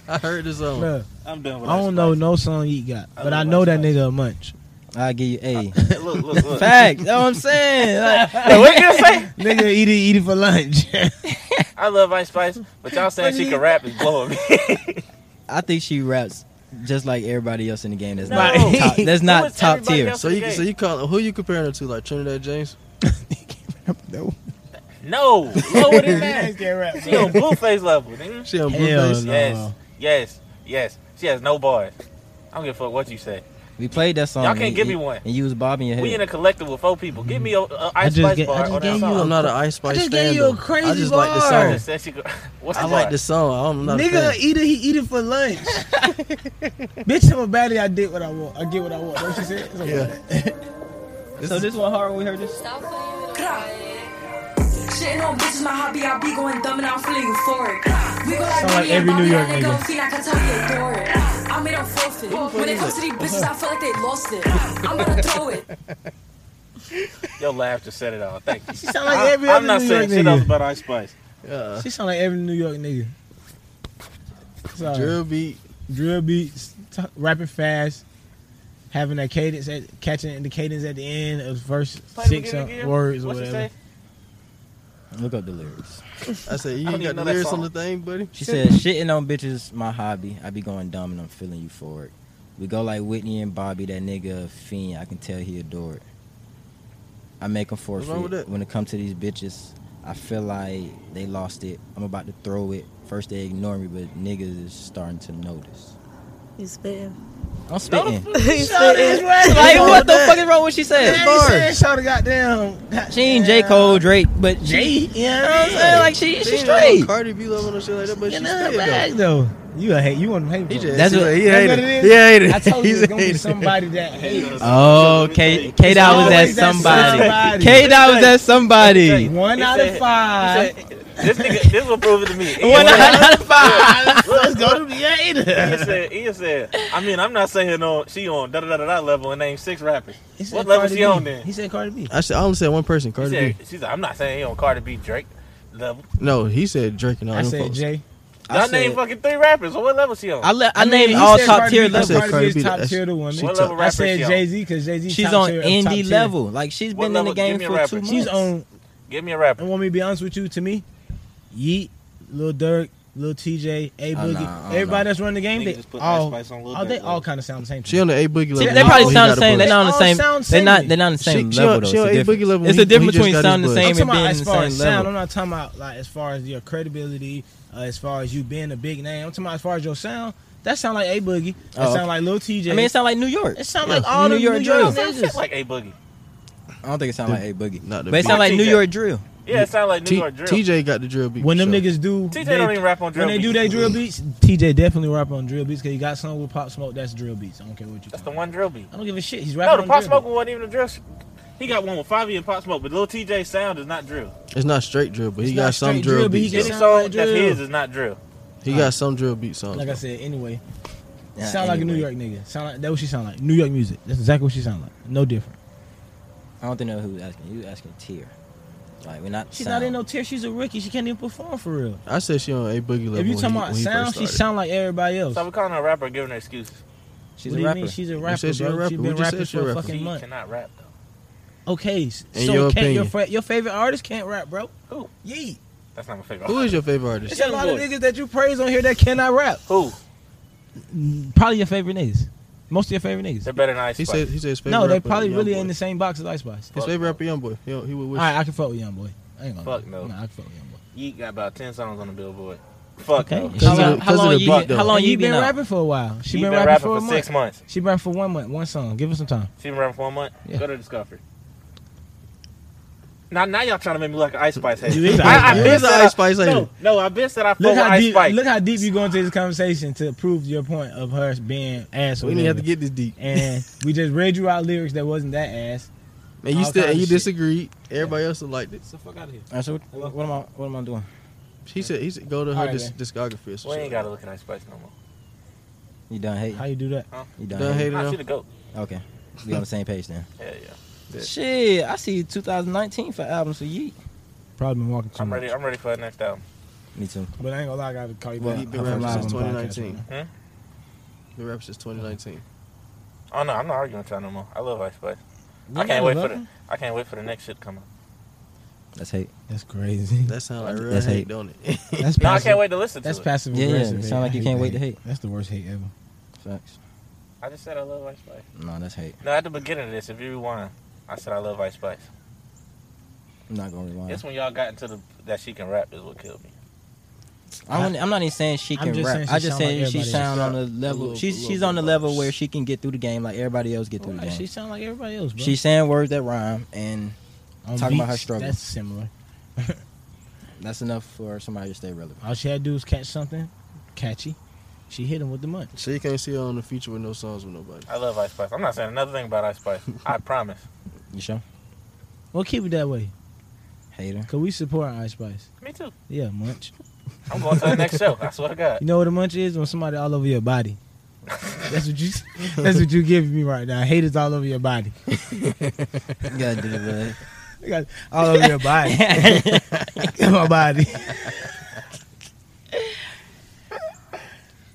S1: I heard this um, song.
S4: Bruh,
S2: I'm done with.
S4: I
S2: Ice
S4: don't know
S2: Spice.
S4: no song Yeet got,
S2: I
S4: but
S2: love
S4: I know
S2: Ice
S4: that
S2: Spice.
S4: nigga a munch.
S3: I give you a
S2: look, look, look.
S3: fact. That's what I'm saying. Like,
S2: Hey, what you say?
S4: nigga eat it, eat it for lunch.
S2: I love Ice Spice, but y'all saying she can rap is blowing me.
S3: I think she raps just like everybody else in the game. That's
S2: No.
S3: not top, that's
S2: Who
S3: not
S2: is
S3: top
S2: everybody
S3: tier.
S2: else?
S1: So you so you call who you comparing her to like Trinidad James?
S4: no,
S2: no, lower than that.
S4: can't rap.
S2: She on Blueface level, nigga.
S1: She on
S4: Hell
S1: Blueface.
S4: no.
S2: Yes, yes, yes. She has no bars. I don't give a fuck what you say.
S3: We played that song.
S4: Uh,
S2: Y'all can't
S3: and-
S2: give me one.
S3: And you was bobbing your
S2: We in
S3: head.
S2: a collective with four people. Give me a, a Ice
S4: just
S2: Spice
S4: ga-
S2: bar
S4: I just
S2: on that
S4: gave you
S1: I'm
S2: song.
S1: not an Ice Spice
S4: just
S1: fan.
S4: gave you
S1: though.
S4: a
S1: I
S4: crazy
S1: just like the
S4: bar.
S2: I
S1: song.
S2: just said she could- What's
S1: I
S2: the
S1: like
S2: bar?
S1: the song. I don't, I'm not a
S4: Nigga,
S1: fan.
S4: eat it, he eat it for lunch. Bitch, I'm a baddie. I did what I want. I get what I want. Don't you say it? It's okay.
S1: Yeah.
S3: So this one hard when we heard this.
S11: Shitting on bitches, my hobby. I be going dumb and I'm feeling euphoric. We go like
S4: Sound like
S11: Bobby and
S4: every New
S11: Bobby,
S4: York
S11: I nigga.
S4: nigga.
S11: Feel like I totally adore it. I made them forfeit. When it comes to these bitches, I feel like they lost it. I'm gonna throw it.
S2: Your laugh just said it all. Thank you.
S4: She sound like every
S2: I,
S4: other
S2: am not
S4: New
S2: saying
S4: York
S2: shit else
S4: nigga.
S2: about Ice Spice.
S1: Uh,
S4: She sound like every New York nigga. Sorry.
S1: Drill beat.
S4: Drill beats, t- rapping fast, having that cadence, at, catching the cadence at the end of the first
S2: Play the
S4: six
S2: beginning
S4: uh,
S2: again?
S4: words or
S2: What's it
S4: whatever.
S2: say?
S3: Look up the lyrics.
S1: I said, you
S2: I don't
S1: ain't got
S2: even know
S1: the
S2: that
S1: lyrics on
S2: song.
S1: the thing, buddy.
S3: She said, "Shitting on bitches, my hobby. I be going dumb and I'm feeling euphoric. We go like Whitney and Bobby. That nigga a fiend. I can tell he adore it. I make him
S1: wrong with
S3: forfeit.
S1: that?
S3: When it comes to these bitches, I feel like they lost it. I'm about to throw it. First they ignore me, but niggas is starting to notice.
S6: You spitting.
S3: I'm spitting.
S6: You
S4: Shawty
S6: spitting.
S4: is right.
S3: like what the
S4: That-
S3: fuck is wrong with what she said?
S4: Yeah, he said show the goddamn.
S3: She ain't J Cole Drake, but
S4: J.
S3: she,
S4: You know
S3: you know
S4: what
S3: what I'm saying? Like she,
S1: She
S3: she's
S1: ain't got
S3: straight.
S1: No Cardi B level no shit like that, but
S4: You're
S1: she
S4: not
S1: still
S4: bag though. You a hate. You want to hate?
S1: He
S4: bro.
S1: just
S3: That's
S1: that's
S3: what-
S1: what he
S4: That's what
S1: hated.
S4: it
S1: He hated.
S4: I told you
S1: He's
S4: it's gonna be
S1: hated.
S4: somebody that hates.
S3: Oh, K K Dot was at
S4: always at
S3: somebody.
S4: somebody.
S3: K Dot was at somebody.
S2: He
S4: One out of
S2: said-
S4: five.
S2: This nigga, this will prove it to me.
S3: One out of five.
S4: Let's go to the
S2: Ian
S4: eight.
S2: said, Ian said, I mean, I'm not saying no, she on da da da da da level and name six rappers.
S4: He said
S2: What level
S4: Cardi
S2: she
S4: B.
S2: on then?
S4: He said Cardi B.
S1: I said, I only said one person,
S2: She
S1: Cardi
S2: said,
S1: B.
S2: she's like, I'm not saying he on Cardi B Drake level.
S1: No, he said Drake and all
S4: I
S1: them
S4: said
S1: folks.
S4: Jay.
S3: I
S2: Y'all name
S3: said-
S2: fucking three rappers. So what level she on?
S3: I, le- I,
S4: I mean,
S3: named
S4: he
S3: all
S4: said
S3: top
S4: Cardi
S3: tier
S4: B, I
S1: I
S4: said
S3: levels.
S1: said
S4: Cardi B
S1: Cardi
S4: is
S1: B.
S4: top
S1: That's-
S4: tier to one.
S1: she
S2: What
S1: top-
S2: level
S4: I
S2: rapper
S4: said
S2: she on?
S4: Jay Z because Jay Z.
S3: She's on indie level. Like she's
S2: What
S3: been in the
S2: level? Give
S3: game
S2: me a
S3: for
S2: rapper.
S3: two months.
S4: She's on.
S2: Give me a
S4: I
S2: rapper.
S4: want me to be honest with you. To me, Yeet, Lil Durk, Lil TJ, A
S3: Oh,
S4: Boogie,
S3: nah, I don't
S4: everybody
S3: know.
S4: that's running the game,
S2: Nigga
S4: they
S2: just put Ice
S4: all,
S2: Spice on Lil
S4: all they
S2: Durk,
S4: all
S2: like-
S4: kind of sound the same.
S1: She on the A Boogie level.
S3: See, they
S1: He
S3: probably
S1: got
S3: sound the
S1: a
S3: same. They're
S1: push.
S3: not on the
S4: They all
S3: same.
S4: sound
S3: They're not.
S4: samey.
S3: They're not on the same
S1: She- she
S3: level
S1: on-
S3: though.
S1: she on
S3: It's a
S1: A Boogie
S3: difference.
S1: level
S3: It's
S1: when
S3: the
S1: he- when
S3: difference
S1: he just
S3: between
S1: got his
S3: sounding the
S1: book.
S3: same
S4: I'm
S3: and
S4: talking
S3: being
S4: about
S3: in
S4: as
S3: the
S4: far
S3: same
S4: as sound. I'm
S3: level.
S4: not talking about like as far as your credibility, uh, as far as you being a big name. I'm talking about as far as your sound. That sound like a boogie. That
S3: Oh,
S4: sound like Lil TJ.
S3: I mean, it sound like New York.
S4: it sound
S3: Yeah.
S4: like all
S3: New
S4: the
S3: York
S4: New
S3: drill.
S4: York
S2: Sound shit
S4: niggas.
S2: like a boogie.
S3: I don't think it sound
S1: The-
S3: like a boogie,
S1: not the
S3: but it sound
S2: beat.
S3: like New
S2: TJ.
S3: York drill.
S2: Yeah, it sound like New
S1: T-
S2: York drill.
S1: TJ got the drill beat.
S4: when them
S1: for sure.
S4: niggas do,
S2: TJ
S4: they-
S2: don't even rap on drill
S4: when they do
S2: beats.
S4: their drill beats, TJ definitely rap on drill beats because you got some with Pop Smoke that's drill beats. I don't care what you.
S2: That's the
S4: think.
S2: one drill beat.
S4: I don't give a shit. He's
S2: No,
S4: rapping.
S2: the Pop
S4: on drill
S2: Smoke one wasn't even a drill. sh- He got one with Favi and Pop Smoke, but Lil TJ sound is not drill.
S1: it's not straight drill, but
S4: It's
S1: he
S4: not
S1: got some
S4: straight
S1: drill,
S4: drill, but he
S1: beats.
S4: It
S2: Any
S1: on it.
S4: sound
S2: song
S4: like
S2: that's
S4: drill.
S2: his is not drill.
S1: He got some drill beats on.
S4: beats.
S1: it.
S4: Like I said, anyway,
S3: Yeah,
S4: sound like a New
S3: anyway.
S4: York nigga. Sound like that. What she sound like? New York music. That's exactly what she sound like. No different.
S3: I don't think know who's asking. You asking tier. Like we're not.
S4: She's
S3: sound.
S4: not in no tier. She's a rookie. She can't even perform for real.
S1: I said she on A Boogie level.
S4: If you
S1: when
S4: talking
S1: he-
S4: about
S1: when he first
S4: sound, she
S1: started.
S4: sound like everybody else.
S2: So we calling her a rapper, giving her excuses.
S3: She's a
S4: what do you
S3: rapper.
S4: mean she's a
S1: You
S4: rapper?
S1: said she a
S4: bro?
S1: rapper.
S4: She
S1: We
S4: been
S1: just
S4: rapping
S1: said she a
S4: for a
S1: rapper.
S2: She
S4: fucking month.
S2: cannot rap though.
S4: Okay, s-
S1: In
S4: so
S1: your
S4: can't your,
S1: opinion.
S4: fra- your favorite artist can't rap, bro.
S2: Who?
S4: Yeet.
S2: That's not my favorite.
S1: Who is your favorite artist?
S4: It's a
S2: Young
S4: lot of
S2: boy.
S4: niggas that you praise on here that cannot rap.
S2: Who?
S4: Probably your favorite niggas. Most of your favorite
S2: They're
S4: niggas.
S2: better than Ice
S1: He
S2: Spice.
S1: said he said his favorite.
S4: No, they
S1: rapper,
S4: probably
S1: Youngboy.
S4: really in the same box as Ice Spice.
S1: His favorite rapper, Young Boy. He, he would
S4: All
S1: wish.
S4: right, I can fuck with Youngboy. I ain't gonna.
S2: Fuck no.
S4: Nah, I can fuck with Youngboy.
S2: Yeet got about ten songs on the Billboard. Fuck.
S4: Okay.
S2: no.
S1: Cause
S3: How
S1: of the-
S3: long? How
S1: cause of
S3: long
S1: the
S3: you?
S1: beat,
S3: been-
S1: though.
S3: How long
S4: And
S3: you
S4: been
S3: been out?
S4: rapping for a while. She
S2: Yeet
S4: been, rapping, for, a month.
S2: six months.
S4: She been rapping for one month, one song. Give her some time.
S2: She been rapping for a month.
S4: Yeah.
S2: Go to Discovery. Now, now y'all trying to make me like an Ice Spice hater.
S4: You is a Ice
S2: I, I
S4: Spice.
S1: You
S2: been
S1: is a
S2: said
S1: Ice
S2: I- uh,
S1: Spice hater.
S2: No, no, I been said I fuck
S4: Look
S2: with
S4: how
S2: Ice
S4: deep.
S2: Spice.
S4: Look how deep you go into this conversation to prove your point of her being ass. or
S1: We didn't have to get
S4: whatever.
S1: this deep.
S4: and we just read you out lyrics that wasn't that ass.
S1: And you
S4: all
S1: still
S4: kinds
S1: and you
S4: of shit.
S1: disagreed. Everybody else liked it.
S2: So fuck out of here.
S3: All right, so what, what, what am I? What am I doing?
S1: She said he said go to her
S4: Alright,
S1: dis- discography. Or some
S2: We
S1: shit.
S2: ain't gotta look at Ice Spice no more.
S3: You done hating?
S4: How you do that?
S3: You done,
S1: Done
S3: hating?
S1: hating?
S2: Nah,
S1: know.
S2: she the goat.
S3: Okay, we on the same page then.
S2: Yeah, yeah.
S1: Yeah.
S3: Shit, I see 2019 for albums for Yeet.
S4: Probably been walking too
S2: I'm
S4: much.
S2: ready. I'm ready for the next album.
S3: Me too.
S4: But I ain't gonna lie, I gotta call you
S3: Well,
S4: back.
S1: He been
S3: I'm
S1: rapping
S3: live
S1: since
S3: on the podcast
S1: 2019.
S2: right now.
S1: Been rapping since 2019.
S2: Oh no, I'm not arguing with y'all no more. I love Ice Spice. I
S4: Yeah,
S2: can't wait for
S4: brother.
S2: the. I can't wait for the next shit coming.
S3: That's hate.
S4: That's crazy.
S1: That sound like real
S3: That's
S1: hate,
S3: hate.
S1: don't it?
S4: That's
S2: No, I
S4: passive.
S2: can't wait to listen to
S4: That's
S2: it.
S4: passive
S3: Yeah, yeah,
S4: aggressive.
S3: it
S4: hate.
S3: sound like
S4: I
S3: you
S4: hate
S3: can't
S4: that
S3: wait to hate.
S4: That's the worst hate ever.
S3: Facts.
S2: I just said I love Ice Spice.
S3: No, that's hate.
S2: No, at the beginning of this, if you rewind, I said I love Ice Spice.
S3: I'm not gonna
S4: Oh.
S3: rewind.
S2: It's when y'all got into the that she can rap is what killed me.
S3: I wouldn't- I'm not even saying she
S4: I'm
S3: can
S4: just
S3: rap.
S4: saying she
S3: I just
S4: sound
S3: saying
S4: like
S3: she
S4: everybody
S3: sound on
S1: else.
S3: the
S1: A
S3: level.
S1: little-
S3: she's
S1: a
S3: she's
S1: little
S3: on the
S1: bit
S3: level
S1: worse.
S3: where she can get through the game like everybody else get through the
S4: Right, she
S3: game.
S4: sound like everybody else, bro.
S3: She's saying words that rhyme, and
S4: On
S3: talking about
S4: beats,
S3: her struggle.
S4: That's similar.
S3: that's enough for somebody to stay relevant.
S4: All she had to do was catch something catchy. She hit him with the money.
S1: So you can't see her on the future with no songs with nobody.
S2: I love Ice Spice. I'm not saying another thing about Ice Spice. I promise.
S3: You sure?
S4: Well, keep it that way.
S3: Hater.
S4: Cause we support Ice Spice.
S2: Me too.
S4: Yeah, munch.
S2: I'm going to the next show. I swear to God.
S4: You know what a munch is? When somebody all over your body. That's what you. That's what you giving me right now. Haters all over your body.
S3: You gotta do the
S4: They got all over your body. my body.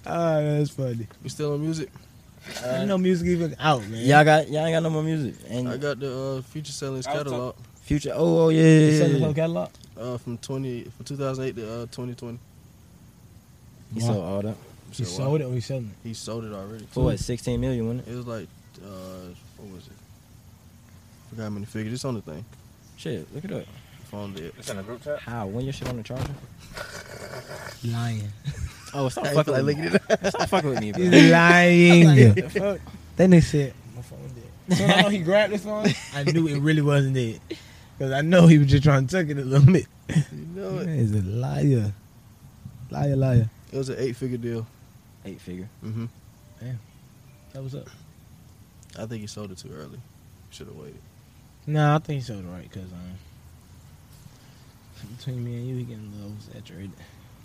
S4: Oh, that's funny.
S1: We still on music?
S4: Ain't no music even out, man.
S3: Uh, Y'all got y'all ain't got no more music. And
S1: I got the uh, Future selling his
S3: I was talk-
S1: catalog.
S3: Future. Oh, oh yeah. yeah, yeah, yeah.
S4: catalog.
S1: Uh, from twenty from two thousand eight to uh, twenty twenty. uh,
S3: He sold all that
S4: He sold it or he selling it?
S1: He sold it already.
S3: for what? Sixteen million, wasn't it?
S1: It was like uh, what was it? Forgot how many figures. It's on the thing.
S3: Shit, look it up.
S1: Phone did.
S2: It's in a group chat.
S3: How? When your shit on the charger?
S4: Lying.
S3: Oh, stop
S1: How you
S3: fucking
S1: feel
S3: with
S1: like
S3: me.
S1: looking at
S3: Stop fucking with me, bro.
S4: He's lying.
S3: I'm like,
S4: That nigga said, my phone dead. So I know he grabbed his phone. I knew it really wasn't dead. Because I know he was just trying to tuck it a little bit.
S1: You know it.
S4: Man, he's a liar. Liar, liar.
S1: It was an eight figure deal.
S3: Eight figure.
S1: hmm
S4: That was up.
S1: I think he sold it too early. Should have waited.
S4: Nah, I think he sold it right because um, between me and you, he getting a little oversaturated.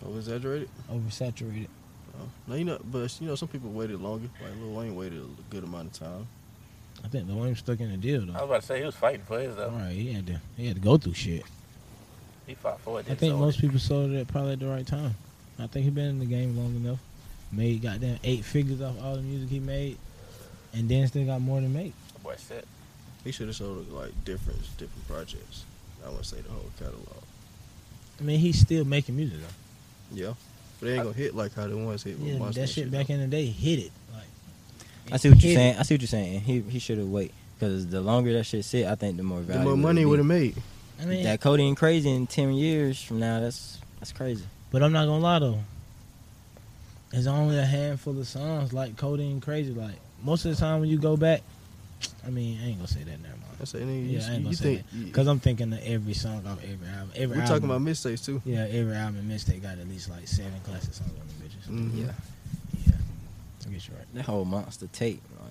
S1: Over exaggerated.
S4: Oversaturated.
S1: Uh, no, you know, but you know, some people waited longer. Like Lil Wayne waited a good amount of time.
S4: I think the one stuck in the deal
S2: I was
S4: though.
S2: about to say he was fighting for his
S4: All
S2: though.
S4: right, he had to he had to go through shit.
S2: He fought for it.
S4: I
S2: then
S4: think
S2: sold
S4: most
S2: it.
S4: people sold it probably at the right time. I think he been in the game long enough. Made goddamn eight figures off all the music he made, and then still got more to make.
S2: The boy said.
S1: He should have sold like different different projects. I would say the whole catalog.
S4: I mean, he's still making music though.
S1: Yeah, but they ain't gonna hit like how they once hit. with
S4: Yeah,
S1: Monster
S4: that
S1: and
S4: shit back in the day hit it. Like,
S3: I see what
S4: Hit
S3: you're
S4: it.
S3: saying. I see what you're saying. He he should have waited because the longer that shit sit, I think the more
S1: The
S3: value.
S1: more
S3: it
S1: money
S3: be.
S1: would have made.
S4: I mean,
S3: that Cody and Crazy in ten years from now. That's that's crazy.
S4: but I'm not gonna lie though. There's only a handful of songs like Cody and Crazy. Like most of the time when you go back, I mean, I ain't gonna say that. Never
S1: I
S4: mind.
S1: say, nigga,
S4: Yeah, I ain't
S1: you,
S4: gonna
S1: you
S4: say
S1: think?
S4: Because I'm thinking of every song off every album. Every
S1: we're
S4: album.
S1: talking about mistakes too.
S4: Yeah, every album and mixtape got at least like seven classic songs on the bitches.
S1: Mhm.
S3: Yeah.
S4: Yeah. Mm-hmm. I guess you're right.
S3: That whole monster tape. Like,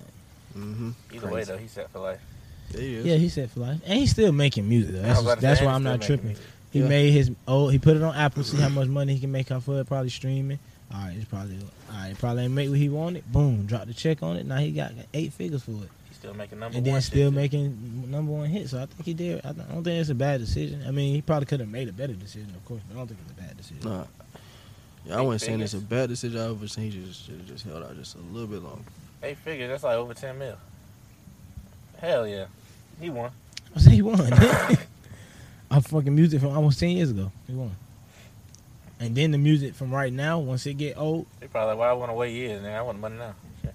S1: Mm-hmm.
S2: Either way though, he set for life.
S1: Yeah, he is.
S4: Yeah, he said for life. And he's still making music though.
S2: I was
S4: That's,
S2: about to
S4: that's
S2: say,
S4: why
S2: he
S4: I'm
S2: still
S4: not
S2: making
S4: tripping.
S2: music.
S4: He
S1: Yeah.
S4: made his oh he put it on Apple, see how much money he can make off of it, probably streaming. All right, it's probably all right, probably ain't make what he wanted. Boom, dropped the check on it. Now he got eight figures for it.
S2: He still making number
S4: And
S2: one.
S4: then still
S2: shit.
S4: making number one hit. So I think he did I don't think it's a bad decision. I mean he probably could have made a better decision, of course, but I don't think it's a bad decision.
S1: Nah. Yeah, I wasn't saying it's a bad decision. I was saying he just should have just held out just a little bit longer.
S2: eight figures. That's like over ten mil. Hell yeah, he won.
S4: I said he won. I fucking music from almost ten years ago. He won. And then the music from right now, once it get old,
S2: They probably like, why I want to wait years, man. I want the money now. Shit.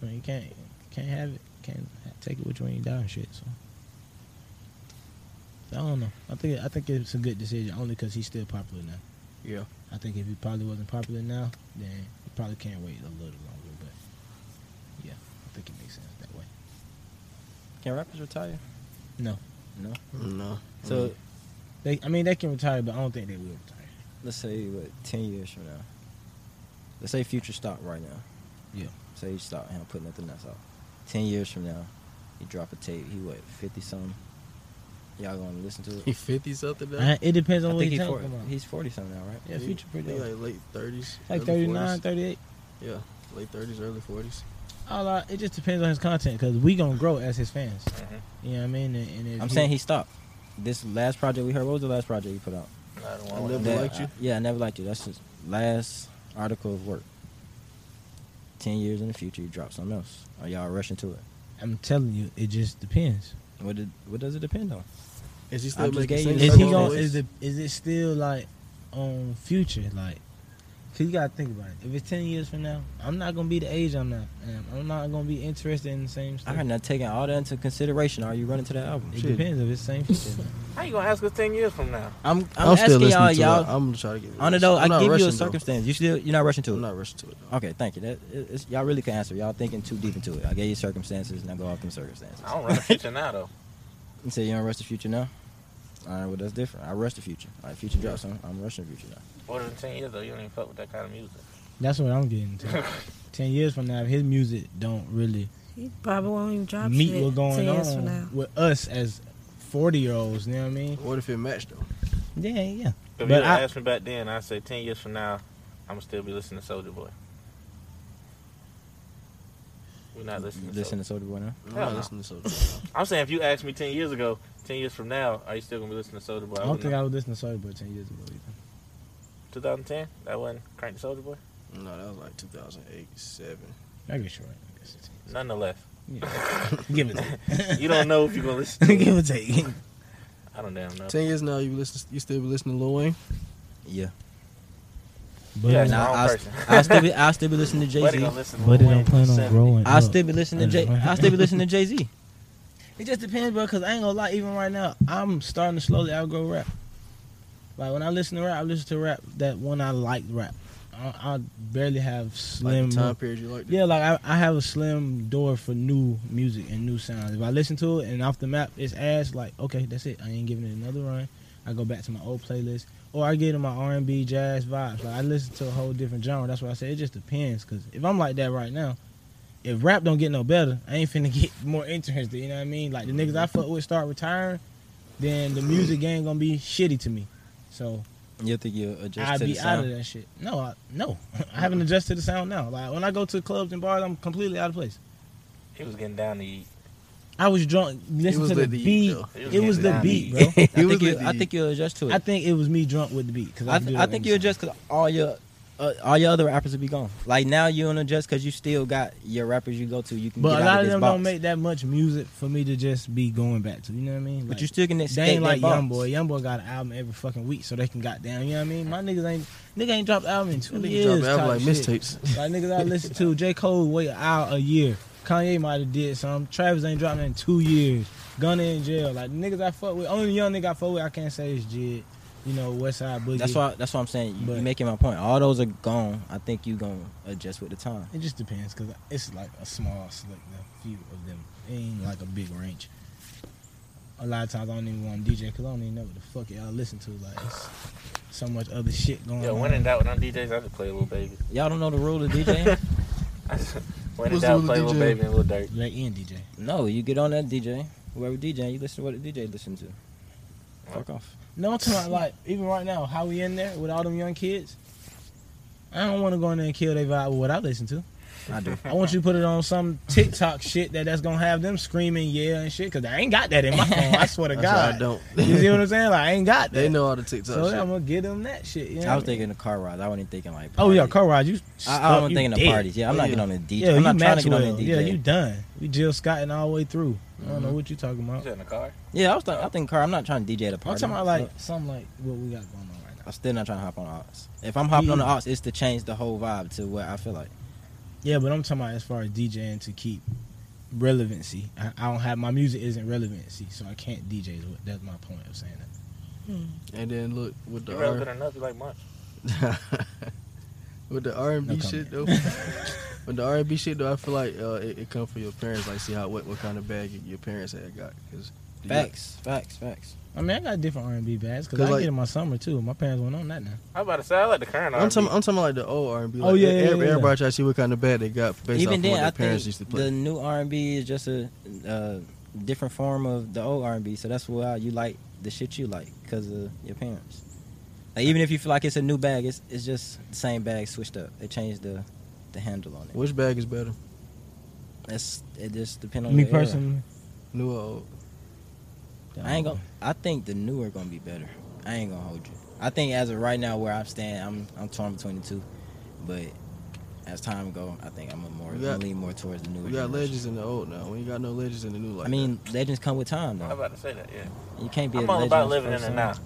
S4: I mean, you can't can't have it. Can't ha- take it with you when you die and shit. So. So I don't know. I think I think it's a good decision only because he's still popular now.
S1: Yeah.
S4: I think if he probably wasn't popular now, then he probably can't wait a little longer. But yeah, I think it makes sense that way.
S3: can rappers retire?
S4: No.
S3: No.
S4: Mm-hmm.
S1: No.
S3: So
S4: They, I mean, they can retire, but I don't think they will retire.
S3: let's say what ten years from now. Let's say Future stopped right now.
S4: Yeah.
S3: Say he stopped. He don't put nothing else out. Ten years from now, he drop a tape. He what fifty something. Y'all gonna listen to
S1: he
S3: it?
S1: fifty something now.
S4: Uh, it depends on
S3: I
S4: what
S3: think
S4: he
S3: he
S4: talking
S3: 40,
S4: about.
S3: he's forty something now, right?
S4: Yeah,
S1: He-
S4: Future pretty
S1: he
S4: old.
S1: like late thirties.
S4: Like 39, 38.
S1: Yeah, late thirties, early forties.
S4: All I, it just depends on his content because we going to grow as his fans.
S2: Mhm.
S4: You know what I mean? And, and if
S3: I'm saying he stopped. This last project we heard. What was the last project he put out?
S2: I don't
S1: I
S2: want.
S1: never
S3: That-
S1: liked you.
S3: yeah, I never liked you. That's his last article of work. Ten years in the future, you drop something else. Are y'all rushing to it?
S4: I'm telling you, it just depends.
S3: What did, What does it depend on?
S1: Is he
S3: I'm
S1: still
S3: just
S1: making
S3: gay.
S1: singles?
S4: Is
S3: Is
S4: he
S3: it
S4: going?
S3: always-
S4: Is it? Is it still like on future? Like, cause you gotta think about it. If it's ten years from now, I'm not gonna be the age I'm not. and I'm not gonna be interested in the same
S3: I
S4: stuff.
S3: heard not taking all that into consideration. Are you running to that album?
S4: It depends if it's same future. or not.
S2: How you gonna ask us ten years from now?
S3: I'm,
S1: I'm
S3: I'm,
S1: still
S3: asking
S1: listening
S3: y'all,
S1: to
S3: y'all.
S1: it. I'm gonna try to get.
S3: on the though,
S1: I'm
S3: I
S1: not
S3: give you a
S1: rushing, though.
S3: circumstance. You still, you're not rushing to it.
S1: I'm not rushing to it. Though.
S3: Okay, thank you. That it- it's, y'all really can answer. Y'all thinking too deep into it. I gave you circumstances, now go off them circumstances.
S2: I don't run a future now though.
S3: You say you don't rush the future now. All right, well that's different. I rush the future. All right, future drops. I'm, I'm rushing the future now.
S2: More than ten years though, you don't even fuck with that kind of music.
S4: That's what I'm getting to. ten years from now, if his music don't really
S6: He probably won't even drop
S4: meet
S6: shit
S4: what's
S6: ten
S4: going
S6: years from now.
S4: on with us as forty year olds, you know what I mean?
S1: What if it matched though?
S4: Yeah, yeah.
S2: If
S4: But
S2: you
S4: I-
S2: asked me back then, I say ten years from now, I'm gonna still be listening to Soldier Boy. We're not listening. To
S3: Listen
S2: Soulja-
S3: to Soldier Boy now.
S1: I'm
S2: Hell
S1: not
S2: no.
S1: listening to Soulja.
S2: I'm saying if you asked me ten years ago, ten years from now, are you still gonna be listening to Soldier Boy?
S4: I don't think I would listen to Soulja Boy ten years ago either.
S2: 2010. That wasn't Crank the Soldier Boy.
S1: No, that was like 2008, 7.
S4: I guess you're right.
S2: Nonetheless.
S4: Give it.
S2: you don't know if you're gonna listen. To
S4: Give or take.
S2: I don't damn know.
S1: 10 years now, you listen, you still be listening to Lil Wayne?
S3: Yeah.
S2: But yeah,
S3: And
S2: it's the
S3: I-
S2: wrong
S3: I'll,
S2: person.
S3: I'll still be I'll still be listening to Jay
S2: Buddy
S3: Z.
S2: gonna listen to Buddy Lil don't Wayne plan on seventy. growing
S3: I'll
S4: up.
S3: still be listening to Jay. I'll still be listening to Jay Z.
S4: It just depends, bro. Cause I ain't gonna lie, even right now, I'm starting to slowly outgrow rap. Like when I listen to rap, I listen to rap that one I like rap. I, I barely have slim
S1: time period you liked it?
S4: Yeah, like I, I have a slim door for new music and new sounds. If I listen to it and off the map, it's ass. Like okay, that's it. I ain't giving it another run. I go back to my old playlist, or I get in my R and B, jazz vibes. Like I listen to a whole different genre. That's why I say it just depends. Cause if I'm like that right now, if rap don't get no better, I ain't finna get more interested. You know what I mean? Like the niggas I fuck with start retiring, then the music game gonna be shitty to me. So
S3: You think you adjust
S4: I'd
S3: to
S4: be
S3: the
S4: out
S3: sound?
S4: of that shit. No, I, no, I haven't adjusted to the sound now. Like when I go to clubs and bars, I'm completely out of place.
S2: He was getting down to eat.
S4: I was drunk listening
S2: was
S4: to the
S2: lit to eat,
S4: beat.
S2: though. It was
S4: It was
S2: lit
S4: the
S2: to
S4: beat,
S2: eat.
S4: bro.
S3: I think you, I think you'll adjust to it.
S4: I think it was me drunk with the beat because I,
S3: I,
S4: can
S3: th-
S4: do
S3: I
S4: that
S3: think
S4: any
S3: you adjust because all your uh, all your other rappers will be gone. Like now you don't adjust because you still got your rappers you go to. You can get
S4: But a
S3: out
S4: lot of
S3: this
S4: them
S3: box.
S4: don't make that much music for me to just be going back to. You know what I mean?
S3: But you still can escape
S4: They ain't
S3: that
S4: like
S3: box.
S4: YoungBoy. YoungBoy got an album every fucking week, so they can goddamn. You know what I mean? My niggas ain't nigga ain't dropped album in two
S1: That nigga
S4: years.
S1: dropped album
S4: type
S1: like
S4: shit.
S1: mixtapes.
S4: Like niggas I listen to, J Cole wait out a year. Kanye might have did some. Travis ain't dropping in two years. Gunna in jail. Like niggas I fuck with. Only young nigga I fuck with. I can't say is Jid. You know Westside Boogie.
S3: That's why. That's what I'm saying. You, are making my point. All those are gone. I think you gonna adjust with the time.
S4: It just depends because it's like a small select a few of them. It ain't like a big range. A lot of times I don't even want to DJ because I don't even know what the fuck y'all listen to. Like, it's so much other shit going
S2: Yo,
S4: on.
S2: when in doubt, when I'm DJs, I just play a little baby.
S3: Y'all don't know the rule of DJing.
S2: When in doubt, play a little baby and a little dirt.
S4: Let in DJ.
S3: No, you get on that DJ. Whoever DJ, you listen to what the DJ listen to. Fuck off.
S4: No, I'm talking about, like, even right now, how we in there with all them young kids. I don't want to go in there and kill their vibe with what I listen to.
S3: I do.
S4: I want you to put it on some TikTok shit that that's gonna have them screaming yeah and shit because I ain't got that in my phone. I swear to
S1: That's why
S4: God,
S1: I don't.
S4: You see what I'm saying? Like I ain't got that.
S1: They know all the TikTok
S4: so
S1: shit.
S4: I'm gonna get them that shit. You know
S3: I
S4: what
S3: was thinking the car ride. I wasn't thinking like.
S4: Oh yeah,
S3: party.
S4: car ride.
S3: I-
S4: You.
S3: I
S4: stuck,
S3: wasn't
S4: you
S3: thinking of
S4: dead.
S3: parties. Yeah, I'm not getting on the DJ.
S4: Yeah,
S3: I'm
S4: you
S3: not trying to get on
S4: Maxwell.
S3: the
S4: Yeah,
S3: DJ.
S4: you done. We Jill Scott and all the way through. I don't know
S3: Mhm.
S4: what you talking about.
S2: in the car.
S3: Yeah, I was. Th- I think car. I'm not trying to DJ at a
S4: I'm
S3: party.
S4: talking about like something like what we got going on right
S3: I'm still not trying to hop on aux. If I'm hopping on the
S4: Yeah.
S3: aux, it's to change the whole vibe to what I feel like.
S4: now. Yeah, but I'm talking about as far as DJing to keep relevancy. I, I don't have my music isn't relevancy, so I can't DJ. So That's my point of saying that.
S1: And then look with the
S2: You rather good
S1: R-
S2: enough, you like much.
S1: with the R and B
S4: No
S1: shit though. with the R and B shit though, I feel like uh, it, it come from your parents. Like see how what, what kind of bag your parents had got. Cause you got-
S3: Facts, facts, facts.
S4: I mean, I got different R&B bags because
S1: 'Cause
S4: I
S1: like-
S4: get in my summer too. My parents went on that now.
S2: I'm about to say I like the current
S1: I'm
S2: R&B.
S1: talking, I'm talking like the old R and B.
S4: Oh, yeah, yeah,
S1: everybody,
S4: yeah, yeah.
S1: try to see what kind of bag they got based
S3: Even
S1: off
S3: then,
S1: what their
S3: I
S1: parents
S3: think
S1: used to play.
S3: the new R and B is just a, uh different form of the old R and B. So that's why you like the shit you like because of your parents. Like, even if you feel like it's a new bag, it's it's just the same bag switched up. They changed the the handle on it.
S1: Which bag is better?
S3: That's it. Just depends on
S4: Me
S3: your era.
S4: personally,
S1: New or old?
S3: I ain't gonna. I think the newer gonna be better. I ain't gonna hold you. I think as of right now, where I'm standing, I'm I'm torn between the two. But as time go, I think I'm a more
S1: We got-
S3: lean more towards the newer.
S1: We got
S3: generation.
S1: legends in the old now. We ain't got no legends in the new. Like
S3: I mean, legends come with time,
S2: I'm
S3: though.
S2: about to say that, yeah.
S3: You can't be.
S2: I'm
S3: a
S2: all
S3: legend
S2: about
S3: as
S2: living in
S3: first
S2: the now.
S3: time.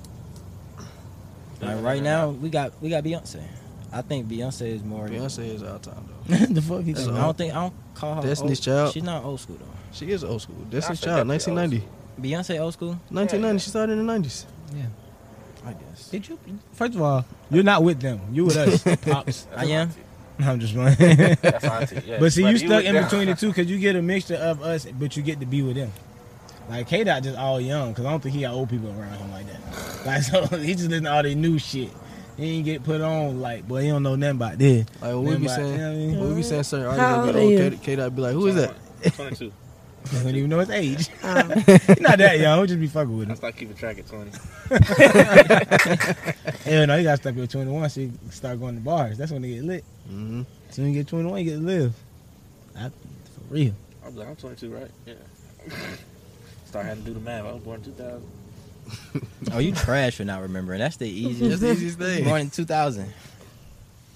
S3: Like right now, we got we got Beyonce. I think Beyonce is more.
S1: that. Beyonce is our time though.
S4: the fuck you
S1: That's
S3: I
S1: old.
S3: don't think I don't call her.
S1: Destiny's
S3: old-
S1: Child.
S3: She's not old school though.
S1: She is old school.
S3: I
S1: Destiny's
S3: think
S1: Child,
S3: that'd be old
S1: 1990.
S3: Beyonce old school.
S1: 1990. She started in the 90s.
S4: Yeah.
S3: I guess.
S4: Did you? First of all, you're not with them. You with us, pops.
S3: I am.
S4: No, I'm just playing.
S2: That's auntie, yeah.
S4: But see,
S2: But
S4: you
S2: you
S4: stuck
S2: with
S4: in
S2: them.
S4: between the two because you get a mixture of us, but you get to be with them. Like K Dot just all young because I don't think he got old people around him like that. Like so, he just listen to all the new shit. He ain't get put on like, boy, he don't know nothing about this.
S1: Like when we
S4: Nothing
S1: be
S4: about-
S1: saying,
S4: you know what I mean?
S1: when we be saying certain
S4: How
S1: artists,
S4: old
S1: they
S4: are
S1: be
S4: you?
S1: old. K Dot be like, who is that?
S2: 22.
S4: I don't even know his age.
S6: Um,
S4: He not that young. We just be fucking with
S2: I
S4: him.
S2: start keeping track at 20.
S4: Hell no, you gotta stop at 21 so you start going to bars. That's when they get lit.
S1: Mm-hmm.
S4: Soon you get 21, you get to live. I, for real.
S2: I'm, like, I'm 22, right? Yeah. Start having to do the math. I was born in 2000.
S3: Oh, you trash for not remembering. That's the
S1: That's
S3: easiest.
S1: the easiest thing.
S3: Born in 2000.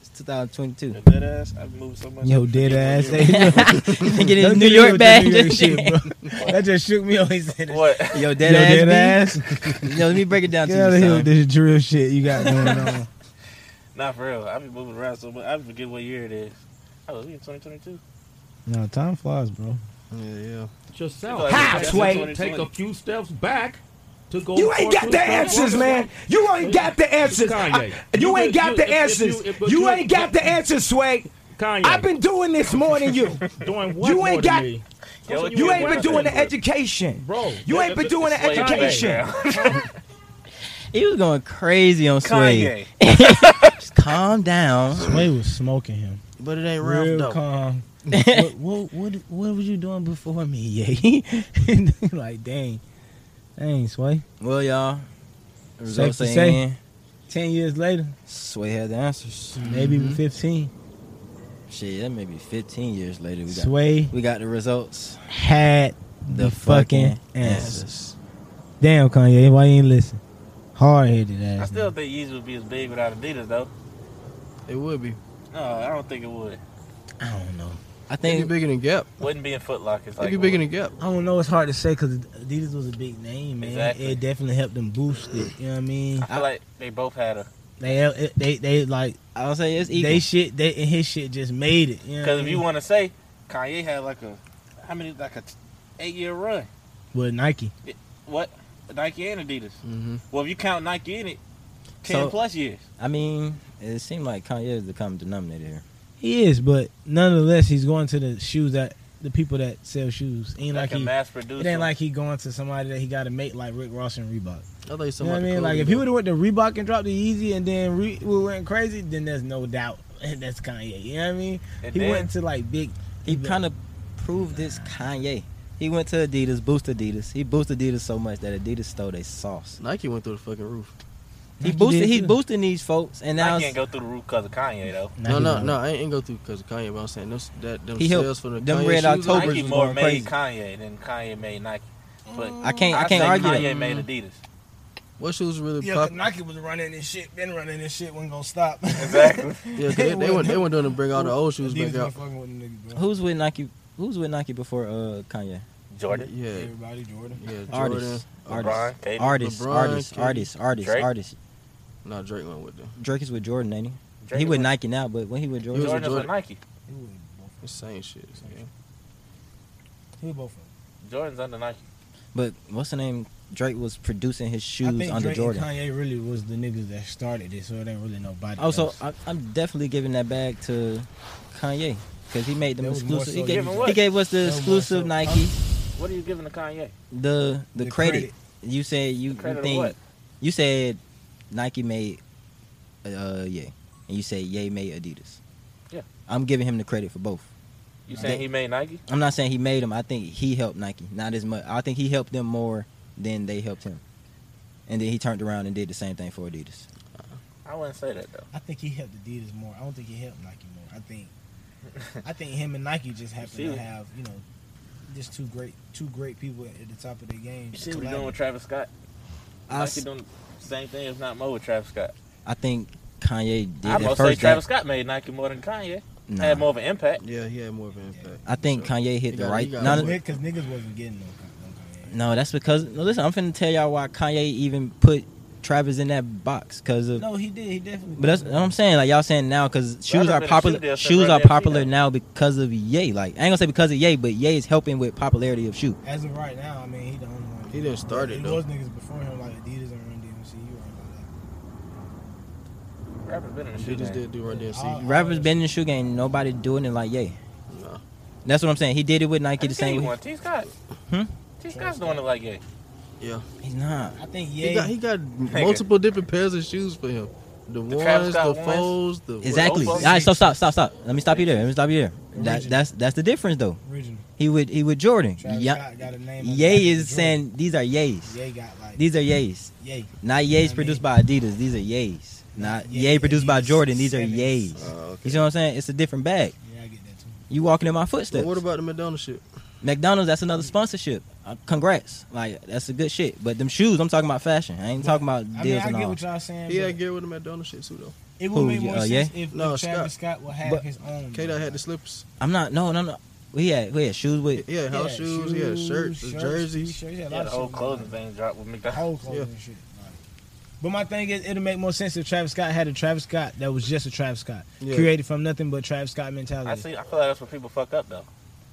S3: It's 2022.
S2: Dead ass. I've moved so much.
S4: Yo, dead ass.
S2: Get
S4: Don't
S3: his New
S4: get me
S3: York
S4: with
S3: bag.
S4: that New York
S3: just-
S4: shit, bro. That just shook me always.
S2: What?
S3: Yo, dead
S4: Yo,
S3: ass.
S4: dead
S3: B. Yo, let me break it down
S4: Get
S3: to
S4: out
S3: you.
S4: of here
S3: son.
S4: with this drill shit you got going on.
S2: Not for real. I've been moving around so much. I forget what year it is. Oh, we in 2022.
S4: No, time flies, bro.
S1: Yeah, yeah.
S12: yourself.
S2: How,
S12: Take-
S2: Sway?
S12: Take a few steps back to go.
S5: You ain't got the answers, man. You ain't got the answers.
S12: Kanye.
S5: I- you ain't got the
S12: if- if you-
S5: answers.
S12: if- but
S5: You
S12: you-
S5: ain't got the answers, Sway.
S12: Kanye.
S5: I've been doing this more than you.
S12: Doing what
S5: You
S12: more
S5: ain't
S12: than
S5: got.
S12: me?
S5: You,
S12: You
S5: ain't
S12: ain't
S5: been
S12: got
S5: doing
S12: the
S5: the education,
S12: bro.
S5: You ain't been doing the
S2: Sway back
S5: education.
S2: now.
S3: He was going crazy on Sway. Just calm down.
S4: Sway was smoking him.
S1: But it ain't Ralph
S4: Real
S1: though.
S4: calm. what, what what what was you doing before me? Yeah, like dang, dang, Sway.
S3: Well, y'all. the Results
S4: Safe to
S3: ain't
S4: say.
S3: in.
S4: Ten years later,
S3: Sway had the answers.
S4: maybe fifteen.
S3: Shit, that may be 15 years later. We got,
S4: Sway
S3: We got the results.
S4: had the, fucking answers.
S3: answers.
S4: Damn, Kanye, why you ain't listen? Hard headed
S2: I
S4: ass.
S2: still think Yeezy would be as big without Adidas though.
S1: It would be.
S2: No, I don't think it would.
S4: I don't know.
S3: I
S1: It'd
S3: think
S1: be bigger than Gap.
S2: Wouldn't be in Foot Lockers. Like
S1: It'd be bigger than Gap.
S4: I don't know. It's hard to say because Adidas was a big name, man.
S2: Exactly.
S4: It definitely helped them boost it. You know what I mean?
S2: I feel like they both had a.
S4: They they they like
S3: I would say it's equal.
S4: they shit. They and his shit just made it. You know what
S2: Because
S4: I
S2: if
S4: mean?
S2: you want to say, Kanye had like a, how many like a, eight year run.
S4: with Nike.
S2: What? Nike and Adidas.
S1: Mm-hmm.
S2: Well, if you count Nike in it, ten
S3: So-
S2: plus years.
S3: I mean, it seemed like Kanye is the common denominator here.
S4: He is, but nonetheless, he's going to the shoes that the people that sell shoes. Ain't
S2: Like,
S4: like,
S2: a
S4: he,
S2: mass producer.
S4: it ain't like he going to somebody that he got to make like Rick Ross and Reebok.
S1: I thought you
S4: You know what I
S1: something
S4: mean? Like if he would have went to Reebok and dropped the Easy and then Re- we went crazy, then there's no doubt that's Kanye. You know what I mean?
S2: And
S4: he
S2: then-
S4: went to like big.
S3: He kind of proved this Kanye. He went to Adidas, boosted Adidas. He boosted Adidas so much that Adidas stole their sauce.
S1: Nike went through the fucking roof.
S3: He
S4: Nike
S3: boosted.
S4: did
S3: He's
S4: too.
S3: boosting these folks, and now
S2: I
S3: it's-
S2: can't go through the roof because of Kanye though.
S1: No, no, no. I ain't, ain't go through because of Kanye. But I'm saying those, that them
S3: He helped.
S1: sales for the
S3: Them
S1: Kanye
S3: Red
S1: shoes,
S3: Octobers
S2: Nike
S3: was
S2: more
S3: going
S2: made
S3: crazy.
S2: Kanye than Kanye made Nike. But
S3: I can't. I,
S2: I'd
S3: can't
S2: say
S3: argue.
S2: Kanye
S3: that.
S2: made Adidas.
S1: What shoes really
S4: Yeah,
S1: pop?
S4: Nike was running this shit, been running this shit, wasn't gonna stop.
S2: Exactly.
S1: Yeah, 'cause they, they went they went doing to bring all the old shoes back out.
S4: fucking with the niggas,
S3: Who's with Nike? Who's with Nike before uh Kanye?
S2: Jordan.
S1: Yeah,
S4: Everybody, Jordan.
S1: yeah. Jordan.
S3: Artists,
S2: LeBron,
S3: artists,
S2: Katie,
S3: artists,
S1: LeBron,
S3: artists,
S1: Katie,
S3: artists, artists,
S2: Drake.
S3: artists.
S1: No, Drake went with them.
S3: Drake is with Jordan, ain't he?
S2: Drake
S3: he
S2: is
S3: with
S2: with-
S3: Nike now, but when he with Jordan,
S1: was
S2: Jordan was
S1: Jordan.
S2: with Nike.
S1: It's same shit. man.
S4: Who both of them?
S2: Jordan's under Nike.
S3: but what's the name? Drake was producing his
S4: I
S3: shoes
S4: think
S3: under
S4: Drake
S3: Jordan.
S4: And Kanye really was the niggas that started it, so it ain't really nobody.
S3: Also,
S4: else.
S3: I, I'm definitely giving that bag to Kanye because he made them
S4: That was more
S3: exclusive. he,
S4: so
S3: gave,
S2: Giving what?
S3: he gave us
S4: That
S3: the
S4: was more
S3: exclusive
S4: so-
S3: Nike.
S2: What are you giving to Kanye?
S3: The, the
S4: The
S3: credit.
S4: credit.
S3: you said you,
S2: The credit
S3: you
S2: of
S3: think
S2: what?
S3: you said Nike made uh Ye, and you said Ye made Adidas.
S2: Yeah.
S3: I'm giving him the credit for both.
S2: You saying he made Nike?
S3: I'm not saying he made them. I think he helped Nike. Not as much. I think he helped them more than they helped him. And then he turned around and did the same thing for Adidas.
S2: I wouldn't say that though.
S4: I think he helped Adidas more. I don't think he helped Nike more. I think, I think him and Nike just happen
S2: see
S4: to
S2: what-
S4: have you know, just two great, two great people at the top of their game.
S2: You see what we're
S4: collabing.
S2: doing with Travis Scott?
S3: I,
S2: Nike
S3: s-
S2: doing the same thing, if not more, with Travis Scott.
S3: I think Kanye did
S2: I'm
S3: at
S2: gonna
S3: first.
S2: say
S3: that-
S2: Travis Scott made Nike more than Kanye.
S3: Nah.
S2: Had more of an impact.
S1: Yeah, he had more of an impact.
S3: I think
S1: So,
S3: Kanye
S1: he
S3: hit the
S1: got-
S3: right.
S1: he got
S3: No,
S1: more.
S3: no,
S4: because niggas wasn't getting no, no Kanye.
S3: no, that's because no, listen. I'm finna tell y'all why Kanye even put Travis in that box because of.
S4: No, he did. He definitely.
S3: But that's what I'm saying. Like y'all saying now because shoes
S2: Rather
S3: are
S2: been a shoe
S3: popular.
S2: deal, so
S3: Shoes
S2: rather
S3: are
S2: than
S3: popular
S2: Adidas.
S3: now because of Ye. Like I ain't gonna say because of Ye, but Ye is helping with popularity of shoe.
S4: as of right now, I mean, he the only one.
S1: He didn't start it,
S4: It
S1: though.
S4: was niggas before him like Adidas and Run DMC. You right about that.
S2: Rappers been in the
S1: They
S2: shoe
S1: just
S2: game.
S1: did do run
S4: I'll-
S1: DMC.
S3: Rappers been in the shoe game. Nobody doing it like Ye.
S1: Nah.
S3: That's what I'm saying. He did it with Nike
S2: Get
S3: the same way.
S2: one. T. Scott.
S3: Hmm?
S2: T. Scott's doing it like yeah.
S3: He's not.
S4: I think
S1: He
S4: yeah.
S1: got he got multiple different pairs of shoes for him. The ones,
S2: Travis
S1: the
S2: Scott ones.
S1: foes, the
S3: Exactly. All
S2: Oboe.
S3: right, so stop, stop, stop. Let me stop you there. Let me stop you there. That,
S4: Original.
S3: that's that's the difference though.
S4: original.
S3: He would he with Jordan.
S4: Travis
S3: Yeah,
S4: Scott got a name. on the back of
S3: Ye is
S4: the
S3: saying these are yays.
S4: Jordan. Ye got like
S3: These are yays.
S4: Ye.
S3: Not
S4: You know
S3: yays
S4: what I
S3: produced
S4: mean?
S3: by Adidas. These are yays. Not
S4: Ye
S3: yay produced by
S4: Adidas
S3: Jordan. These are
S4: sevens.
S3: yays.
S4: Uh,
S1: Oh, okay.
S3: You see what I'm saying? It's a different bag.
S4: Yeah, I get that too.
S3: You walking in my
S1: But
S3: footsteps.
S1: what about the Madonna shit?
S3: McDonald's, that's another sponsorship. Uh, congrats. Like that's a good shit. But them shoes, I'm talking about fashion. I ain't talking about
S4: I mean,
S3: deals
S4: I
S3: and
S4: get
S3: all.
S4: what y'all saying.
S1: He
S4: Yeah,
S1: had gear with the Madonna shit too though.
S4: It would
S3: Who,
S4: make more
S3: uh,
S4: sense
S3: Ye?
S4: if,
S1: No,
S4: if Travis Scott, would have
S1: But-
S4: his own.
S1: K Dot had the slippers.
S3: I'm not. No, no, no. We had we had shoes with.
S1: Yeah, house shoes, he had shirts, his jerseys.
S4: yeah, a
S2: Yeah,
S4: lot
S2: the
S4: of
S2: whole
S4: shit going
S2: clothing thing dropped with McDonald's.
S4: Whole clothing and shit. Like, But my thing is, it'll make more sense if Travis Scott had a Travis Scott that was just a Travis Scott,
S2: Yeah.
S4: created from nothing but Travis Scott
S2: I
S4: mentality.
S2: see. I feel like that's what people fuck up though.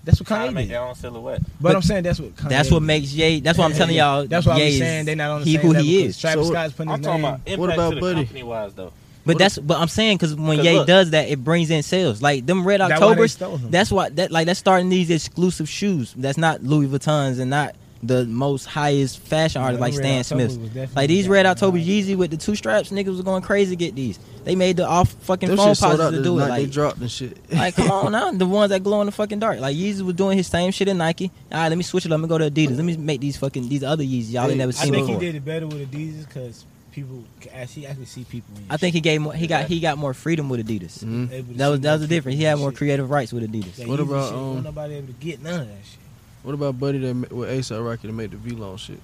S4: That's what
S2: Trying to
S4: Kanye
S2: make
S4: did.
S2: their own silhouette.
S4: But, I'm saying that's what. Kanye
S3: That's what makes Ye. That's what I'm
S4: Yeah,
S3: telling
S4: yeah.
S3: y'all.
S4: That's why I'm
S3: Ye is
S4: saying they not on the
S3: he
S4: same
S3: who
S4: level
S3: he
S4: 'cause
S3: is.
S4: Travis Scott's putting
S2: I'm
S4: his
S2: talking
S4: name.
S2: about impact to the company wise though.
S3: But that's but I'm saying because when
S2: 'Cause
S3: Ye
S2: look-
S3: does that, it brings in sales. Like them Red
S4: That why they
S3: Octobers.
S4: stole them.
S3: That's why that like that's starting these exclusive shoes. That's not Louis Vuittons and not the most highest fashion
S4: Yeah,
S3: artists like
S4: them
S3: Stan
S4: Red Octobers was
S3: Smiths.
S4: definitely
S3: Like these Red October Yeezy with the two straps, niggas was going crazy to get these. They made the off fucking
S1: Them
S3: phone
S1: shit sold out
S3: posits to
S1: this
S3: do it.
S1: night, they
S3: Like,
S1: dropped and shit.
S3: like come on now, the ones that glow in the fucking dark. Like Yeezy was doing his same shit at Nike. All right, let me switch it. up. Let me go to Adidas. Let me make these fucking these other Yeezys y'all ain't never
S4: I
S3: seen
S4: think
S3: before.
S4: he did it better with Adidas because people can actually, actually see people. In
S3: I think he gave more. He got he got more freedom with Adidas.
S1: Hmm?
S4: Able to
S3: That was
S4: see
S3: that was the
S4: more
S3: difference. He had more creative rights with Adidas.
S4: that
S1: What
S4: Yeezy
S1: about,
S4: shit,
S1: um,
S4: wasn't nobody able to get none of that shit?
S1: What about Buddy that ma- with ASAP Rocky to make the V Long shit?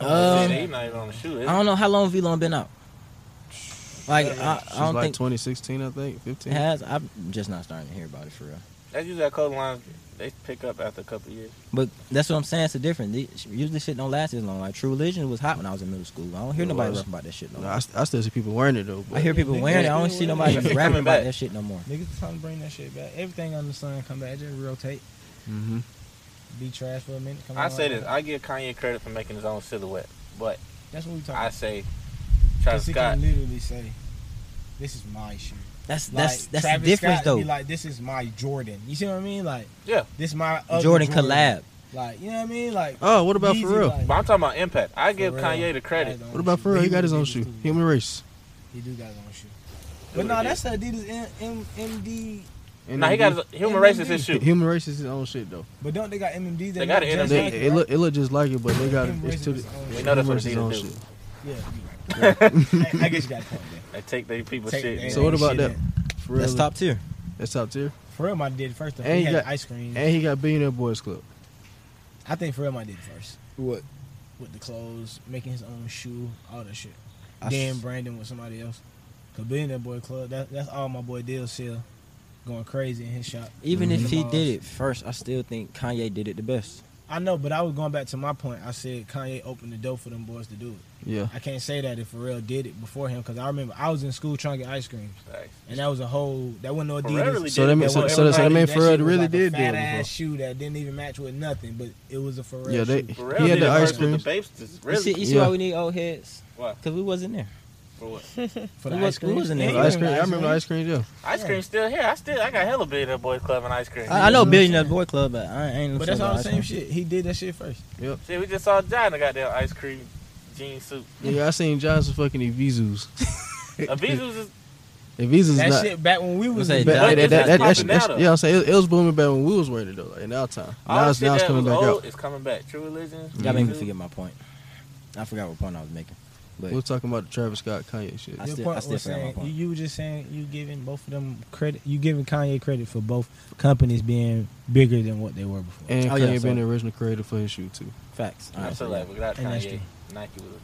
S3: Um,
S2: They not even on the shoe.
S3: I don't know how long V Long been out. Like I,
S1: Since
S3: I don't
S1: like
S3: think
S1: 2016, I think 15.
S3: it has. I'm just not starting to hear about it for real.
S2: That's usually how clothing lines they pick up after a couple of years.
S3: But that's what I'm saying. It's a different. these- Usually shit don't last as long. Like True Religion was hot when I was in middle school. I don't hear
S1: It
S3: nobody
S1: was.
S3: rapping about that shit no
S1: Nah,
S3: more.
S1: I, st- I still see people wearing it though. but-
S3: I hear people wearing it. I don't see nobody
S1: Niggas
S3: rapping
S1: coming
S3: about
S1: back.
S3: that shit no more.
S4: Niggas time to bring that shit back. Everything on the sun come back. Just rotate.
S1: Mm-hmm.
S4: Be trash for a minute. Come
S3: Uh,
S2: I
S4: on,
S2: say
S4: like
S2: this. I give Kanye credit for making his own silhouette, but
S4: That's what we talking.
S2: I say
S4: Because
S2: Travis
S4: he
S2: Scott.
S4: can literally say, "This is my shoe."
S3: That's- that's- that's the
S4: Travis
S3: difference,
S4: Scott Be
S3: though.
S4: like this is my Jordan. You see what I mean? Like
S2: yeah,
S4: this my other
S3: Jordan collab.
S4: Like you know what I mean? Like
S1: Oh, what about for
S4: Yeezy,
S1: real?
S4: like,
S2: But I'm talking about impact. I give
S4: real.
S2: Kanye the credit.
S1: What about for real? He got his own shoe. Human race.
S4: he do got his own shoe.
S2: Who
S4: But no,
S2: it
S4: that's Adidas M- M- MD.
S2: Nah, he got his- human race is his shoe.
S1: Human race is his own shit though.
S4: But don't they got MMD?
S2: They got an
S1: They-
S2: Just like
S1: it look it look just like it, but they got
S4: Human
S1: it's
S4: race
S1: two.
S4: is his own
S2: We know
S1: Human
S2: that's what
S1: race is his own
S2: Adidas do.
S1: shit.
S4: Yeah, you
S2: right.
S4: right. I, I guess you got a point there.
S2: They take their people
S4: Take
S2: shit.
S4: their-
S2: So
S1: So what
S4: ain't
S1: about
S4: shit
S1: that?
S4: in
S1: For real,
S3: That's top tier.
S1: That's top tier.
S4: For real, I did it first. Though.
S1: And
S4: he
S1: he
S4: had
S1: got-
S4: ice cream.
S1: And he got Billionaire Boys Club.
S4: I think for real, I did it first.
S1: What?
S4: with the clothes, making his own shoe, all that shit.
S3: I
S4: then
S3: s-
S4: Brandon with somebody else. Cause being that boy club, that, that's all my boy Dill sell, going crazy in his shop.
S3: Even
S4: In
S3: if
S4: the
S3: he
S4: malls.
S3: did it first, I still think Kanye did it the best.
S4: I know, but I was going back to my point. I said Kanye opened the door for them boys to do it.
S1: Yeah.
S4: I can't say that if Pharrell did it before him, cause I remember I was in school trying to get ice cream, and that was a whole that wasn't no
S2: Pharrell
S4: Adidas.
S2: really So did that it mean-
S1: so-
S4: wasn't
S1: so that- so that mean
S4: everybody.
S1: Pharrell
S4: shit was
S1: really
S4: like a
S1: did do it
S4: fat ass
S1: before.
S4: shoe that didn't even match with nothing, but it was a Pharrell.
S1: Yeah, they-
S4: shoe.
S1: he had the ice cream.
S3: You see, you see
S1: Yeah.
S3: why we need old heads?
S2: Why?
S3: Because we wasn't there.
S2: For what?
S4: For
S3: We
S4: the
S3: was-
S4: ice
S3: we
S4: cream,
S3: wasn't there.
S4: Yeah,
S1: Ice cream. I remember ice cream. Yeah.
S2: Ice cream still here. I still I got hella billionaire boy club and ice cream.
S3: I, I know Billionaire Boy Club, but I ain't.
S4: But that's all the same shit. He did that shit first.
S1: Yep.
S2: See, we just saw John in the goddamn ice cream jean suit.
S1: Yeah, I seen Johnson fucking Evizus.
S2: Avizus is
S1: Evizus
S4: That
S1: not.
S4: shit back when we was
S1: But
S4: in
S1: that- that- that- that-
S2: popping
S1: that-
S2: now,
S1: yeah, I'm saying it, it was booming back when we was wearing it though. Like, in our time,
S2: all
S1: now
S2: the
S1: it's,
S2: shit
S1: now it's
S2: that
S1: coming
S2: was
S1: back
S2: old
S1: out.
S2: is coming back. True religion.
S3: Y'all made me
S2: True-
S3: forget my point. I forgot what point I was making. But
S1: We were talking about the Travis Scott Kanye shit.
S3: I
S4: Your
S3: still-
S4: point
S3: still
S4: was
S3: forgot my
S4: saying,
S3: point.
S4: You, you were just saying you giving both of them credit. You giving Kanye credit for both companies being bigger than what they were before.
S1: And
S3: Oh, yeah,
S1: Kanye
S3: so-
S1: been the original creator for his shoe too.
S3: facts. All
S2: I
S3: right,
S2: feel
S3: so
S2: like
S3: yeah.
S2: without
S4: And that's
S2: Kanye,
S4: true.
S2: Nike would have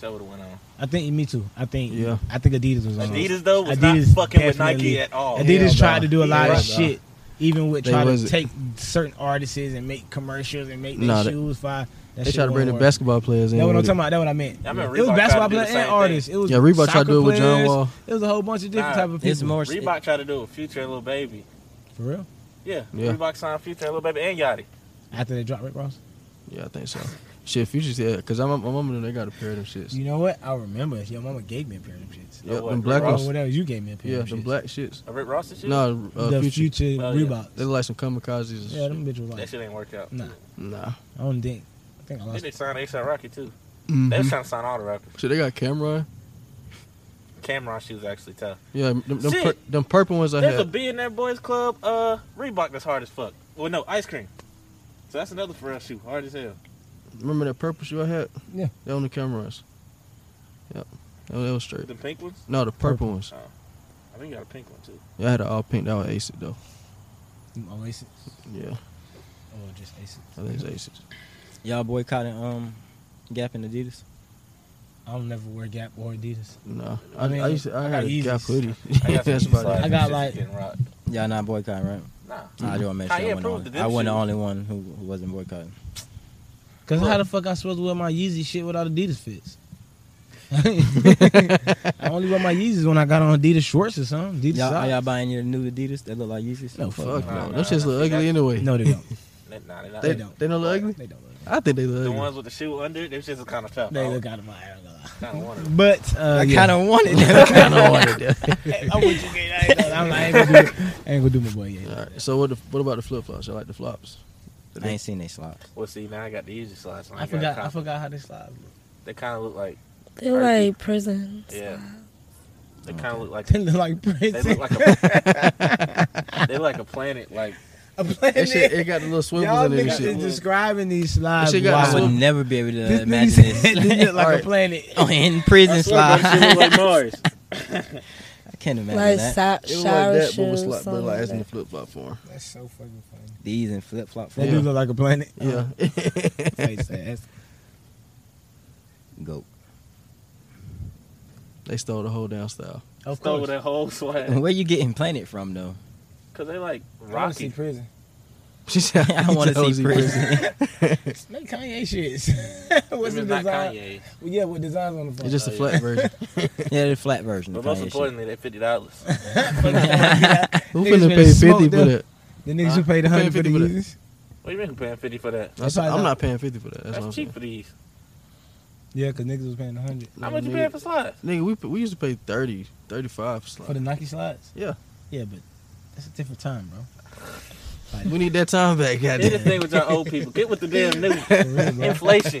S2: that would have went on.
S4: I think me too. I think
S1: Yeah.
S4: I think Adidas was on it.
S2: Adidas, though, was not fucking with Nike
S4: definitely-
S2: at all.
S4: Adidas
S1: Hell,
S4: tried
S1: nah.
S4: to do a lot of
S1: Hell, nah.
S4: shit, even with
S1: They
S4: trying to
S1: wasn't.
S4: take certain artists and make commercials and make their
S1: Nah, they-
S4: shoes fire. That
S1: They
S4: shit
S1: tried to bring the
S4: won't work.
S1: basketball players in.
S4: That's what I'm
S1: with it.
S4: talking about. That's what I meant.
S2: I mean,
S4: it was
S2: Reebok tried
S4: basketball
S2: to do the
S4: players
S2: same
S4: and
S2: thing.
S4: artists. It was
S1: Yeah, Reebok tried to
S4: soccer
S1: do it with John
S4: players.
S1: Wall.
S4: It was a whole bunch of different
S2: Nah,
S4: type of people.
S3: It's more.
S2: Reebok tried to do it. Future and Lil Baby.
S4: for real.
S2: Yeah,
S1: Yeah.
S2: Reebok signed Future and Lil Baby and Yachty.
S4: After they dropped Rick Ross.
S1: Yeah, I think so. Shit, Future said because my mama knew they got a pair of them shits.
S4: You know what? I remember. if Your mama gave me a pair of them shits.
S1: Yeah,
S2: what,
S1: them
S2: Rick
S1: black
S2: Ross?
S1: ones.
S4: Or whatever you gave me a pair
S1: Yeah,
S4: of
S1: them
S4: them shits.
S1: black shits.
S2: A Rick Ross and shit.
S1: No, uh,
S4: the
S1: Future.
S4: future,
S2: Oh, yeah.
S4: Reeboks.
S1: They look like some kamikazes. and
S4: Yeah, them
S1: shit.
S4: bitches was
S2: that
S4: like.
S2: shit ain't worked out.
S4: Nah,
S1: Nah.
S4: I don't think. I think I
S2: Then
S4: lost.
S2: they signed ASAP Rocky too.
S4: Mm-hmm.
S2: They was
S1: Mhm.
S2: trying to sign all the rappers.
S1: Shit, they got Cameron.
S2: Cameron shoes actually tough.
S1: Yeah, them, them,
S2: Shit.
S1: pur- them purple ones I
S2: There's a
S1: had.
S2: billionaire boys club uh Reebok that's hard as fuck. Well, no, ice cream. So that's another for real shoe, hard as hell.
S1: Remember that purple shoe I had?
S4: Yeah.
S1: They on the Camerons. Yep. That was, that was straight.
S2: The pink ones.
S1: No, the purple,
S4: Purple.
S1: ones.
S2: Oh, I think you got a pink one too.
S1: Yeah, I had an all pink. That was Acid though.
S4: Them Oasis.
S1: Yeah,
S4: Oh, just Aces.
S1: I think it's Acid.
S3: Y'all boycotting um Gap and Adidas.
S4: I don't never wear Gap or Adidas.
S1: No, I, I, used to, I, had a Gap
S4: Yeezys.
S1: hoodie.
S3: That's about it.
S4: I got like
S3: Y'all not boycotting, right?
S2: Nah.
S3: I don't make sure
S2: Kanye
S3: I, wasn't,
S2: approved
S3: the,
S2: of them
S3: I wasn't the
S2: shoes.
S3: only one who, who wasn't boycotting.
S4: Cause how the fuck I supposed to wear my Yeezy shit without Adidas fits? I only wear my Yeezys when I got on Adidas shorts or something. Adidas
S3: Y'all, are
S4: socks.
S3: y'all buying your new Adidas that look like Yeezys?
S1: No, fuck
S2: Nah,
S1: no.
S2: nah,
S1: Those shits
S2: nah,
S1: look
S2: they got-
S1: ugly anyway.
S4: No, they don't.
S2: Nah, they, not,
S1: They
S2: they
S1: don't. They don't look ugly. They don't look ugly. I think they look
S2: The
S1: ugly.
S2: ones with the shoe under it, them shits are kind of tough.
S4: They
S2: I
S4: look out of my hair.
S2: Kind of wanted.
S4: But uh,
S3: I
S4: yeah.
S3: kinda wanted that. I kinda wanted
S1: that.
S4: I'm with you, kid. I ain't gonna- I'm like, I ain't gonna do, I ain't gonna do my boy yet.
S1: All right. So what? The, what about the flip flops? I like the flops.
S3: I ain't seen they slops.
S2: Well, see, now I got the easy slides. so
S4: I
S2: ain't got
S4: forgot.
S2: a
S4: I
S2: cop.
S4: forgot how they slide.
S2: They kind of look like.
S6: They like prison.
S2: Yeah. They kind of look like.
S4: Oh, They look like
S2: They look
S4: prison.
S2: like a. they look like a planet. Like
S4: A planet.
S1: That shit, it got the little swivels
S4: Y'all
S1: in it and
S4: niggas
S1: shit.
S4: is describing these slides.
S1: That shit got
S4: wild.
S1: the
S3: I
S1: swivel-
S3: would never be able to
S4: This nigga
S3: imagine this.
S4: said they look like a
S1: Alright.
S4: planet.
S3: oh, in prison slide.
S2: Mars.
S3: I can't imagine
S6: Like
S3: that.
S6: sou-
S1: It was
S6: shower
S1: like that, but
S6: shoes.
S1: was like, but
S6: something
S1: like
S6: like
S1: as in the
S6: that.
S1: flip flop form.
S4: That's so fucking funny.
S3: These and flip flop.
S4: They
S1: Yeah.
S4: do look like a planet.
S1: Yeah.
S6: Oh.
S4: Face ass.
S3: Go.
S1: they stole the whole damn style.
S6: Oh,
S4: Of
S2: stole
S4: course.
S2: that whole swag.
S3: Where you getting planet from though?
S2: Cause they like
S4: I wanna see
S2: rocky.
S4: prison.
S1: She said,
S3: I want to see
S1: Josie
S3: prison.
S4: Make Kanye shits. What's the
S2: Them is not
S4: design?
S2: Kanye.
S4: Well, yeah, with designs on the
S1: It's
S4: phone.
S1: just a
S2: Oh,
S1: flat
S2: yeah.
S1: version.
S3: yeah, the flat version.
S2: But
S3: of
S2: most
S3: Kanye shit.
S2: importantly, they fifty dollars.
S1: Who
S4: Niggas
S1: finna
S4: finna
S1: pay fifty
S4: smoke
S1: for
S4: them.
S1: that?
S4: the niggas
S2: Huh?
S4: who paid a hundred for
S1: Paid 50
S4: the
S1: for
S4: Yeezys.
S2: What do you mean? who Paying fifty for that?
S1: That's-
S4: probably
S1: I'm
S4: not-
S1: not paying fifty for that. That's,
S2: That's,
S1: what I'm
S2: cheap
S1: saying.
S2: for these.
S4: Yeah, because niggas was paying a hundred
S2: How much you
S1: Nigga,
S2: paying for slides?
S1: Nigga, we we used to pay 30, 35 for slime.
S4: for the Nike slides.
S1: Yeah.
S4: Yeah, but that's a different time, bro.
S1: We need that time back,
S2: Get the
S1: goddamn.
S2: thing with y'all old people. Get with the damn new
S4: For real, bro.
S2: inflation.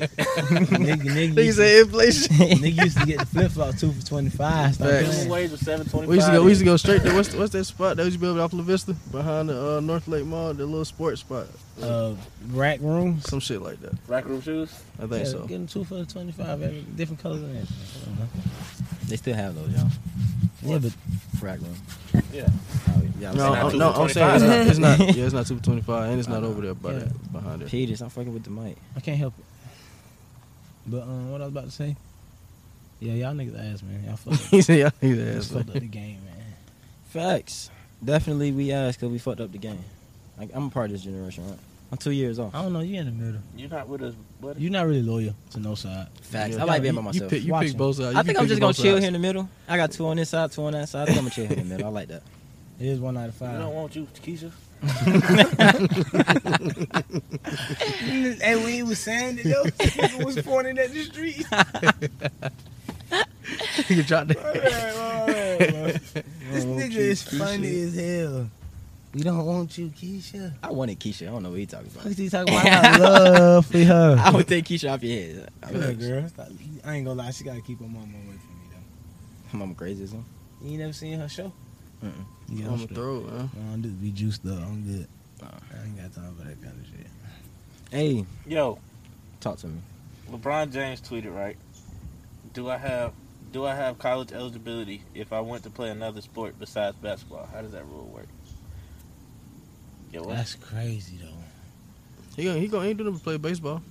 S4: nigga, nigga,
S1: Nigga
S4: used to,
S1: said inflation.
S4: nigga used to get the flip flop two for twenty five.
S1: Facts.
S2: Minimum wage was seven twenty five.
S1: We used to go. We used to go straight to what's what's that spot that was built off La Vista behind the uh, North Lake Mall, the little sports spot,
S4: Uh, rack rooms.
S1: some shit like that.
S2: Rack room shoes.
S1: I think
S4: Yeah,
S1: so.
S4: Get them two for twenty five, different colors and everything.
S3: they still have those, y'all.
S4: Yeah, but
S3: Rack room.
S2: Yeah.
S3: Oh, y'all
S1: No,
S2: not
S1: I'm,
S2: two
S1: no,
S2: for
S1: I'm saying it's
S2: 25.
S1: not, it's not. Yeah, it's not two for twenty five, and it's not
S3: Uh,
S1: over there by
S4: yeah.
S1: that, behind it.
S3: Peters, I'm fucking with the mic.
S4: I can't help it. But um, what I was about to say. Yeah, y'all niggas ass man. Y'all fucked up.
S1: he said, "Yeah, he's
S4: Y'all
S1: ass."
S4: fucked up the game, man.
S3: Facts. Definitely, we asked because we fucked up the game. Like I'm a part of this generation, right? I'm two years off.
S1: Oh,
S4: I don't know. You in the middle.
S2: You not with us, buddy.
S4: You're not really loyal to no side.
S3: Facts.
S1: Yeah.
S3: I like being by
S1: You- You
S3: myself.
S1: pick, you
S4: Watch
S1: pick
S4: him.
S1: both sides.
S3: I
S1: You
S3: think
S1: pick
S3: I'm just
S1: both
S3: gonna chill
S1: sides.
S3: here in the middle. I got two on this side, two on that side. I think I'm gonna chill here in the middle. I like that.
S4: It is one out of
S2: we don't
S4: five.
S2: want you, Keisha.
S4: and when he was saying that, those nigga was pointing at the street.
S1: you dropped
S4: All
S1: that.
S4: right, all right, bro. This nigga is funny as hell. We don't want you, Keisha.
S3: I wanted Keisha. I don't know what he talking
S4: What
S3: about.
S4: is he talking about? I got love for her.
S3: I would take Keisha off your head.
S4: Come here, girl. Stop. I ain't gonna lie. She gotta keep her mama away from me, though.
S3: Mama crazy as hell.
S4: You ain't never seen her show?
S3: Mm-mm.
S4: Yeah,
S1: I'm gonna throw it. huh?
S4: I'm just be juiced up. I'm good.
S3: Nah.
S4: I ain't got time for that kind of shit.
S3: Hey,
S2: Yo,
S3: talk to me.
S2: LeBron James tweeted right. Do I have do I have college eligibility if I went to play another sport besides basketball? How does that rule work? Yo, what?
S4: That's crazy, though.
S1: He gonna he gonna he gonna play baseball.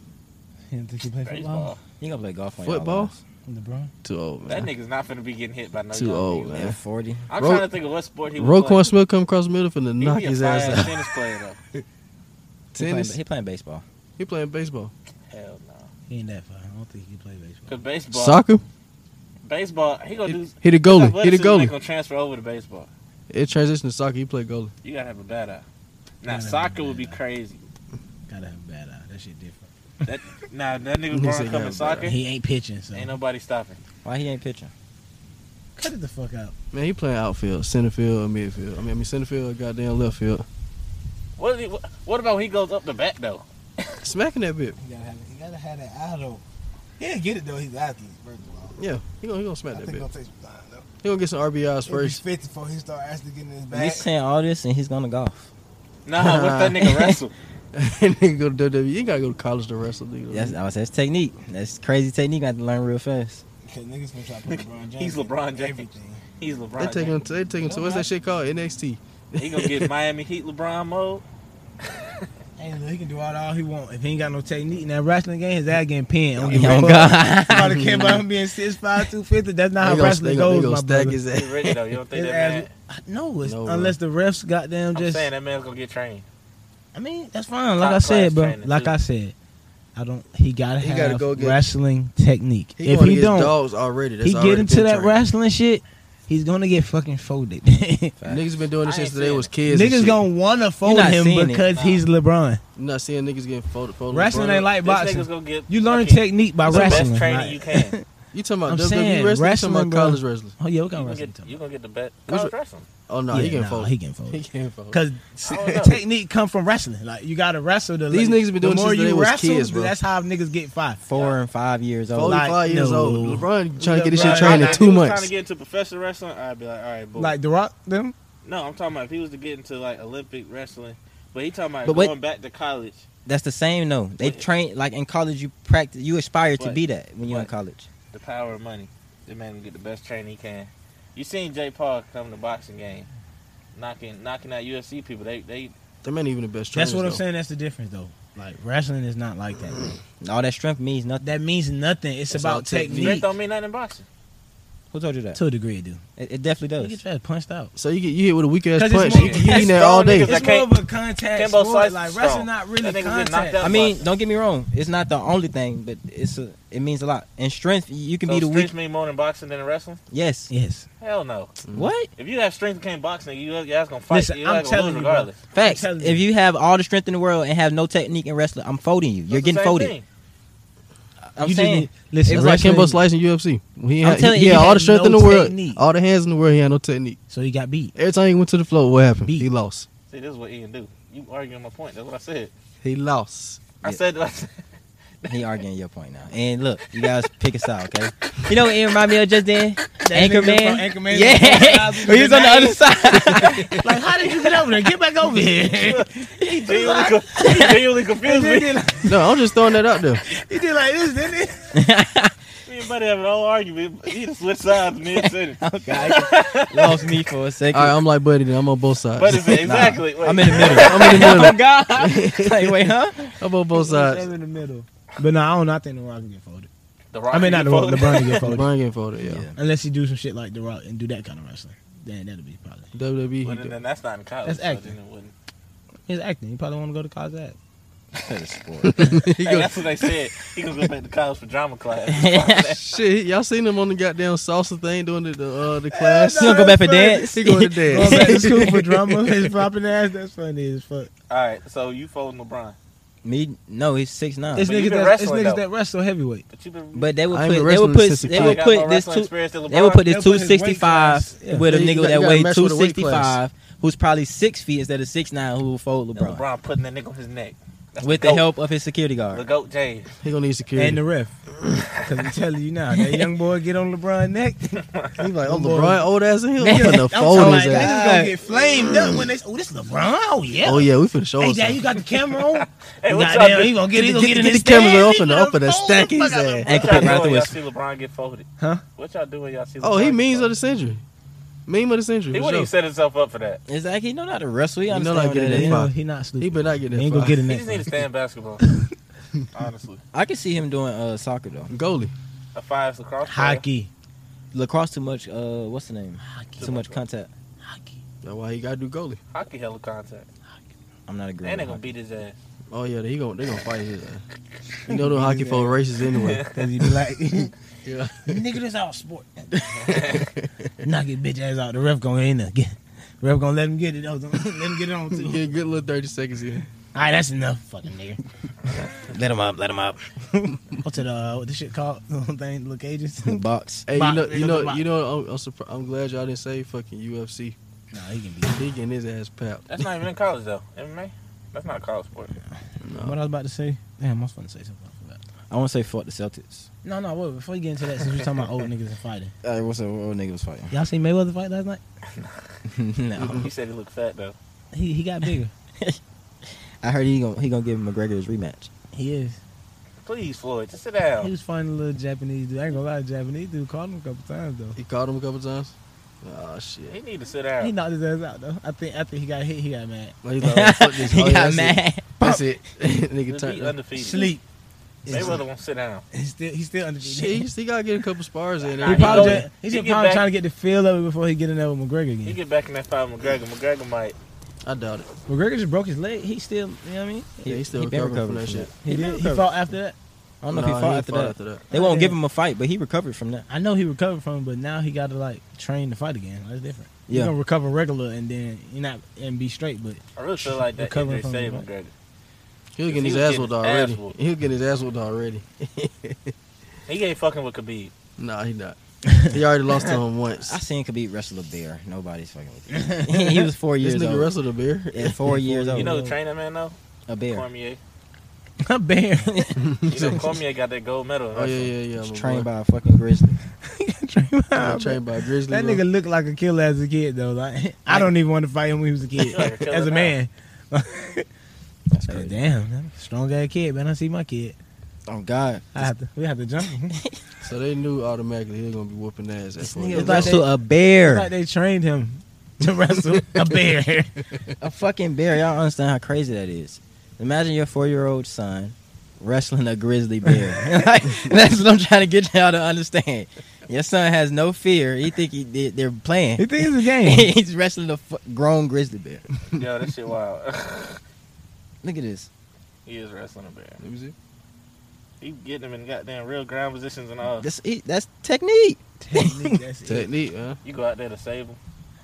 S4: You didn't think he played
S2: Baseball.
S4: football?
S3: You gonna play golf on
S1: Football?
S4: LeBron?
S1: Too old,
S2: That
S1: man.
S2: nigga's not finna be getting hit by no
S1: Too
S2: young
S1: old,
S2: nigga.
S1: man.
S3: Yeah, forty.
S2: I'm
S1: Ro-
S2: trying to think of what sport he was
S1: Roquan
S2: playing.
S1: Smith come across the middle finna
S2: He
S1: knock
S2: be a
S1: his ass
S2: fine-ass
S1: out.
S2: tennis player
S3: He playing,
S1: Tennis.
S3: he playing baseball.
S1: He playing baseball,
S2: though. Hell no.
S4: He ain't that far. I don't think he can play baseball.
S2: Cause baseball,
S1: soccer.
S2: baseball, he gonna do.
S1: Hit, hit a goalie. Hit a
S2: athleticism ain't
S1: goalie.
S2: gonna transfer over to baseball.
S1: It transitioned to soccer. He played goalie.
S2: You gotta have a bad eye. Now
S4: Gotta have a
S2: soccer
S4: bad
S2: would be
S4: eye.
S2: crazy.
S4: Gotta have a bad eye. That shit different.
S2: That, now that nigga
S1: He said gotta
S2: LeBron come
S1: have a
S2: in
S1: bad
S2: soccer,
S4: He ain't pitching, so
S2: ain't nobody stopping.
S3: Why he ain't pitching?
S4: cut it the fuck out.
S1: Man, he playing outfield, center field, and midfield. I mean, I mean center field, goddamn left field.
S2: What, is he, what, what about when he goes up the back though?
S1: Smacking that bit.
S4: You gotta have, you gotta have that eye though. Yeah, get it though. He's athlete first of all.
S1: Yeah, he gonna he gonna smack that bit.
S4: take some time though.
S1: He gonna get some RBIs first.
S4: fifty before he start actually getting his
S3: He's saying all this and he's gonna golf.
S2: Nah, what that nigga wrestle?
S1: and then go to WWE. You gotta go to college to wrestle, nigga.
S3: That's I was that's technique. That's crazy technique. I have to learn real fast.
S4: Cause niggas gonna try to put LeBron
S2: He's LeBron James. He's LeBron.
S1: they taking him.
S2: James.
S1: To, they taking him to what's that shit called? NXT.
S2: He gonna get Miami Heat LeBron mode.
S4: Hey, look, he can do all, all he want. If he ain't got no technique in that wrestling game, his ass getting pinned. I don't give
S3: Oh,
S4: a
S3: God.
S4: fuck. Somebody care about him being 6'5", 250. That's not
S3: They
S4: how
S3: gonna-
S4: wrestling
S3: they gonna- they
S4: goes,
S3: gonna
S4: my
S3: stack
S4: brother.
S3: his ass.
S2: Really though, you don't think
S4: His
S2: that
S4: ass- No, it's,
S2: No, bro.
S4: unless the refs goddamn
S2: man? I'm
S4: just.
S2: saying that man's gonna get trained.
S4: I mean, that's fine. Like I
S2: class
S4: said, bro.
S2: training,
S4: Like
S2: too.
S4: I said, I don't. He gotta
S1: He
S4: have
S1: gotta go get-
S4: wrestling technique.
S1: He
S4: if
S1: going
S4: he
S1: against
S4: don't,
S1: dogs already. That's
S4: he
S1: already
S4: get into
S1: been
S4: that
S1: trained.
S4: wrestling shit. He's gonna get fucking folded. Niggas
S1: Niggas been doing this since they was kids. and
S4: Niggas
S1: shit.
S4: gonna wanna fold
S1: not
S4: him
S1: seeing it.
S4: because
S1: Nah.
S4: he's LeBron.
S1: You not seeing niggas getting folded. folded
S4: Wrestling
S1: folded.
S4: ain't like
S1: This
S4: boxing.
S1: nigga's gonna get-
S4: You learn
S1: okay.
S4: technique by
S1: It's the best
S4: wrestling.
S1: training
S4: like-
S1: you can. You talking about
S4: I'm
S1: WWE
S4: saying,
S1: wrestling? You talking
S4: wrestling,
S1: about
S4: bro.
S1: college wrestling?
S4: Oh yeah, what kind
S2: You
S4: of
S2: gonna
S4: wrestling?
S2: get, you gonna get the bet.
S1: Which-
S2: College wrestling.
S1: Oh no, he
S4: Yeah,
S1: getting
S4: nah,
S1: folded.
S4: he getting folded.
S1: He getting folded.
S4: Because
S2: I don't know.
S4: technique come from wrestling. Like you gotta wrestle. To,
S1: These
S4: like,
S1: niggas been doing
S4: the
S1: this
S4: more
S1: since
S4: you
S1: they was
S4: wrestle,
S1: kids, bro.
S4: That's how niggas get five.
S3: Four and five years old.
S1: Forty five
S4: Like,
S1: years
S4: no.
S1: old. LeBron trying to get his
S4: LeBron-
S1: shit trained in
S2: If
S1: two
S2: he was Trying
S1: months.
S2: to get into professional wrestling, I'd be like, all right, boom.
S4: Like The Rock, them.
S2: no, I'm talking about if he was to get into like Olympic wrestling, but he talking about
S3: But wait-
S2: going back to college.
S3: That's the same though. They train like in college. You practice. You aspire to
S2: But-
S3: be that when you're in
S2: but
S3: college.
S2: The power of money. The man can get the best training he can. You seen Jay Paul come to boxing game, knocking knocking out UFC people. They they
S1: Them ain't even the best trainers.
S4: That's what I'm
S1: though.
S4: saying. That's the difference, though. Like wrestling is not like that. bro.
S3: All that strength means nothing.
S4: That means nothing. It's,
S3: It's all
S4: about
S3: technique.
S4: technique.
S2: strength don't mean nothing in boxing.
S3: Who told you that?
S4: To a degree, dude.
S3: It, it definitely
S4: You
S3: does.
S4: get your ass punched out.
S1: So you get you hit with a weak ass
S4: 'Cause it's
S1: punch.
S4: more-
S1: You
S4: it's
S1: eating that all
S2: strong
S1: day.
S2: niggas that
S4: It's more
S2: can't-
S4: of a contact
S2: Kimbo
S4: sport.
S2: Slice
S4: Like
S2: is
S4: wrestling,
S2: strong.
S4: not
S2: That
S4: really
S2: nigga get knocked
S4: contact.
S2: out.
S3: I mean, don't get me wrong. It's not the only thing, but it's a, it means a lot. And strength, you can
S2: So
S3: be the
S2: strength
S3: weak.
S2: mean more in boxing than in wrestling?
S3: Yes.
S4: Yes.
S2: Hell no.
S4: Mm-hmm.
S3: What?
S2: If you have strength and can't box, nigga, you your ass gonna fight.
S4: Listen,
S2: you
S4: I'm
S2: ass gonna
S4: telling
S2: lose
S4: you, bro.
S2: regardless.
S3: Facts.
S4: telling
S3: If you have all the strength in the world and have no technique in wrestling, I'm folding you. You're
S2: That's the
S3: getting
S2: same
S3: folded.
S2: thing.
S3: I'm
S4: You just
S3: saying.
S4: need- listen,
S1: It's like
S4: wrestling-
S1: Kimbo Slice in UFC. When He
S3: I'm
S1: had, he,
S3: telling you,
S1: had
S3: he
S1: all
S3: had
S1: the strength in
S4: no
S1: the world,
S4: technique.
S1: all the hands in the world. He had no technique.
S4: So he got beat.
S1: Every time he went to the floor, what happened? He lost.
S2: See, this is what Ian do. You arguing my point. That's what I said.
S1: He lost.
S2: I
S3: Yeah.
S2: said. I said
S3: He arguing your point now. And look, you guys pick us out, okay? You know what it remind me of just then? Anchorman.
S4: nigga from Anchorman.
S3: Yeah. When he was on the other side.
S4: like, how did you get over there? Get back over here.
S2: he genuinely, co- he genuinely confused me.
S4: did like,
S1: No, I'm just throwing that out there.
S4: he did like this, didn't he?
S2: Me and Buddy have an old argument. He just switched sides mid sentence.
S3: Lost me for a second.
S1: All right, I'm like Buddy. Then I'm on both sides.
S2: Buddy said, exactly. Wait,
S3: I'm in the middle.
S1: I'm in the
S3: oh
S1: middle.
S3: God. like, wait, huh?
S1: I'm on both sides.
S4: Him in the middle. But no, I don't. I think the Rock can get folded.
S2: The Rock
S4: I mean, not the
S2: and
S4: Rock.
S2: Foley.
S4: LeBron can get folded.
S1: LeBron getting folded. Yeah.
S4: Unless he do some shit like the Rock and do that kind of wrestling, then that'll be probably
S1: WWE. E. he
S2: But
S1: do-
S2: then, then that's not in college.
S4: That's
S2: so then
S4: acting.
S2: it wouldn't.
S4: his acting. He probably want to go to college. That
S1: He
S2: Hey,
S1: go-
S2: that's what they said. He gonna go back to college for drama class.
S1: Shit, y'all seen him on the goddamn salsa thing doing the the, uh, the class?
S3: You gonna go back for dance?
S1: He going to
S4: going back to
S1: dance.
S4: school for drama. His flopping ass. That's funny as fuck.
S2: All right, so you folding LeBron,
S3: Me? No, he's six nine.
S4: It's
S2: But you
S4: niggas
S2: been
S4: that it's
S2: wrestling,
S4: niggas
S2: though.
S4: that wrestle heavyweight.
S2: but you been
S3: But they would
S1: I ain't
S3: put
S1: been
S3: they would
S1: wrestling
S3: put
S1: since he
S3: they would
S2: got more
S3: put this
S2: wrestling
S3: two
S2: experience than LeBron.
S3: they would put
S4: They'll
S3: this
S4: put
S3: two
S4: his weight
S3: sixty five
S4: class. Yeah.
S3: with a
S1: You
S3: nigga
S1: got- you
S3: that
S1: gotta
S3: weighed
S1: match with
S3: two
S1: a weight
S3: sixty
S1: class.
S3: five, who's probably six feet instead of six nine, who will fold
S2: LeBron,
S3: LeBron
S2: putting that nigga on his neck That's
S3: with the
S2: GOAT.
S3: help of his security
S2: The
S3: guard.
S2: goat James.
S1: He gonna need
S4: And
S1: security.
S4: the ref. Because I'm telling you now, that young boy get on LeBron neck.
S1: He like, oh LeBron, old ass in here.
S3: Man,
S1: I'm finna fold his ass.
S4: niggas gonna get flamed up when they say, oh, this LeBron? Oh, yeah.
S1: Oh yeah, we finna show
S4: Hey,
S1: him.
S4: Dad, you
S1: something.
S4: got the camera on?
S2: Hey, what y'all
S4: Goddamn,
S2: do-
S4: he gonna get, he gonna
S1: Get-
S4: get, in
S1: get
S4: his
S1: the camera
S4: stand,
S1: up
S4: he
S1: and
S4: gonna
S1: up and
S4: fold
S1: stack
S4: the fuck
S1: his
S4: out of
S1: ass.
S2: What
S3: Ankle
S2: y'all
S3: pick right
S2: doing?
S3: through
S2: Y'all
S3: us.
S2: see LeBron get folded.
S4: Huh?
S2: What y'all doing? Y'all see? LeBron
S1: Oh, he
S2: get
S1: memes of
S2: folded?
S1: the century. Meme of the century.
S2: He
S1: for
S2: wouldn't
S1: sure.
S2: even set himself up for that.
S3: It's like he know how to wrestle. He
S1: You know
S3: understand
S1: how to
S3: what
S1: get
S3: it
S1: it
S3: is.
S1: in.
S4: He, know, he not stupid.
S1: He better not get
S4: He ain't
S1: that
S4: gonna
S1: far.
S4: get in
S2: He
S4: that.
S2: just need to
S4: far.
S2: stay in basketball. Honestly,
S3: I can see him doing uh, soccer though.
S1: Goalie.
S2: a five lacrosse player.
S4: Hockey.
S3: Lacrosse too much. Uh, what's the name? Too much contact.
S4: Hockey.
S1: That's why he gotta do goalie.
S2: Hockey hella contact.
S3: I'm not agreeing.
S2: And they
S3: with
S2: gonna
S3: hockey.
S2: beat his ass.
S1: Oh yeah, they gonna they gonna fight his ass. You know the hockey folk races anyway.
S4: Because he be like,
S1: Yeah.
S4: nigga, this our sport. Knock his bitch ass out. The ref gonna in there. Get- Ref gonna let him get it. though. Let him get it on, too.
S1: Get a good little thirty seconds in.
S4: All right, that's enough, fucking nigga.
S3: Let him up. Let him up.
S4: What's it? Uh, what the shit called? The whole thing, little cages.
S3: The box.
S1: Hey, you
S4: Bop,
S1: know,
S4: they
S1: you
S4: gonna
S1: know,
S4: bop.
S1: you know. I'm, I'm, surpri- I'm glad y'all didn't say fucking UFC.
S4: nah, he can be.
S1: He getting his ass papped.
S2: That's not even in college though. MMA. That's not a college sport.
S4: What I was about to say? Damn, I was going to say something. I forgot.
S3: I want to say fuck the Celtics.
S4: No, no, wait. Before you get into that, since we're talking about old niggas and fighting,
S3: Hey, what's up? Old nigga was fighting.
S4: y'all seen Mayweather fight last night?
S3: no,
S1: Mm-hmm.
S2: He said he looked fat though.
S4: He he got bigger.
S3: I heard he gonna he gonna give McGregor his rematch.
S4: he is.
S2: Please, Floyd, just sit
S4: He
S2: down.
S4: was fighting a little Japanese dude. I ain't gonna lie, Japanese dude called him a couple times though.
S1: He called him a couple times. Oh shit.
S2: He need to sit down.
S4: He knocked his ass out though. I think after he got hit, he got mad.
S1: Well, he like, fuck this. Oh, yeah, that's It. That's it.
S2: He'll
S1: Nigga
S2: be
S1: turned up.
S2: undefeated.
S4: Sleep.
S2: Mayweather won't sit down.
S4: He's still he's still undefeated.
S1: Shit, he still gotta get a couple spars in.
S4: He
S1: there.
S4: probably
S1: He
S4: just,
S1: go-
S4: he's
S2: he
S4: just
S2: get
S4: probably
S2: back-
S4: trying to get the feel of it before he get in there with McGregor
S2: He
S4: again.
S2: get back in that fight with McGregor. McGregor might.
S1: I doubt it.
S4: McGregor just broke his leg. He still, you know what I mean?
S1: Yeah, he still
S3: he been
S1: recovering from
S3: recovering
S1: that
S3: from
S1: shit.
S3: that.
S4: He,
S3: He been
S4: did. He
S3: recovered.
S4: fought after that.
S3: I don't know
S1: Nah,
S3: if
S1: he
S3: he fought,
S1: ain't
S3: after,
S1: fought
S3: that.
S1: after that.
S3: They won't
S4: Yeah.
S3: give him a fight, but he recovered from that.
S4: I know he recovered from it, but now he got to like train to fight again. That's different.
S3: Yeah.
S4: You're gonna recover regular and then you're not and be straight, but
S2: I really feel like that
S4: Recovering
S2: injury
S4: from
S2: saved
S4: the-
S2: McGregor.
S1: He was getting
S2: He
S1: his
S2: was
S1: ass
S2: getting
S1: whooped
S2: his
S1: already.
S2: ass whooped.
S1: He was getting his ass whooped already.
S2: He ain't fucking with Khabib.
S1: nah, he not. He already lost to him once.
S3: I seen Khabib wrestle a bear. Nobody's fucking with him. he was four years
S1: This nigga
S3: old.
S1: wrestled a bear.
S3: Yeah, four years
S4: Oh,
S3: old.
S2: You know who trained that man though?
S3: a bear.
S2: Cormier.
S4: a bear
S2: You know Cormier got that gold medal.
S1: Oh yeah, yeah, yeah.
S3: He's
S1: my
S3: trained
S1: boy.
S3: by a fucking grizzly.
S1: Yeah, trained by a grizzly.
S4: that
S1: bro.
S4: nigga looked like a killer as a kid though. Like I don't even want to fight him when he was a kid.
S2: Like a killer
S4: as a
S2: now.
S4: man,
S3: That's
S4: Like,
S3: crazy.
S4: damn, man, strong ass kid, man. I see my kid.
S3: Oh God.
S4: I have to, we have to jump. him.
S1: So they knew automatically he was gonna be whooping ass. At
S3: This
S1: four
S3: nigga
S1: years old.
S4: like
S3: wrestled
S4: they-
S3: a
S4: It's
S3: bear.
S4: like they trained him to wrestle a bear.
S3: a fucking bear. Y'all don't understand how crazy that is. Imagine your four year old son wrestling a grizzly bear. like, that's what I'm trying to get y'all to understand. Your son has no fear. He think he they- they're
S4: he
S3: playing.
S4: thinks it's a game.
S3: He's wrestling a fu- grown grizzly bear.
S2: Yo, that shit wild.
S3: Look at this.
S2: he is wrestling a bear.
S1: Let me see.
S2: He getting him in goddamn real ground positions and all.
S3: This he- that's technique.
S4: Technique, that's it.
S1: Technique, huh?
S2: You go out there to save him.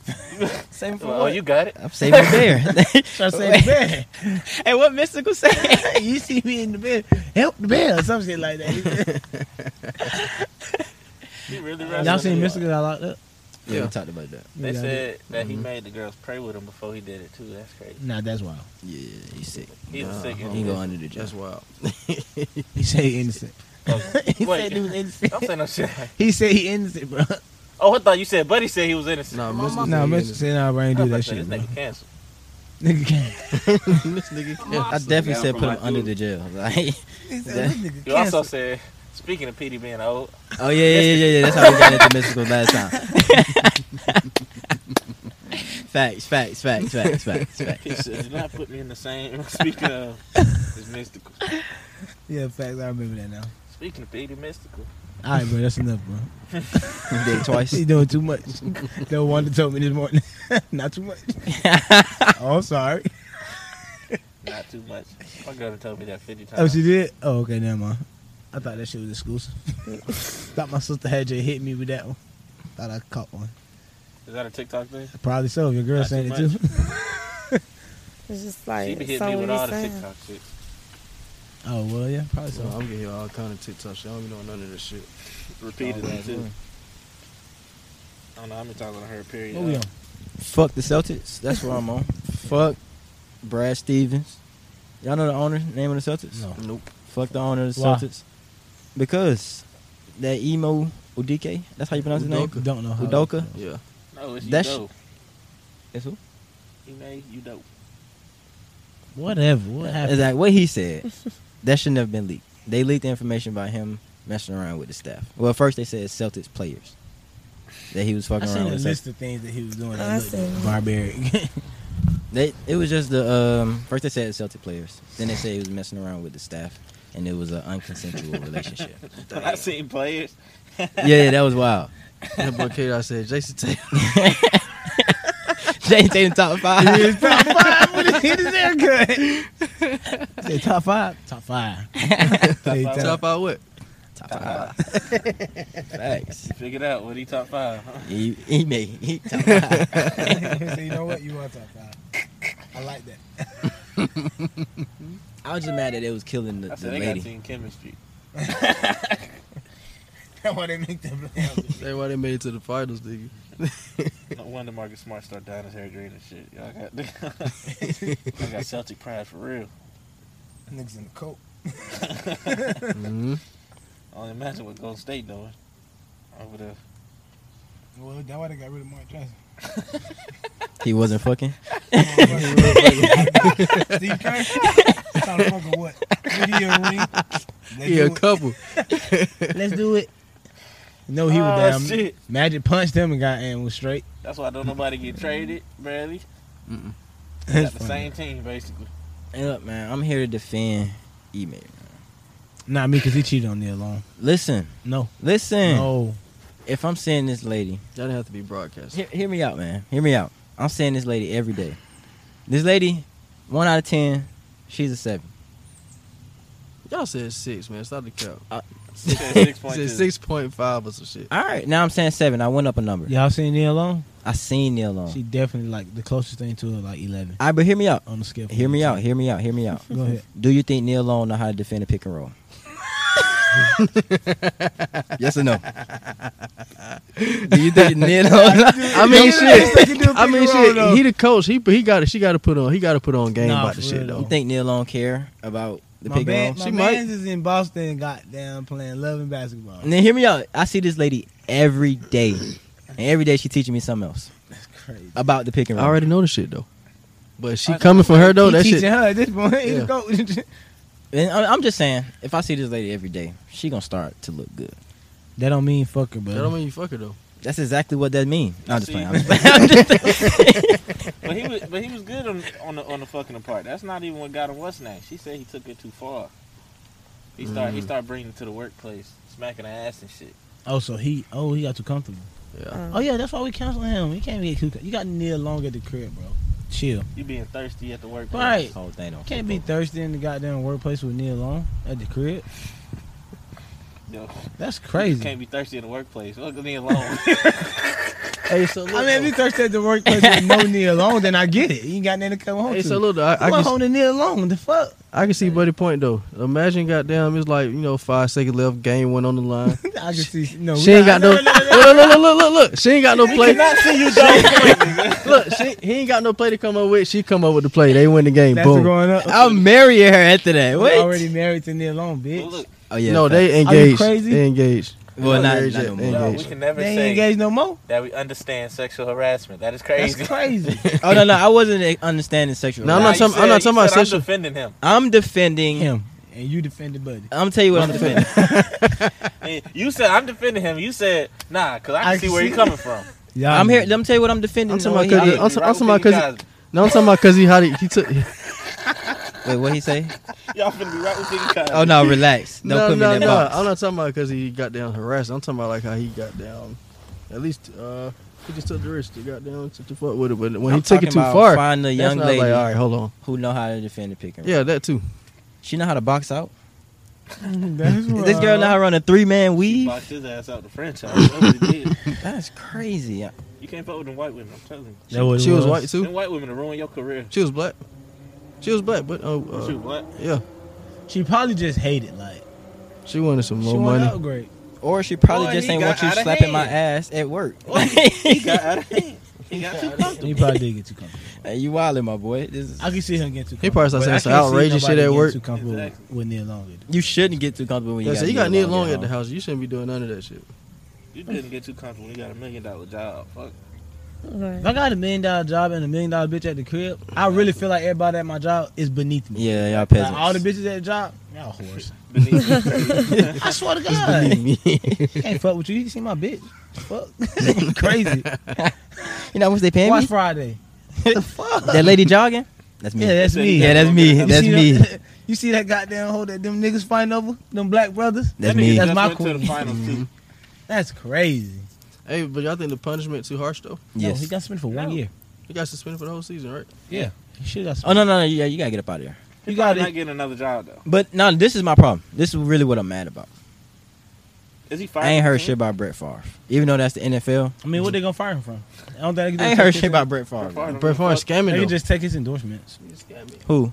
S3: Same for
S2: Oh,
S3: what?
S2: you got it.
S3: I'm saving the bear.
S4: Try to save the bear.
S3: hey, what mystical saying?
S4: you see me in the bed. Help the bear or some shit like that.
S2: He really wrestling.
S4: Y'all seen
S2: a
S4: Mr. Got locked up?
S3: Yeah,
S1: Yeah.
S3: we talked about that.
S2: They
S4: Yeah, I Mm-hmm.
S2: said that he
S1: Mhm.
S2: made the girls pray with him before he did it too. That's crazy.
S4: Nah, that's wild.
S3: Yeah, he's sick.
S2: He was
S1: Nah,
S2: sick.
S1: huh.
S3: He go under the jail.
S1: That's wild.
S4: He said he innocent. he
S2: Wait.
S4: said he was innocent.
S2: I'm saying no shit.
S4: He said he innocent, bro.
S2: Oh, I thought you said Buddy said he was innocent.
S1: Nah,
S2: Mama-
S1: Mr.
S4: Nah,
S1: Nigga
S4: Mr. said nah, bro, I ain't do
S2: I'm about
S4: that
S2: to say,
S4: shit,
S2: This
S4: bro.
S2: nigga canceled.
S4: Nigga can't.
S1: this nigga can't.
S3: I definitely said put him under the jail. Like,
S4: He
S3: That-
S4: said this nigga
S2: You also
S4: canceled.
S2: said, speaking of PD being old,
S3: oh yeah, yeah, yeah, yeah. yeah. That's how we got into mystical last time. facts, facts, facts, facts, facts, facts.
S2: he said, do not put me in the same. Speaking of, it's mystical.
S4: Yeah, facts. I remember that now.
S2: Speaking of PD mystical,
S4: All right, bro. That's enough, bro.
S3: You did it twice.
S4: He's doing too much. the one that told me this morning, not too much. oh, I'm sorry.
S2: not too much. My girl done told me that 50 times.
S4: Oh, she did. Oh, okay, never mind. I thought that shit was exclusive. thought my sister had just hit me with that one. Thought I caught one.
S2: Is that a TikTok thing?
S4: Probably so. Your girl
S2: Not
S4: saying it
S2: too
S4: too.
S6: It's just
S2: She
S6: like
S2: be hitting me
S6: something
S2: with
S6: you
S2: all the
S6: saying.
S2: TikTok shit.
S4: Oh well, yeah, probably
S1: So I'm
S4: so.
S1: getting all kind of TikTok shit. I don't even know none of this shit.
S4: Oh,
S2: Repeatedly, too. I don't know. I've been talking to her, period.
S4: What we on?
S3: Fuck the Celtics. That's where I'm on. Fuck Brad Stevens. Y'all know the owner name of the Celtics?
S2: uh,
S4: No.
S1: Nope.
S3: Fuck the owner of the
S4: Why?
S3: Celtics. Because that emo Udike. That's how you pronounce his name.
S1: Udoka.
S4: Don't know how.
S3: Udoka.
S1: Yeah.
S2: No, it's you
S3: That
S2: dope.
S3: That's who?
S2: He made you dope.
S4: Whatever. What happened?
S3: It's like what he said. that shouldn't have been leaked. They leaked the information about him messing around with the staff. Well, first they said Celtics players that he was
S4: I
S3: fucking
S4: seen
S3: around
S4: a
S3: with. Celtics.
S4: list of things that he was doing.
S6: I
S4: That looked
S6: seen-
S4: barbaric.
S3: They it was just the um, first they said Celtic players. Then they said he was messing around with the staff, and it was an unconsensual relationship.
S2: I seen players.
S3: Yeah, yeah, that was wild.
S1: That boy K. I said, Jason Tatum.
S3: James Tatum top five.
S4: It's top five. What is his haircut? Say top five. Top five. Say
S2: five.
S1: Top out what?
S3: top five. Facts.
S2: Figured out what he top five. Huh?
S3: He, he made he top five.
S4: so you know what? You are top five. I like that.
S3: I was just mad that it was killing the,
S2: I
S3: the
S2: said, they got
S3: lady.
S2: team chemistry.
S4: That's why they make them.
S1: That's why they made it to the finals, nigga.
S2: No wonder Marcus Smart start dyeing his hair green and shit. Y'all got, I got Celtic pride for real.
S4: Niggas in the coat.
S1: mm-hmm.
S2: I only imagine what Golden State doing over there.
S4: Well, that's why they got rid of Mark Jackson.
S3: He wasn't fucking.
S4: Steve Kerr? Trying to fuck with what? Video ring? Let's,
S1: Yeah, a couple.
S4: Let's do it. No, he was
S2: Oh,
S4: down.
S2: shit.
S4: Magic punched him and got and was straight.
S2: That's why don't nobody get traded, barely.
S4: Mm-mm.
S2: They Got the same team basically.
S3: Hey, look, man, I'm here to defend Emay.
S4: Not me, cause he cheated on me alone.
S3: Listen,
S4: No,
S3: listen.
S4: No.
S3: If I'm seeing this lady,
S1: That didn't have to be broadcast.
S3: Hear, hear me out, man. Hear me out. I'm seeing this lady every day. This lady, one out of ten, she's a seven.
S1: Y'all said six, man. Stop the count.
S3: Said
S1: Said
S3: 6.2.
S1: six point five or some shit.
S3: All right, now I'm saying seven. I went up a number.
S4: Y'all seen Neil Long?
S3: I seen Neil Long.
S4: She definitely like the closest thing to her, like eleven.
S3: All right, but hear me out.
S4: On the scale.
S3: Hear me out. Hear me out. Hear me out.
S4: Go ahead.
S3: Do you think Neil Long know how to defend a pick and roll? yes or no? Do you think Neil Long?
S1: I mean, shit. I mean, shit. He the coach. He he got. She got to put on. He got to put on game
S3: Nah,
S1: about the
S3: for
S1: shit
S3: real,
S1: though.
S3: You think Neil Long care about the
S4: my
S3: pick
S4: man,
S3: and roll?
S4: my man's is in Boston, goddamn, playing loving basketball.
S3: And then hear me out. I see this lady every day, and every day she teaching me something else. That's
S4: crazy.
S3: About the pick and
S1: I
S3: roll.
S1: already know the shit though. But she coming for her though.
S3: He
S1: That
S3: teaching
S1: shit.
S4: her at this point.
S1: Yeah.
S3: And I- I'm just saying, if I see this lady every day, she gonna start to look good.
S4: That don't mean fucker, bro.
S1: That don't mean you fuck her though.
S3: That's exactly what that means. I'm just
S1: See?
S3: playing. I'm just playing. I'm just
S2: But he was, but he was good on on the on the fucking apart. That's not even what got him what's next. She said he took it too far. He started he
S4: Mm.
S2: started bringing it to the workplace, smacking her ass and shit.
S4: Oh, so he oh he got too comfortable.
S6: Um,
S1: Yeah.
S4: Oh yeah, that's why we counseling him. He can't be too. You got Neil Long at the crib, bro. Chill.
S2: You being thirsty at the workplace.
S4: Right. Can't be thirsty in the goddamn workplace with Neil Long at the crib.
S2: Yo,
S4: That's crazy.
S2: You can't be thirsty in the workplace. Look at me alone.
S1: Hey, so
S4: I mean, if you thirsty at the workplace with no Neil Long, then I get it. You ain't got nothing to come home
S1: Hey,
S4: to.
S1: so look, I- I
S4: You went
S1: can-
S4: home to Neil Long. The fuck?
S1: I can see Buddy point though. Imagine, goddamn, it's like you know five seconds left. Game one on the line.
S4: I can see. No,
S1: she ain't got no. Look, look, look, look, look, look. She ain't got no
S4: We
S1: play.
S4: cannot see you,
S1: She- Look, she, he ain't got no play to come up with. She come up with the play. They win the game.
S4: That's
S1: Boom.
S4: growing up.
S3: I'm marrying her after that.
S4: You
S3: What?
S4: already married to Neil Long, bitch.
S3: Oh yeah.
S1: no,
S3: facts.
S1: they
S4: Are you
S1: engaged.
S4: crazy?
S1: They engaged.
S3: Well, not-
S1: married
S3: not
S1: yet.
S3: no
S1: They
S3: more.
S2: No,
S1: engaged.
S2: we can never
S4: They ain't
S2: say
S4: engaged no more.
S2: that we understand sexual harassment. That is crazy.
S4: That's crazy.
S3: Oh no, no, I wasn't eh, understanding sexual.
S1: No, I'm not
S3: harassment.
S1: talking. I'm not talking about
S2: said I'm
S1: sexual.
S2: defending him.
S3: I'm defending
S4: him. and you defended Buddy.
S3: I'm tell you what I'm defending.
S2: And you said I'm defending him. You said nah, cause I can
S3: I
S2: see where
S3: see-
S2: you're coming from.
S4: Yeah,
S3: I'm here. Let me tell you what I'm defending.
S1: I'm talking
S3: on
S1: about
S3: what he
S1: because.
S3: did.
S1: I'm, ta- I'm talking about because. No, I'm talking about because he had it. He took.
S3: Wait, what he say?
S2: Y'all finna be right with Biggie Cosby.
S3: Oh no, relax. Don't
S1: no,
S3: put me
S1: no,
S3: in that
S1: no.
S3: box.
S1: I'm not talking about because he got down harassed. I'm talking about like how he got down. At least uh, he just took the risk. He got down, took the fuck with it. But when
S3: I'm
S1: he took
S3: talking
S1: it too
S3: about
S1: far,
S3: find a
S1: that's
S3: young
S1: not
S3: lady.
S1: Like, uh, all right, hold on.
S3: Who know how to defend the pick and roll?
S1: Yeah, that too.
S3: She know how to box out.
S4: That's
S3: this girl know how to run a three man weave.
S2: Boxed his ass out the franchise. That's what he did.
S3: That's crazy. I-
S2: You can't fuck with them white women. I'm telling you.
S1: That what it She was was. white, too?
S2: Them white women will ruin your career.
S1: She was black. She was black, but oh, uh,
S2: She was black?
S1: Yeah,
S4: She probably just hated like
S1: uh, she wanted some
S4: she
S1: more
S4: wanted
S1: money.
S4: upgrade.
S3: Or she probably
S4: Boy,
S3: just
S4: he
S3: ain't
S4: got
S3: want you
S4: outta
S3: slapping my
S4: hand.
S3: ass at work.
S2: He got out of hand. He got too comfortable.
S4: He probably did get too comfortable.
S3: Hey, you wildin', my boy. This is,
S4: I can see him getting too comfortable.
S1: He probably started
S4: but I
S1: saying some
S4: can't see
S1: outrageous shit
S4: nobody
S1: at
S4: getting
S1: work.
S4: Too comfortable with Neil Long.
S3: you shouldn't get too comfortable when you
S1: Yeah,
S3: got.
S1: so you got Neil Long
S3: at
S1: at the
S3: home.
S1: house. You shouldn't be doing none of that shit.
S2: You didn't get too comfortable. You got a million dollar job. Fuck.
S4: If I got a million dollar job and a million dollar bitch at the crib, I really feel like everybody at my job is beneath me.
S3: Yeah, y'all
S4: Like,
S3: peasants.
S4: all the bitches at the job, y'all whores.
S2: Beneath
S3: me.
S4: I swear to
S3: It's
S4: God,
S3: beneath me.
S4: can't fuck with you. You see my bitch? Fuck, crazy.
S3: You know how much they paying
S4: Watch
S3: me?
S4: Friday. the fuck?
S3: That lady jogging? That's me.
S4: Yeah, that's me.
S3: Yeah, that's me.
S4: You
S3: That's
S4: see
S3: me.
S4: that- you see that goddamn hole that them niggas fighting over? Them black brothers?
S3: That's me.
S4: That's my
S2: went to the
S4: queen.
S2: finals too.
S4: That's crazy.
S1: Hey, but y'all think the punishment too harsh though?
S4: No, he got suspended for one year.
S1: He got suspended for the whole season, right?
S4: Yeah. He should have
S3: Oh no, no, no. Yeah, you gotta get up out of here.
S2: He
S4: You got
S2: probably not
S4: it.
S2: getting another job though.
S3: But no, this is my problem. This is really what I'm mad about.
S2: Is he fired?
S3: I ain't
S2: from the
S3: heard
S2: team?
S3: shit about Brett Favre, even though that's the NFL.
S4: I mean, what they gonna fire him from? I don't think they
S3: I ain't heard shit about Brett Favre.
S2: Favre.
S1: Brett Favre
S4: They
S1: scamming
S4: can
S1: though.
S4: just take his endorsements.
S3: Who?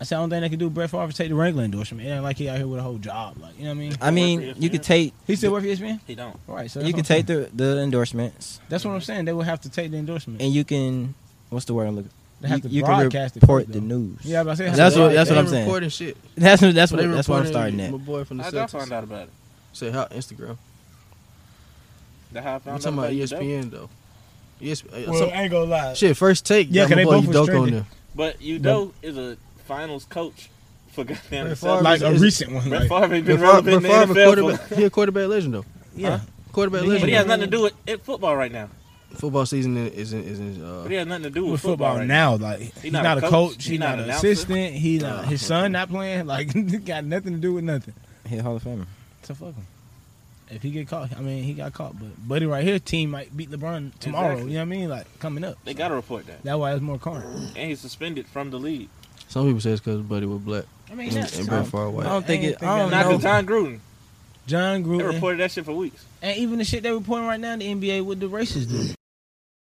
S4: I said I don't think they can do Brett Favre to take the Wrangler endorsement. It ain't like he out here with a whole job. Like you know what I mean?
S3: I mean, you could take
S4: He still work for E ESPN.
S2: He don't.
S4: All right, so
S3: you
S4: can
S3: could take the the endorsements,
S4: That's what I'm saying. They would have to take the endorsement.
S3: and you can what's the word I'm looking?
S4: They have
S3: you,
S4: to
S3: you can
S4: broadcast it
S3: report
S4: first,
S3: the
S4: though.
S3: news.
S4: Yeah, but I said-
S3: that's
S4: They-
S3: what that's what
S4: they
S3: I'm saying.
S1: reporting shit.
S3: That's what that's
S1: So
S3: what
S1: they
S3: that's what I'm
S1: reporting
S3: starting at.
S1: My boy from the
S2: How'd y'all
S1: Celtics.
S2: find out about it?
S1: Say how Instagram.
S2: That how I found
S1: I'm
S2: out
S1: talking about E
S2: you, though?
S1: ESPN though. E Yes.
S4: Well, I ain't gonna lie.
S1: uh, Shit, first take.
S4: Yeah,
S1: Yeah,
S4: can
S1: my
S4: they
S1: boy
S4: both was
S1: Udoka on
S4: trending?
S1: there.
S2: But you know, is a finals coach for goddamn
S4: Brett
S2: the Celtics.
S4: Favre Like a is- recent one,
S2: Brett
S4: like-
S2: Favre been
S1: Brett Favre-
S2: relevant
S1: Brett Favre
S2: in the NFL.
S1: quarterback- he a quarterback legend though.
S4: Yeah.
S1: Huh? Quarterback
S2: But he
S1: legendary.
S2: has nothing to do with it, football right now.
S1: Football season is in, is in uh,
S2: But he has nothing to do with,
S4: with
S2: football,
S4: football
S2: right
S4: now. Like he's, not, a coach. He's, not, an
S2: announcer.
S4: assistant. He's
S1: Nah,
S4: not, his son not playing. Like got nothing to do with nothing.
S3: He's Hall of Famer.
S4: So fuck him. If he get caught, I mean he got caught. But buddy, right here, team might beat LeBron tomorrow.
S2: Exactly.
S4: You know what I mean? Like coming up.
S2: They gotta report that.
S4: That's why it's more current.
S2: And he's suspended from the league.
S1: Some people say it's because Buddy was black.
S4: I mean,
S1: and,
S4: that's-
S1: and Brett
S4: I-
S1: Favre white.
S4: I don't think it- I
S1: Oh,
S4: don't
S2: Not
S4: know.
S2: to John Gruden.
S4: John
S2: They
S4: Gruden.
S2: reported that shit for weeks.
S4: And even the shit they're reporting right now, in the NBA with the racists do.